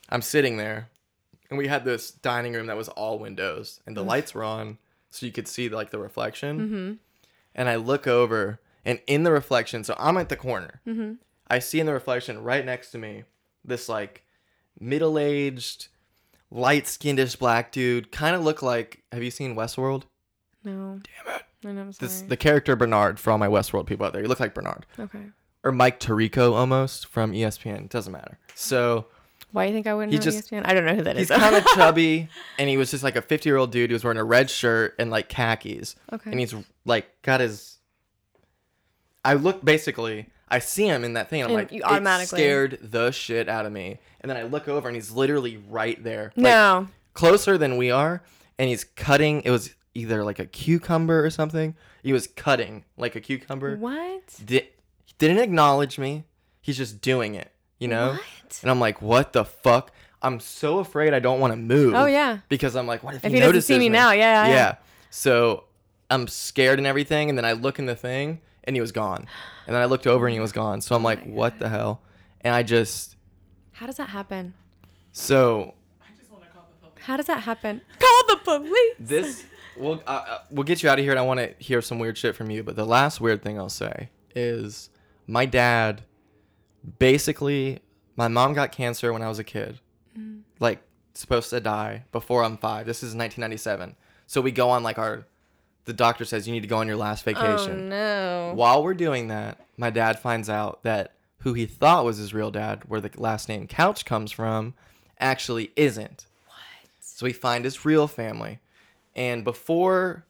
A: I'm sitting there, and we had this dining room that was all windows, and the lights were on, so you could see like the reflection. And I look over, and in the reflection, so I'm at the corner. I see in the reflection right next to me this like middle aged, light skinnedish black dude. Kind of look like have you seen Westworld?
D: No. Damn it. I'm sorry.
A: This the character Bernard for all my Westworld people out there. You look like Bernard
D: okay.
A: or Mike Tirico almost from E ESPN. It doesn't matter. So
D: Why do you think I wouldn't
A: He
D: know
A: just-
D: ESPN? I don't know who that is.
A: he's kind of chubby, and he was just like a fifty-year-old dude who was wearing a red shirt and like khakis,
D: Okay.
A: and he's like got his. I look basically. I see him in that thing. And I'm
D: And
A: like,
D: you
A: it
D: automatically-
A: scared the shit out of me. And then I look over, and he's literally right there, like,
D: no.
A: closer than we are. And he's cutting. It was either like a cucumber or something. He was cutting like a cucumber.
D: What?
A: di- he didn't acknowledge me. He's just doing it, you know?
D: What?
A: And I'm like, what the fuck? I'm so afraid I don't want to move.
D: Oh, yeah.
A: Because I'm like, what if,
D: If
A: he,
D: he doesn't
A: notices
D: see me now, yeah,
A: Yeah.
D: yeah.
A: So I'm scared and everything. And then I look in the thing and he was gone. And then I looked over and he was gone. So I'm
D: Oh
A: like, what the hell? And I just,
D: How does that happen?
A: so
C: I just want to call the police.
D: How does that happen? Call the police.
A: this, we'll, uh, uh, we'll get you out of here. And I want to hear some weird shit from you. But the last weird thing I'll say is my dad basically my mom got cancer when I was a kid. Like supposed to die before I'm 5. This is 1997. So we go on like our the doctor says you need to go on your last
D: Oh
A: vacation.
D: no.
A: While we're doing that, my dad finds out that who he thought was his real dad, where the last name Couch comes from, actually isn't. What? So we find his real family. And before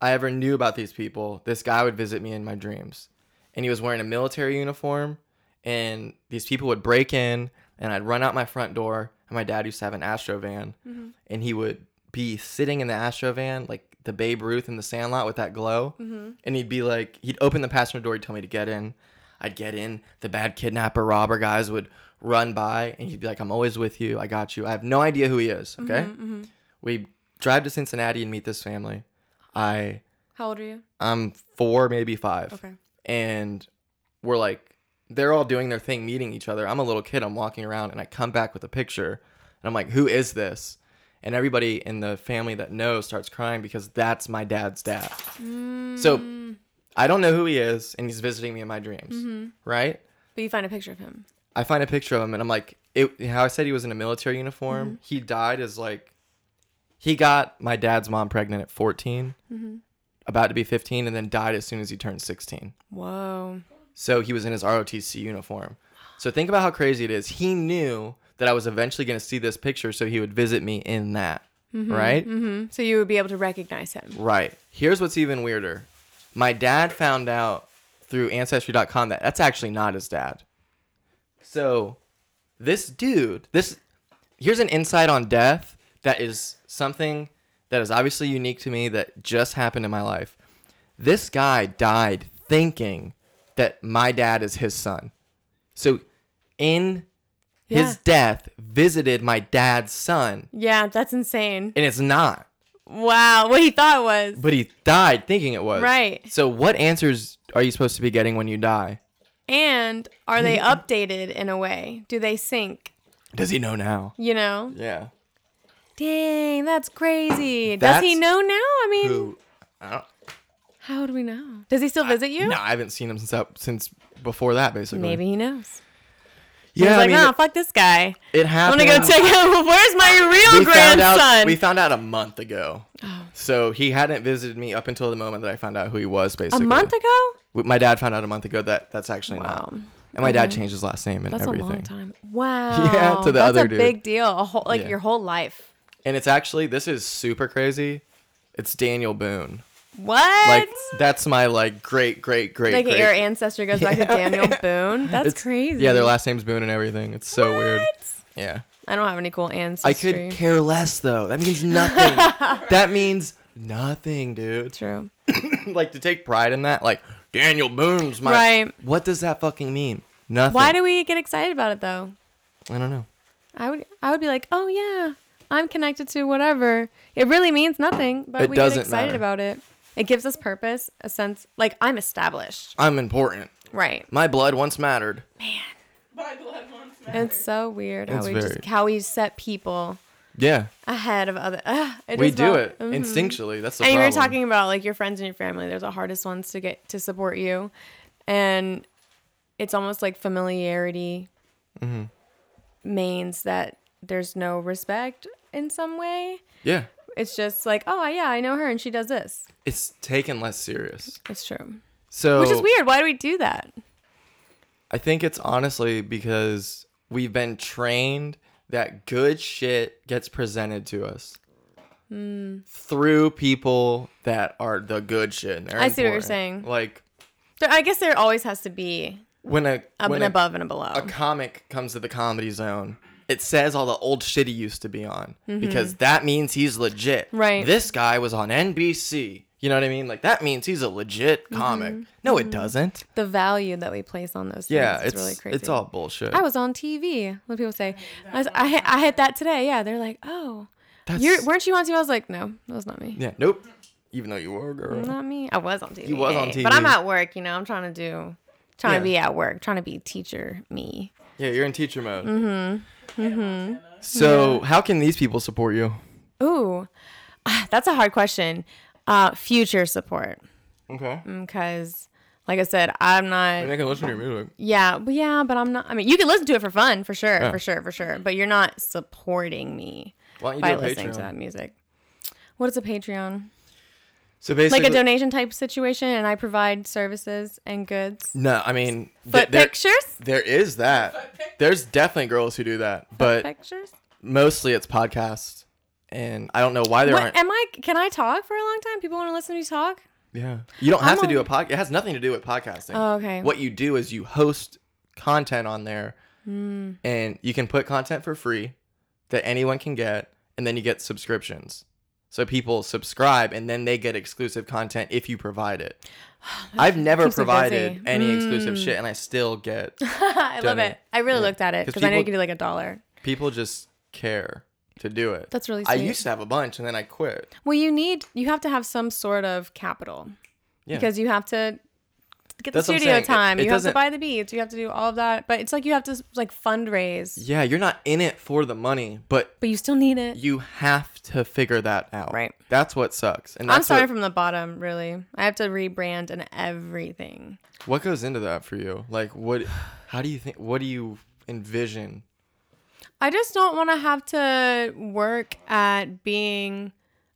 A: I ever knew about these people, this guy would visit me in my dreams. And he was wearing a military uniform, and these people would break in, and I'd run out my front door. And my dad used to have an Astro van, and he would be sitting in the Astro van, like the Babe Ruth in the Sandlot with that glow. And he'd be like, he'd open the passenger door, he'd tell me to get in. I'd get in. The bad kidnapper robber guys would run by, and he'd be like, I'm always with you. I got you. I have no idea who he is. Okay. We drive to Cincinnati and meet this family. I
D: How old are you?
A: I'm four, maybe five.
D: Okay.
A: And we're like, they're all doing their thing, meeting each other. I'm a little kid. I'm walking around, and I come back with a picture, and I'm like, "Who is this?" And everybody in the family that knows starts crying because that's my dad's dad. So I don't know who he is, and he's visiting me in my dreams, right?
D: But you find a picture of him.
A: I find a picture of him and I'm like, it, how I said he was in a military uniform. He died as like, he got my dad's mom pregnant at 14, about to be 15, and then died as soon as he turned 16.
D: Whoa.
A: So he was in his ROTC uniform. So think about how crazy it is. He knew that I was eventually going to see this picture, so he would visit me in that, right?
D: Mm-hmm. So you would be able to recognize him.
A: Right. Here's what's even weirder. My dad found out through ancestry.com that that's actually not his dad. So, this dude, this here's an insight on death that is something that is obviously unique to me that just happened in my life. This guy died thinking that my dad is his son. So, in
D: Yeah.
A: his death, visited my dad's son,
D: Yeah, that's insane.
A: and it's not
D: Wow, what he thought was.
A: but he died thinking it was.
D: Right.
A: So what answers are you supposed to be getting when you die?
D: And are they updated in a way? Do they sync?
A: Does he know now?
D: You know?
A: Yeah.
D: Dang, that's crazy. Does he
A: That's
D: know now? I mean,
A: Who? I don't.
D: how do we know? Does he still visit you?
A: No, I haven't seen him since I, since before that, basically.
D: Maybe he knows.
A: Yeah.
D: He's
A: I
D: like,
A: mean,
D: no,
A: it,
D: fuck this guy.
A: it
D: I'm
A: happened.
D: gonna go check out. Where's my real
A: we found
D: grandson? Oh.
A: out. We found out a month ago. So he hadn't visited me up until the moment that I found out who he was.
D: a
A: Basically,
D: month ago?
A: My dad found out a month ago that that's actually not.
D: Wow.
A: And my dad changed his last name and
D: That's
A: everything.
D: a long time. Wow.
A: Yeah, to the
D: That's
A: other
D: a
A: dude.
D: big deal. A whole like
A: Yeah.
D: your whole life.
A: And it's actually this is super crazy. It's Daniel Boone.
B: What?
A: Like that's my like great great great
B: Like
A: great.
B: your ancestor goes back
A: Yeah.
B: to Daniel Boone. That's
A: It's-
B: crazy.
A: Yeah, their last name's Boone and everything. It's so weird.
B: What?
A: Yeah.
B: I don't have any cool ancestry.
A: I could care less though. That means nothing. that means nothing, dude.
B: True.
A: like to take pride in that, like Daniel Boone's my
B: Right.
A: What does that fucking mean? Nothing.
B: Why do we get excited about it though?
A: I don't know.
B: I would I would be like, oh yeah, I'm connected to whatever. It really means nothing, but
A: It
B: we
A: doesn't
B: get excited
A: matter.
B: about it. It gives us purpose, a sense like I'm established.
A: I'm important.
B: Right.
A: My blood once mattered.
C: My blood once mattered.
B: It's so weird how
A: It's
B: we
A: very-
B: just how we set people
A: Yeah.
B: ahead of other. Ugh, it
A: we
B: is
A: do
B: about-
A: it
B: Mhm.
A: instinctually. That's the
B: and you
A: problem.
B: were talking about like your friends and your family. They're the hardest ones to get to support you, and it's almost like familiarity
A: Mm-hmm.
B: means that there's no respect in some way.
A: Yeah.
B: It's just like, oh yeah, I know her and she does this.
A: It's taken less serious.
B: It's true.
A: So
B: Which is weird. Why do we do that?
A: I think it's honestly because we've been trained that good shit gets presented to us through people that are the good shit. and they're
B: I see what you're
A: important.
B: saying.
A: Like
B: There, I guess there always has to be
A: when a
B: up
A: when
B: and
A: a,
B: above and a below.
A: a comic comes to the comedy zone, it says all the old shit he used to be on because that means he's legit.
B: Mm-hmm. Right.
A: This guy was on NBC. You know what I mean? Like that means he's a legit comic. No, it doesn't.
B: the value Mm-hmm. that we place on those.
A: Yeah,
B: things
A: it's
B: is really crazy.
A: it's all bullshit.
B: I was on TV. When people say, I, was, I, hit, I hit that today. Yeah, they're like, oh,
A: That's-
B: you weren't you on TV? I was like, no, that was not me.
A: yeah, Mm-hmm. nope. Even though you were a girl.
B: Not me. I was on TV.
A: You was on
B: But I'm
A: TV.
B: at work. You know, I'm trying to do, trying
A: Yeah.
B: to be at work, trying to be teacher me.
A: Yeah, you're in teacher mode. Mm-hmm. Mm-hmm. So how can these people support you?
B: Ooh, that's a hard question. Uh, future support
A: Okay.
B: Mm. because, like I said, I'm not.
A: they can listen to your music.
B: Yeah, but yeah, but I'm not. I mean, you can listen to it for fun, for sure, for sure, for sure. But you're not supporting me
A: Why don't you
B: by
A: do a
B: listening to
A: Patreon?
B: that music. What is a Patreon?
A: So basically,
B: like a donation type situation and I provide services and goods.
A: No, I mean, th-
B: Foot
A: there-
B: pictures?
A: There is that. There's definitely girls who do that, but
B: Pictures?
A: mostly it's podcasts, and I don't know why there
B: What,
A: aren't.
B: am I can I talk for a long time? People want to listen to me talk?
A: yeah, you don't have
B: I'm
A: to do
B: on-
A: a podcast. It has nothing to do with podcasting.
B: Oh, okay.
A: What you do is you host content on there,
B: Hmm.
A: and you can put content for free that anyone can get, and then you get subscriptions. So people subscribe, and then they get exclusive content if you provide it. I've never
B: keeps me busy. Hmm.
A: provided any exclusive shit, and I still get
B: I love
A: Donate.
B: it. I really looked at it
A: 'Cause
B: because I know you
A: people-
B: can do like a dollar.
A: people just care to do it.
B: That's really
A: I
B: sweet.
A: used to have a bunch, and then I quit.
B: Well, you need you have to have some sort of capital.
A: Yeah.
B: Because you have to get the
A: That's what I'm
B: studio
A: saying. It-
B: time.
A: it
B: you have to
A: doesn't-
B: buy the beats. You have to do all of that. But it's like you have to like fundraise.
A: Yeah, you're not in it for the money, but
B: But you still need it.
A: you have to figure that out.
B: Right.
A: That's what sucks. And that's
B: I'm starting
A: what,
B: from the bottom, really. I have to rebrand and everything.
A: what goes into that for you. Like, what? How do you think? What do you envision?
B: I just don't want to have to work at being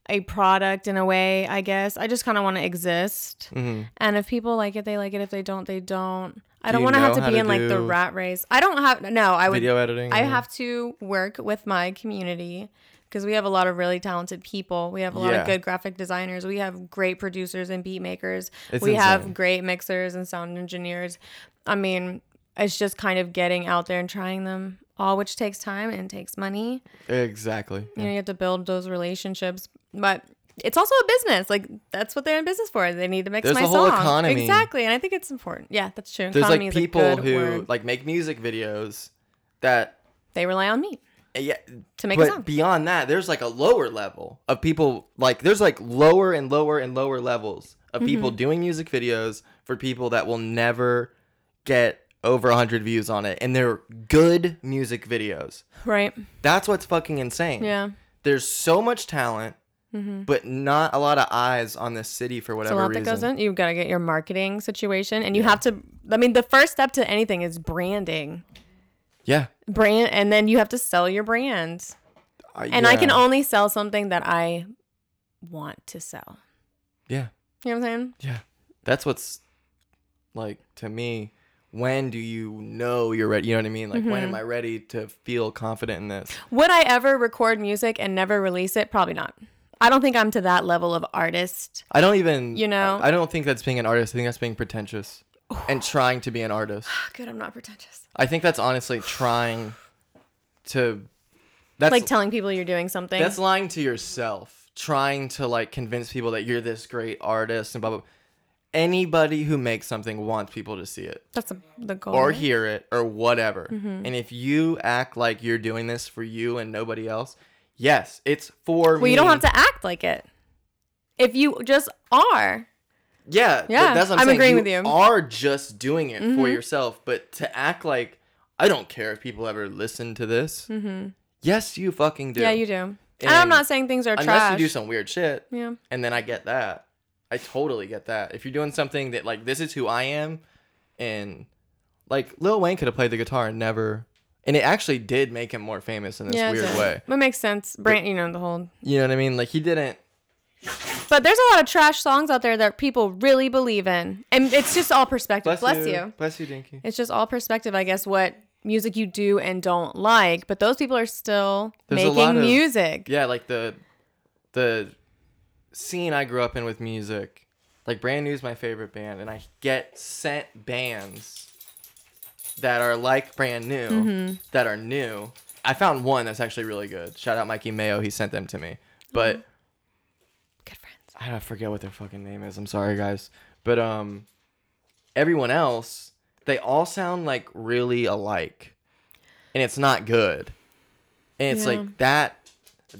B: a product in a way, I guess. I just kind of want to exist.
A: Mm-hmm.
B: And if people like it, they like it. If they don't, they don't. I don't
A: you
B: want to have
A: know
B: to
A: how
B: be
A: to
B: in like the
A: do
B: rat race. I don't have no, I would
A: Video editing.
B: I
A: or-
B: have to work with my community because we have a lot of really talented people. We have a lot
A: Yeah.
B: of good graphic designers. We have great producers and beat makers.
A: It's
B: we
A: insane.
B: have great mixers and sound engineers. I mean, it's just kind of getting out there and trying them all, which takes time and takes money.
A: exactly.
B: You know, you have to build those relationships, but it's also a business. Like that's what they're in business for. They need to mix
A: There's
B: my
A: a whole
B: song.
A: economy.
B: Exactly, and I think it's important. Yeah, that's true.
A: There's
B: economy
A: like
B: is a
A: people
B: good
A: who
B: word.
A: like make music videos that
B: they rely on me
A: yeah.
B: to make a song.
A: But beyond that, there's like a lower level of people. Like, there's like lower and lower and lower levels
B: Mm-hmm.
A: of people doing music videos for people that will never get over 100 views on it, and they're good music videos.
B: right?
A: That's what's fucking insane.
B: Yeah. Mm-hmm.
A: There's so much talent, but not a lot of eyes on this city for
B: It's a
A: whatever
B: lot
A: reason.
B: that goes in. You've got to get your marketing situation, and you have to. I mean, the first step to anything is branding,
A: Yeah.
B: brand, and then you have to sell your brand. And I can
A: yeah.
B: only sell something that I want to sell.
A: Yeah.
B: You know what I'm saying?
A: Yeah. That's what's like to me. When do you know you're ready? You know what I mean? Like,
B: Mm-hmm.
A: when am I ready to feel confident in this?
B: Would I ever record music and never release it? Probably not. I don't think I'm to that level of artist.
A: I don't even
B: You know?
A: I I don't think that's being an artist. I think that's being pretentious and trying to be an artist.
B: Ah, Good, I'm not pretentious.
A: I think that's honestly trying to that's
B: like telling people you're doing something.
A: that's lying to yourself. Trying to like convince people that you're this great artist and blah blah. blah. Anybody who makes something wants people to see it
B: That's the- the goal.
A: or
B: right?
A: hear it or whatever.
B: Mm-hmm.
A: And if you act like you're doing this for you and nobody else, yes, it's for
B: well, you don't have to act like it. If you just are,
A: Yeah, th-
B: Yeah,
A: that's what I'm,
B: I'm
A: saying.
B: agreeing with you. Mm-hmm.
A: Are just doing it for yourself, but to act like I don't care if people ever listen to this. Yes, you fucking do.
B: Mm-hmm. yeah, you do. And, I'm
A: And
B: not saying things are
A: Unless
B: trash.
A: you do some weird shit,
B: yeah.
A: and then I get that. I totally get that. If you're doing something that like this is who I am, and like Lil Wayne could have played the guitar and never, and it actually did make him more famous in this
B: yeah,
A: weird
B: so-
A: way.
B: It makes sense. Brand, you know the whole.
A: You know what I mean? Like he didn't.
B: But there's a lot of trash songs out there that people really believe in, and it's just all perspective.
A: Bless,
B: Bless,
A: you.
B: you.
A: Bless you, Dinky.
B: It's just all perspective, I guess. What music you do and don't like, but those people are still
A: There's a lot
B: making
A: of-
B: music.
A: yeah like the the scene i grew up in with music like brand new is my favorite band and i get sent bands that are like brand new that are new i found one that's actually really good shout out mikey mayo he sent them to me but
B: Good friends.
A: I don't forget what their fucking name is. I'm sorry, guys. But um, everyone else, they all sound like really alike, and it's not good. And it's
B: Yeah.
A: like that.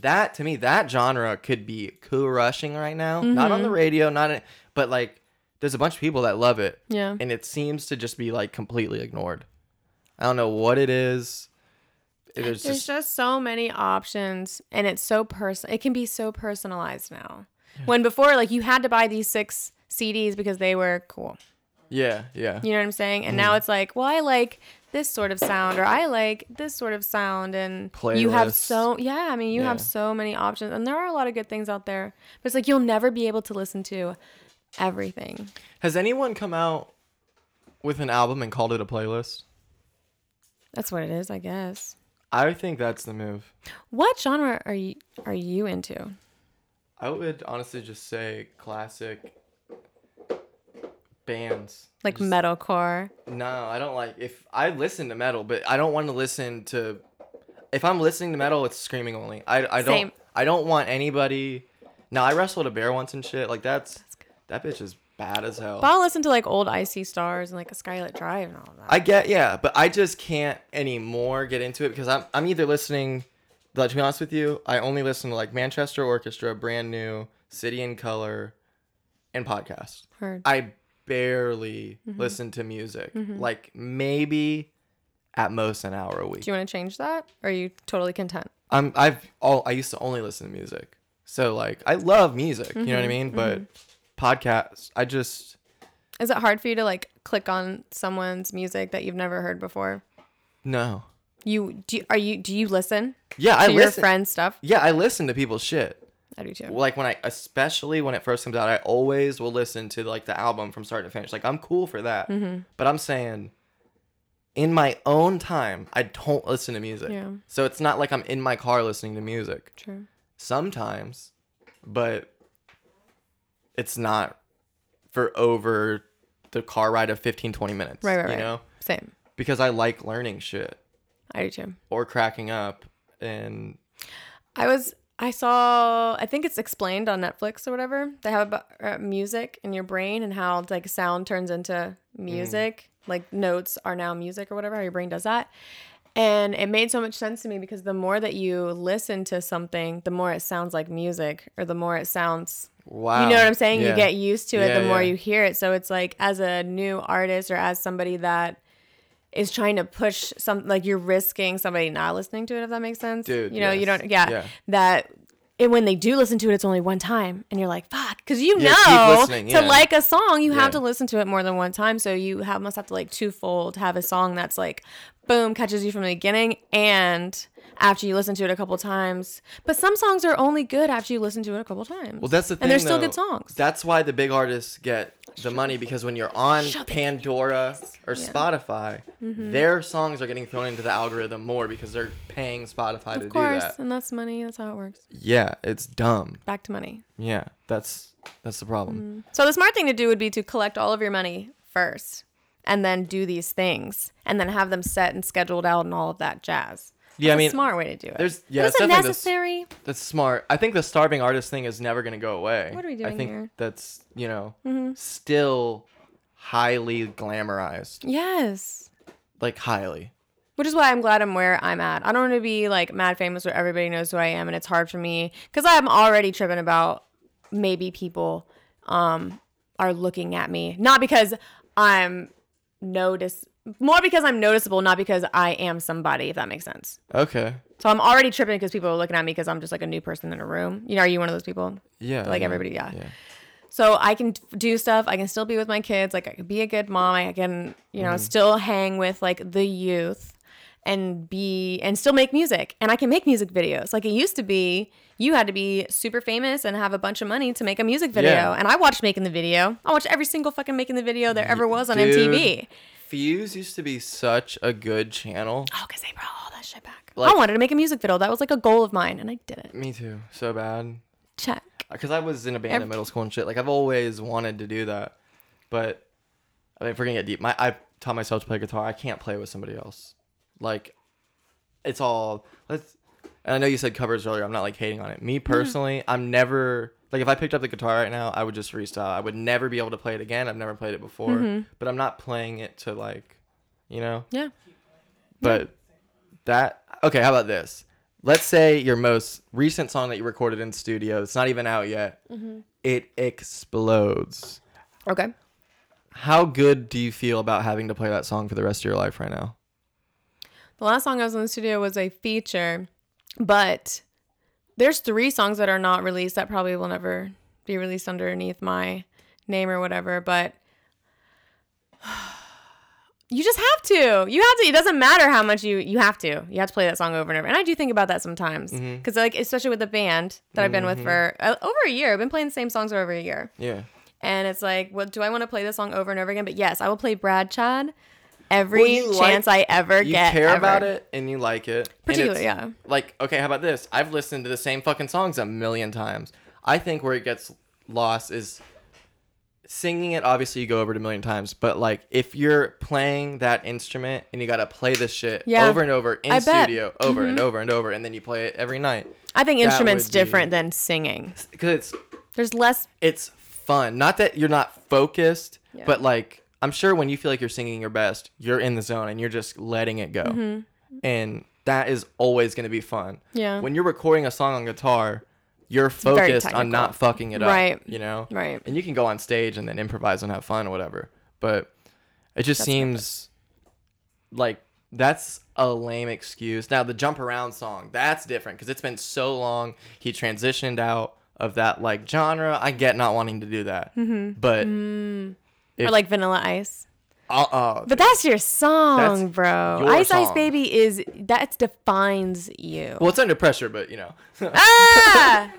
A: That to me, that genre could be crushing right now. Not
B: Mm-hmm.
A: on the radio, not in, but like there's a bunch of people that love it,
B: Yeah.
A: and it seems to just be like completely ignored. I don't know what it is. There's
B: There's
A: just,
B: just so many options, and it's so personal. It can be so personalized now. When before, like you had to buy these six CDs because they were cool.
A: yeah, yeah,
B: You know what I'm saying? And
A: Mm.
B: now it's like, well, I like this sort of sound, or I like this sort of sound, and you have
A: Playlists.
B: so yeah. I mean, you have
A: Yeah.
B: so many options, and there are a lot of good things out there. But it's like you'll never be able to listen to everything.
A: Has anyone come out with an album and called it a playlist?
B: That's what it is, I guess.
A: I think that's the move.
B: What genre are you are you into?
A: I would honestly just say classic bands.
B: Like
A: Just-
B: metalcore?
A: No, I don't like if I listen to metal, but I don't want to listen to if I'm listening to metal, it's screaming only. I I don't
B: Same.
A: I don't want anybody Now, I wrestled a bear once and shit. Like that's, that bitch is bad as hell.
B: But I'll listen to like old Icy Stars and like a Skylit Drive and all of that.
A: I get yeah, but I just can't anymore get into it because I'm I'm either listening like to be honest with you, I only listen to like Manchester Orchestra, brand new, City in Color, and podcast.
B: Heard.
A: I barely listen to music. Like maybe at most an hour a week.
B: Do you want to change that? Or are you totally content?
A: I'm I've all I used to only listen to music. So like I love music, you know what I mean? But podcasts, I just
B: Is it hard for you to like click on someone's music that you've never heard before?
A: no.
B: You do? Are you do you listen
A: Yeah, I
B: to your
A: listen.
B: friends' stuff?
A: yeah, I listen to people's shit.
B: I do too.
A: like when I especially when it first comes out, I always will listen to like the album from start to finish. Like I'm cool for that.
B: Mm-hmm.
A: But I'm saying in my own time, I don't listen to music.
B: Yeah.
A: So it's not like I'm in my car listening to music.
B: True.
A: Sometimes, but it's not for over the car ride of 15 20 minutes,
B: Right, right,
A: you
B: right.
A: know?
B: Same.
A: Because I like learning shit
B: I do too.
A: or cracking up and
B: I was. I saw. I think it's explained on Netflix or whatever. They have about uh, music in your brain and how like sound turns into
A: Mm.
B: music. Like notes are now music or whatever. How your brain does that. And it made so much sense to me because the more that you listen to something, the more it sounds like music, or the more it sounds
A: wow.
B: You know what I'm saying?
A: Yeah.
B: You get used to it
A: Yeah,
B: the more
A: yeah.
B: you hear it. So it's like as a new artist or as somebody that is trying to push some like you're risking somebody not listening to it if that makes sense.
A: Dude,
B: you know, you
A: yes.
B: don't yeah,
A: Yeah.
B: that and when they do listen to it, it's only one time, and you're like, "Fuck," because you
A: Yeah, keep
B: know
A: listening,
B: to
A: yeah.
B: like a song, you
A: Yeah.
B: have to listen to it more than one time. So you have must have to like twofold have a song that's like, boom, catches you from the beginning and after you listen to it a couple times. But some songs are only good after you listen to it a couple times.
A: Well, that's the thing.
B: And they're still
A: though.
B: good songs.
A: That's why the big artists get the money because when you're on Pandora or Spotify,
B: Mm-hmm.
A: their songs are getting thrown into the algorithm more because they're paying Spotify to
B: of course,
A: do that.
B: and that's money. That's how it works.
A: Yeah, it's dumb.
B: Back to money.
A: Yeah, that's that's the problem.
B: So the smart thing to do would be to collect all of your money first and then do these things and then have them set and scheduled out and all of that jazz.
A: Yeah, I
B: It's
A: mean,
B: a smart way to do it.
A: there's-
B: But
A: yeah,
B: it's
A: it's
B: a
A: definitely this-
B: necessary.
A: that's smart. I think the starving artist thing is never gonna go away.
B: What are we
A: I
B: doing
A: think
B: here? Mm-hmm.
A: that's you know still highly glamorized,
B: Yes.
A: like highly.
B: Which is why I'm glad I'm where I'm at. I don't want to be like mad famous where everybody knows who I am and it's hard for me because I'm already tripping about maybe people um are looking at me. Not because I'm notice more because I'm noticeable, not because I am somebody, if that makes sense.
A: Okay.
B: So I'm already tripping because people are looking at me because I'm just like a new person in a room. You know, are you one of those people?
A: Yeah.
B: Like
A: yeah,
B: everybody, yeah.
A: Yeah.
B: So I can do stuff. I can still be with my kids. Like I can be a good mom. I can, you
A: Mm-hmm.
B: know, still hang with like the youth and be and still make music. And I can make music videos. Like it used to be, you had to be super famous and have a bunch of money to make a music video.
A: Yeah.
B: And I watched making the video. I watched every single fucking making the video there ever was on
A: Dude.
B: MTV.
A: Fuse used to be such a good channel.
B: Oh, because they brought all that shit back.
A: Like-
B: I wanted to make a music video. That was like a goal of mine, and I did it.
A: Me too. So bad.
B: Check.
A: because I was in a band in
B: Every-
A: middle school and shit. Like I've always wanted to do that, but I mean, if we're gonna get deep, my I taught myself to play guitar. I can't play with somebody else. Like it's all let's. And I know you said covers earlier. I'm not like hating on it. Me personally, I'm never like if I picked up the guitar right now, I would just freestyle. I would never be able to play it again. I've never played it before, but I'm not playing it to like, you know.
B: Yeah.
A: But that okay, how about this? Let's say your most recent song that you recorded in studio, it's not even out yet. It explodes.
B: Okay.
A: How good do you feel about having to play that song for the rest of your life right now?
B: The last song I was in the studio was a feature, but there's three songs that are not released that probably will never be released underneath my name or whatever, but you just have to. You have to. It doesn't matter how much you you have to. You have to play that song over and over. And I do think about that sometimes because
A: Mm-hmm.
B: like especially with the band that I've been with for uh, over a year. I've been playing the same songs for over a year.
A: Yeah.
B: And it's like, well, do I want to play this song over and over again? But yes, I will play Brad Chad every
A: Well, you
B: chance
A: like-
B: I ever
A: You
B: get.
A: care
B: ever.
A: about it and you like it. and it's-
B: Particularly, yeah.
A: Like, okay, how about this? I've listened to the same fucking songs a million times. I think where it gets lost is singing it obviously you go over it a million times but like if you're playing that instrument and you gotta play this shit
B: Yeah.
A: over and over in
B: I bet. Mm-hmm.
A: studio over and over and over and then you play it every night
B: I think
A: That
B: instruments
A: would be-
B: different than singing.
A: because it's
B: There's less.
A: it's fun not that you're not focused
B: Yeah.
A: but like i'm sure when you feel like you're singing your best you're in the zone and you're just letting it go and that is always gonna be fun
B: Mm-hmm. Yeah.
A: when you're recording a song on guitar you're
B: very
A: focused on not
B: technical.
A: fucking it up
B: Right.
A: you know
B: Right.
A: and you can go on stage and then improvise and have fun or whatever but it just seems like that's a lame excuse now the jump around song that's different because it's been so long he transitioned out of that like genre i get not wanting to do that
B: Mm-hmm.
A: but
B: Or like Vanilla Ice.
A: uh, uh,
B: But that's your song,
A: That's
B: bro.
A: your
B: Ice Ice
A: song.
B: Baby is that defines you.
A: well it's under pressure but you know
B: Ah!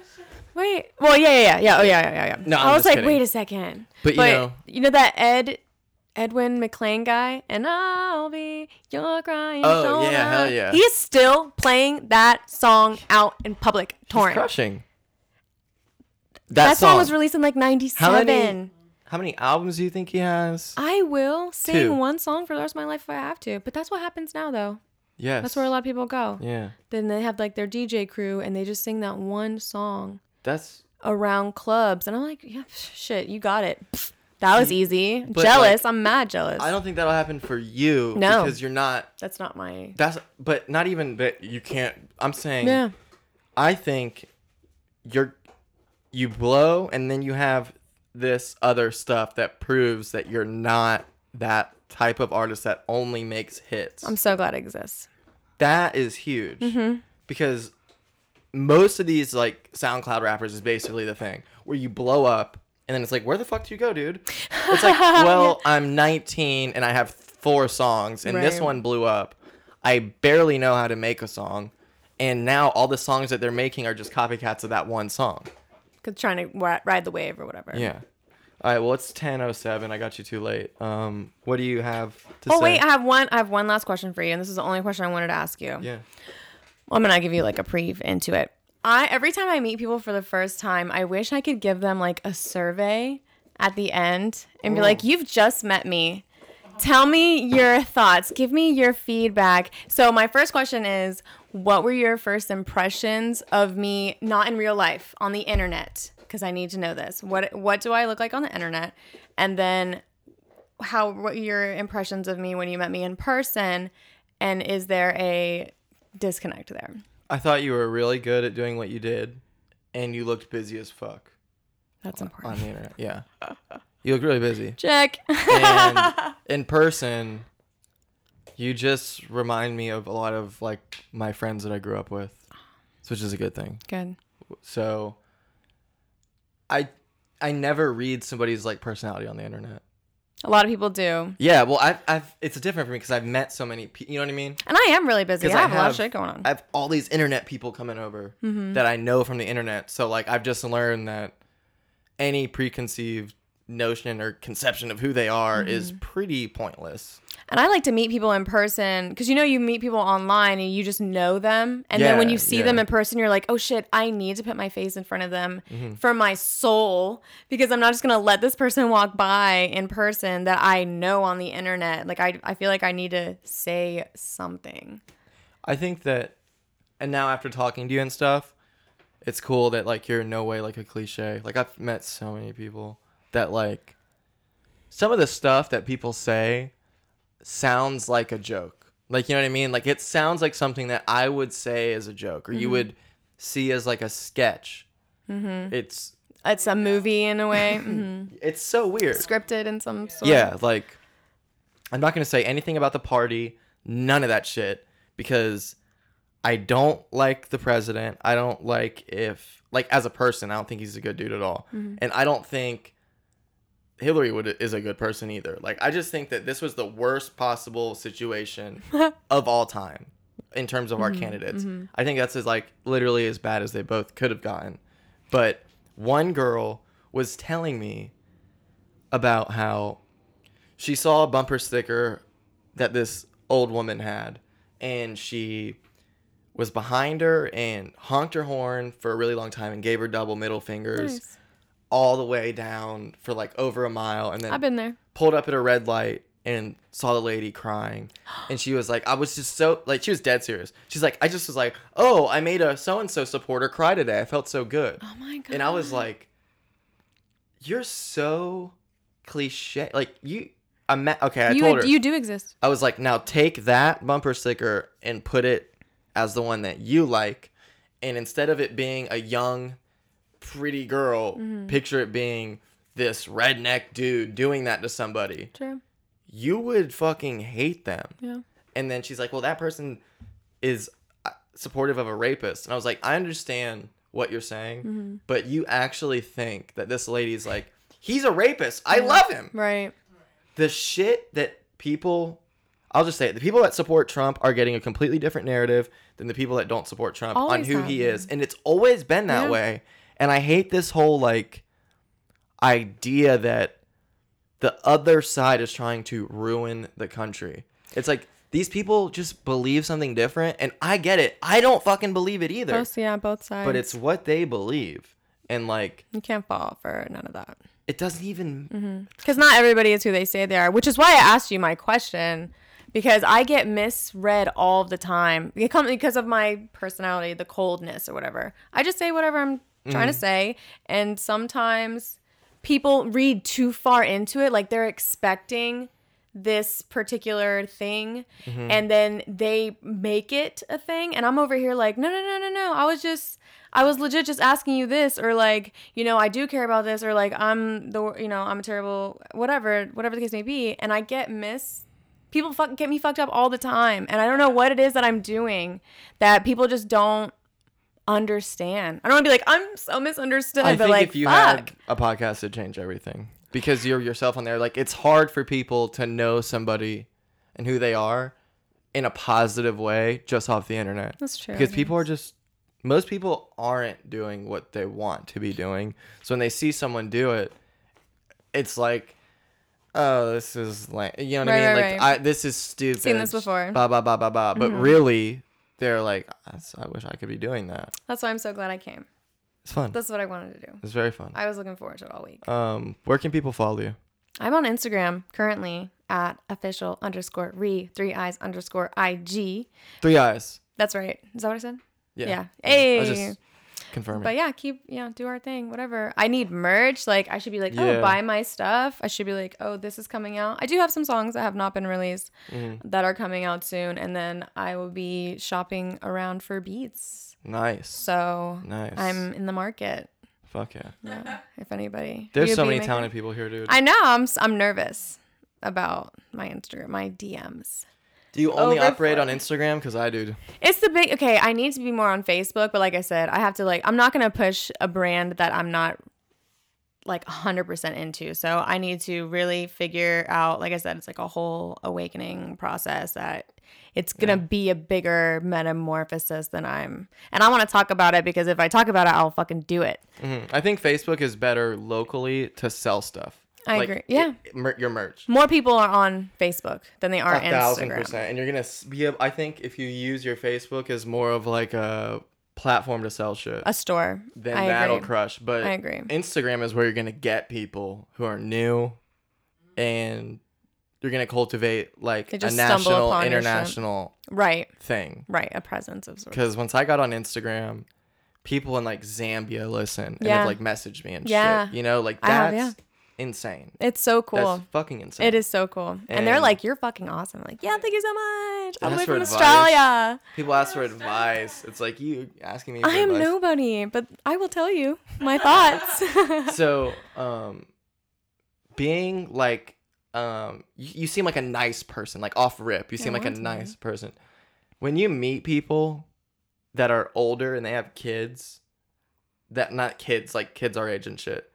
B: Wait. Well, yeah, yeah, yeah, yeah. Oh, yeah, yeah, yeah, yeah.
A: No, I'm
B: I was
A: just
B: like,
A: kidding.
B: wait a second.
A: But, you know-
B: you know that Ed, Edwin McLean guy, and I'll be your crying.
A: Oh,
B: shoulder."
A: yeah, hell yeah.
B: He is still playing that song out in public
A: it's
B: touring. That,
A: crushing
B: song was released in like '97.
A: how many albums do you think he has
B: I will sing
A: Two.
B: one song for the rest of my life if I have to. But that's what happens now, though.
A: yes
B: That's where a lot of people go.
A: yeah
B: Then they have like their DJ crew and they just sing that one song
A: that's
B: around clubs. And I'm like, yeah, psh, shit, you got it. Pfft, That was easy.
A: Mm. but,
B: jealous. I'm mad jealous.
A: I don't think that'll happen for you.
B: No.
A: Because you're not.
B: that's not my.
A: That's. But not even that you can't. I'm saying.
B: Yeah.
A: I think you're. You blow, and then you have this other stuff that proves that you're not that type of artist that only makes hits.
B: I'm so glad it exists.
A: that is huge
B: Mm-hmm.
A: because most of these like SoundCloud rappers is basically the thing where you blow up and then it's like, where the fuck do you go, dude? It's like, well, I'm 19 and I have four songs and this
B: Right.
A: one blew up. I barely know how to make a song and now all the songs that they're making are just copycats of that one song.
B: Cause trying to ri- ride the wave or whatever.
A: Yeah. All right. Well, it's ten oh seven. I got you too late. Um, what do you have to say?
B: Oh wait, I have one. I have one last question for you, and this is the only question I wanted to ask you.
A: yeah.
B: Well, I'm gonna give you like a preview into it. I every time I meet people for the first time, I wish I could give them like a survey at the end and be like, "You've just met me. Tell me your thoughts. Give me your feedback." So my first question is, what were your first impressions of me, not in real life, on the internet? Because I need to know this. What what do I look like on the internet? And then how what were your impressions of me when you met me in person? And is there a disconnect there?
A: I thought you were really good at doing what you did, and you looked busy as fuck
B: That's important.
A: on the internet. Yeah. You look really busy.
B: Check.
A: And in person, you just remind me of a lot of like my friends that I grew up with, which is a good thing.
B: Good.
A: So I I never read somebody's like personality on the internet.
B: A lot of people do,
A: Yeah, well, I've, I've it's different for me because I've met so many people. You know what I mean?
B: and I am really busy.
A: 'Cause
B: I
A: I
B: have, a lot
A: have-
B: of shit going on. Mm-hmm.
A: I have all these internet people coming over that I know from the internet. So like, I've just learned that any preconceived notion or conception of who they are
B: Mm-hmm.
A: is pretty pointless.
B: and I like to meet people in person because you know you meet people online and you just know them, and then when
A: Yeah,
B: you see them
A: yeah.
B: in person, you're like, oh shit, I need to put my face in front of them
A: Mm-hmm.
B: for my soul because I'm not just gonna let this person walk by in person that I know on the internet. Like I, I feel like I need to say something.
A: I think that, and now after talking to you and stuff, it's cool that like you're in no way like a cliche. Like I've met so many people that like some of the stuff that people say sounds like a joke. Like you know what I mean? Like it sounds like something that I would say as a joke, or you would see as like a sketch. It's
B: It's a movie in a way, mhm.
A: it's so weird.
B: scripted in some sort.
A: Yeah, like I'm not gonna say anything about the party, none of that shit, because I don't like the president. I don't like if like as a person, I don't think he's a good dude at all, and I don't think Hillary would is a good person either. Like I just think that this was the worst possible situation of all time in terms of our candidates. I think that's as like literally as bad as they both could have gotten. But one girl was telling me about how she saw a bumper sticker that this old woman had and she was behind her and honked her horn for a really long time and gave her double middle fingers
B: Nice.
A: all the way down for like over a mile and then
B: I've been there.
A: pulled up at a red light and saw the lady crying and she was like i was just so like she was dead serious she's like i just was like oh i made a so-and-so supporter cry today i felt so good
B: Oh my god.
A: and i was like you're so cliche like you i'm ma- okay i
B: you,
A: told her
B: you do exist.
A: i was like now take that bumper sticker and put it as the one that you like and instead of it being a young pretty girl
B: Mm-hmm.
A: picture it being this redneck dude doing that to somebody
B: True.
A: you would fucking hate them.
B: Yeah.
A: And then she's like, well, that person is uh, supportive of a rapist. And I was like, I understand what you're saying, but you actually think that this lady's like, he's a rapist. I love him.
B: Right.
A: The shit that people, I'll just say it, the people that support Trump are getting a completely different narrative than the people that don't support Trump
B: Always
A: on who
B: have
A: he is. And it's always been that
B: Yeah.
A: way. And I hate this whole like idea that the other side is trying to ruin the country. It's like these people just believe something different, and I get it. I don't fucking believe it either.
B: Both, yeah, both sides.
A: But it's what they believe, and like
B: you can't fall for none of that
A: it doesn't even.
B: because not everybody is who they say they are, which is why I asked you my question because I get misread all the time. It come because of my personality, the coldness or whatever. I just say whatever I'm trying
A: Mm.
B: to say, and sometimes people read too far into it, like they're expecting this particular thing
A: Mm-hmm.
B: and then they make it a thing and i'm over here like no no no no no i was just i was legit just asking you this or like you know i do care about this or like i'm the you know i'm a terrible whatever whatever the case may be and i get miss people fuck, get me fucked up all the time and i don't know what it is that i'm doing that people just don't understand i don't want to be like i'm so misunderstood
A: I
B: but
A: think
B: like
A: if you
B: fuck.
A: had a podcast, it'd change everything because you're yourself on there. Like it's hard for people to know somebody and who they are in a positive way just off the internet.
B: That's true.
A: because people are just most people aren't doing what they want to be doing so when they see someone do it it's like oh this is like you know what
B: Right,
A: i mean
B: right,
A: like
B: right.
A: I, this is stupid
B: Seen this before. Mm-hmm.
A: blah blah blah blah blah but really they're like "That's- i wish i could be doing that
B: That's why I'm so glad I came.
A: it's fun
B: That's what I wanted to do.
A: it's very fun
B: I was looking forward to it all week.
A: um where can people follow you
B: I'm on Instagram currently at official underscore re three eyes underscore ig.
A: three eyes
B: That's right. Is that what I said?
A: yeah
B: Yeah.
A: I was
B: Hey.
A: just confirming
B: But yeah, keep you know, do our thing, whatever. I need merch. Like I should be like,
A: Yeah.
B: oh, buy my stuff. I should be like, oh, this is coming out. I do have some songs that have not been released
A: Mm-hmm.
B: that are coming out soon, and then I will be shopping around for beats.
A: nice
B: So
A: nice
B: I'm in the market.
A: fuck yeah
B: Yeah, if anybody.
A: there's
B: You a
A: so
B: beat
A: many
B: maker?
A: talented people here dude
B: I know. I'm s- I'm nervous about my Instagram, my DMs.
A: do
B: Oh,
A: you only
B: Over
A: operate
B: four.
A: on instagram because i do
B: It's the big okay. I need to be more on Facebook, but like I said, I have to like I'm not gonna push a brand that I'm not like 100% into. So I need to really figure out. Like I said, it's like a whole awakening process that it's gonna be a bigger metamorphosis than I'm. And I want to talk about it because if I talk about it, I'll fucking do it.
A: Mhm. I think Facebook is better locally to sell stuff.
B: I agree. Yeah.
A: it- mer- your merch.
B: More people are on Facebook than they are
A: A thousand
B: Instagram.
A: percent. And you're gonna s- be. Able, I think if you use your Facebook as more of like a platform to sell shit,
B: A store.
A: then
B: I
A: that'll
B: agree.
A: crush. But
B: I agree.
A: Instagram is where you're gonna get people who are new, and you're gonna cultivate like
B: They
A: a
B: just stumble
A: national,
B: upon your shit.
A: international
B: Right.
A: thing.
B: Right. A presence of sorts.
A: Because once I got on Instagram, people in like Zambia listen and
B: Yeah.
A: have like messaged me and
B: Yeah.
A: shit. You know, like
B: I have,
A: that's insane.
B: It's so cool.
A: That's fucking insane.
B: It is so cool. And, they're
A: And-
B: like, you're fucking awesome. I'm like, yeah, thank you so much.
A: Ask
B: I'm away
A: for
B: from
A: advice.
B: Australia.
A: People ask for advice. It's like you asking me for
B: I am
A: advice.
B: nobody, but I will tell you my thoughts.
A: So, um, being like, um, you, you seem like a nice person, like off rip. You
B: I
A: seem like a
B: want to be.
A: nice person. When you meet people that are older and they have kids, that not kids, like kids our age and shit,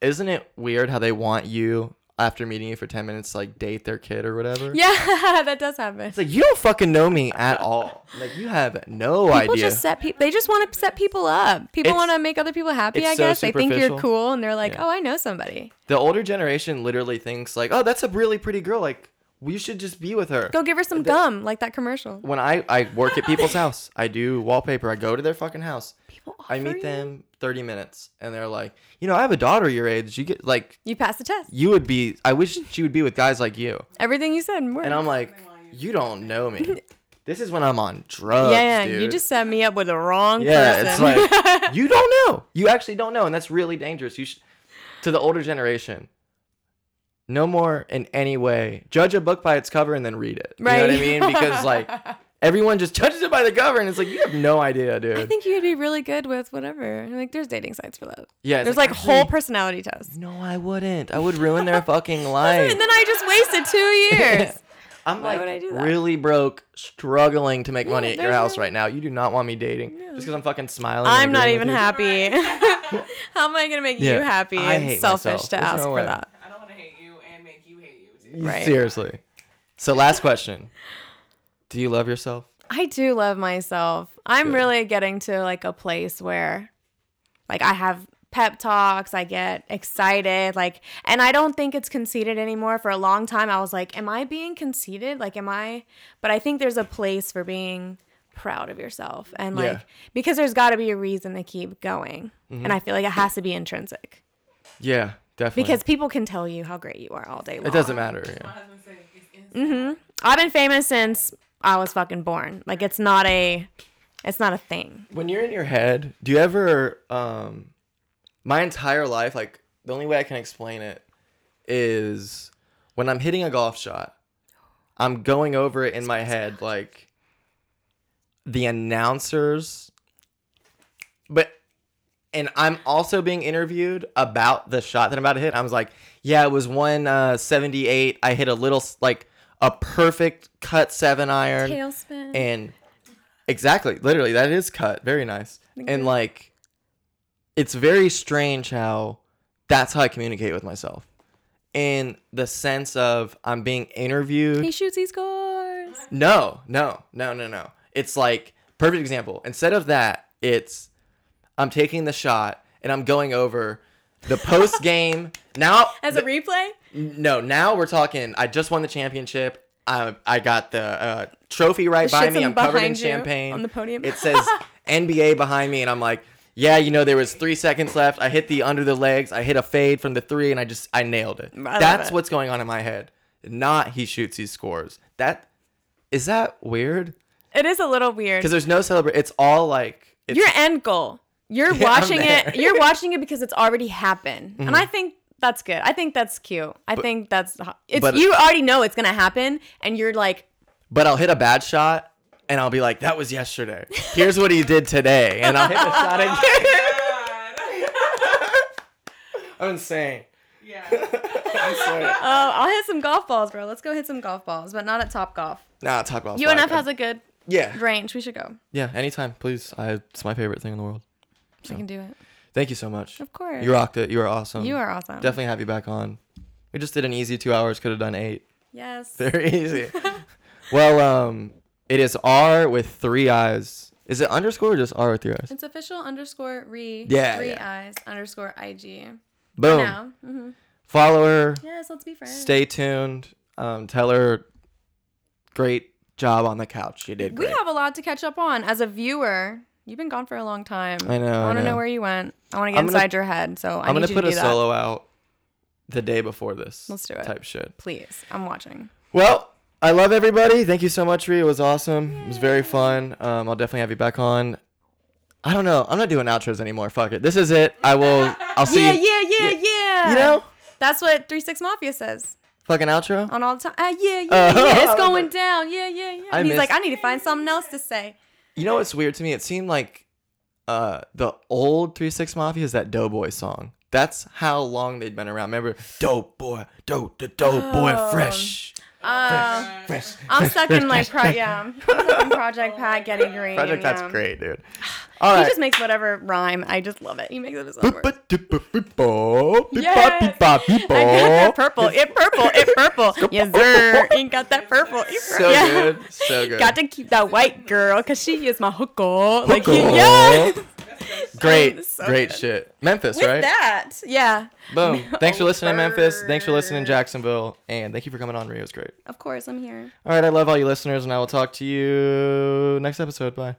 A: isn't it weird how they want you after meeting you for 10 minutes to like date their kid or whatever?
B: yeah, that does happen.
A: It's like, you don't fucking know me at all. Like, you have no
B: People
A: idea.
B: just set people. They just want to set people up. People
A: It's-
B: want to make other people happy.
A: it's
B: I
A: so
B: guess they think you're
A: superficial.
B: cool, and they're like,
A: Yeah.
B: "Oh, I know somebody.
A: The older generation literally thinks like, "Oh, that's a really pretty girl. Like, we should just be with her."
B: Go give her some gum, like that commercial."
A: When I I work at people's house, I do wallpaper. I go to their fucking house.
B: People
A: I
B: offer
A: meet
B: you-
A: them 30 minutes and they're like, "You know, I have a daughter your age. You get like
B: You pass the test.
A: you would be I wish she would be with guys like you."
B: Everything you said. Worked.
A: And I'm like, "You don't know me. This is when I'm on drugs,
B: yeah, yeah.
A: dude."
B: You just set me up with the wrong
A: Yeah,
B: person.
A: it's like you don't know. You actually don't know, and that's really dangerous. You should to the older generation. No more in any way. Judge a book by its cover and then read it. You know what I
B: Right.
A: mean? Because like everyone just judges it by the cover and it's like you have no idea, dude.
B: I think you'd be really good with whatever. Like, there's dating sites for that.
A: yeah, it's
B: There's like, whole
A: actually,
B: personality tests.
A: No, I wouldn't. I would ruin their fucking life.
B: And then I just wasted two years.
A: I'm
B: Why
A: like
B: would I do that?
A: really broke, struggling to make money at your
B: there's
A: house
B: no-
A: right now. You do not want me dating just because I'm fucking smiling. and
B: I'm not
A: agreeing with
B: even
A: you.
B: happy. How am I gonna make
A: Yeah,
B: you happy
A: I
B: and
A: hate
B: selfish
A: myself.
B: to
A: There's
B: ask
A: no
B: for
A: way.
B: that?
C: I don't want to hate you and make you hate you. Too.
B: Right.
A: Seriously. So last question. Do you love yourself?
B: I do love myself. I'm
A: Good.
B: really getting to like a place where like I have pep talks, I get excited, like and I don't think it's conceited anymore. For a long time I was like, am I being conceited? Like am I but I think there's a place for being proud of yourself and like
A: Yeah.
B: because there's got to be a reason to keep going.
A: Mm-hmm.
B: And I feel like it has to be intrinsic
A: Yeah, definitely.
B: because people can tell you how great you are all day long.
A: it doesn't matter. Yeah.
C: My husband said it's instant.
B: I've been famous since I was fucking born. Like it's not a it's not a thing.
A: When you're in your head, do you ever um my entire life like the only way I can explain it is when I'm hitting a golf shot, I'm going over it in my head like the announcers but and I'm also being interviewed about the shot that I'm about to hit. I was like, yeah, it was 178. I hit a little s- like a perfect cut 7 iron.
B: Tailspin.
A: and exactly literally that is cut very nice and like it's very strange how that's how i communicate with myself in the sense of I'm being interviewed.
B: He shoots, he scores.
A: No, no, no, no, no. It's like perfect example. Instead of that, it's I'm taking the shot and I'm going over the post game. now
B: As a replay?
A: no, now we're talking. I just won the championship. I I got the uh, trophy right by
B: shit's
A: me.
B: on-
A: I'm covered in
B: behind you
A: champagne
B: on the podium.
A: It says NBA behind me, and I'm like, yeah, you know, there was three seconds left. I hit the under the legs. I hit a fade from the three, and I just I nailed it.
B: love
A: That's
B: it.
A: what's going on in my head. Not he shoots, he scores. That is that weird?
B: It is a little weird.
A: Because there's no celebration. It's all like it's,
B: Your end goal. You're
A: Yeah, I'm
B: watching
A: there. Mm-hmm.
B: it. You're watching it because it's already happened. And I think that's good. I think that's cute. I think that's ho- it's
A: but-
B: you already know it's going to happen and you're like
A: but I'll hit a bad shot. And I'll be like, that was yesterday. Here's what he did today. And I'll hit the shot again. I'm insane.
C: yeah.
A: I'm sorry.
B: Oh, I'll hit some golf balls, bro. Let's go hit some golf balls, but not at Top Golf.
A: Nah, talk about
B: UNF has a good
A: yeah,
B: range. We should go.
A: yeah. Anytime, please. I, it's my favorite thing in the world.
B: We can do it.
A: Thank you so much.
B: Of course.
A: You rocked it. You are awesome.
B: You are awesome.
A: Definitely have you back on. We just did an easy two hours. Could have done eight.
B: Yes.
A: Very easy. well, um, it is R with three eyes. Is it underscore or just R with three eyes?
B: It's official underscore re
A: Yeah,
B: three
A: yeah.
B: eyes underscore IG.
A: Boom.
B: Now, hmm
A: Follow her.
B: yes, let's be friends.
A: Stay tuned. Um, tell her. Great job on the couch. You did
B: we
A: great.
B: have a lot to catch up on as a viewer. You've been gone for a long time.
A: I know, I
B: I want to
A: know.
B: know where you went. I want to get
A: I'm gonna-
B: inside your head. So I
A: I'm
B: need
A: gonna
B: you
A: put
B: to
A: a
B: do that.
A: solo out the day before this.
B: Let's do it.
A: Type shit.
B: Please, I'm watching.
A: Well, I love everybody. Thank you so much, Rhea. It was awesome. It was very fun. Um, I'll definitely have you back on. I don't know. I'm not doing outros anymore. Fuck it. This is it. I will. I'll see
B: Yeah,
A: you.
B: yeah, yeah, yeah,
A: You know,
B: that's what Three Six Mafia says
A: fucking outro.
B: on all the time. Ah, yeah, yeah,
A: Uh,
B: yeah, it's going down. Yeah, yeah, yeah.
A: I
B: And he's
A: missed-
B: like, I need to find something else to say.
A: You know what's weird to me? It seemed like uh, the old Three Six Mafia is that Doughboy song. That's how long they'd been around. Remember, Dope Boy, Dope the Dope Boy,
B: Oh.
A: Fresh,
B: Uh,
A: Fresh.
B: I'm stuck in like, pro- yeah, I'm stuck in Project Pat Getty Green.
A: Project. That's
B: yeah.
A: great, dude. All
B: He
A: right.
B: just makes whatever rhyme. I just love it. He makes it his own
A: Boop,
B: words.
A: boop, doop, boop, boop, boop, beep, bop,
B: Yes.
A: beep, bop, beep,
B: I got that
A: bop.
B: purple. It purple. It purple. yes, sir. Ain't got that purple. It purple.
A: So
B: Yeah.
A: good. So good.
B: Got to keep that white girl because she is my hooker. Like,
A: Cool.
B: yeah.
A: Great,
B: So
A: great
B: good.
A: shit. Memphis,
B: With
A: right?
B: that, yeah.
A: Boom. Thanks for listening, Memphis. Thanks for listening,
B: Over.
A: Jacksonville. And thank you for coming on, Rio. It was great.
B: Of course, I'm here.
A: All right. I love all you listeners, and I will talk to you next episode. Bye.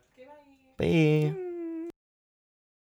A: Bye.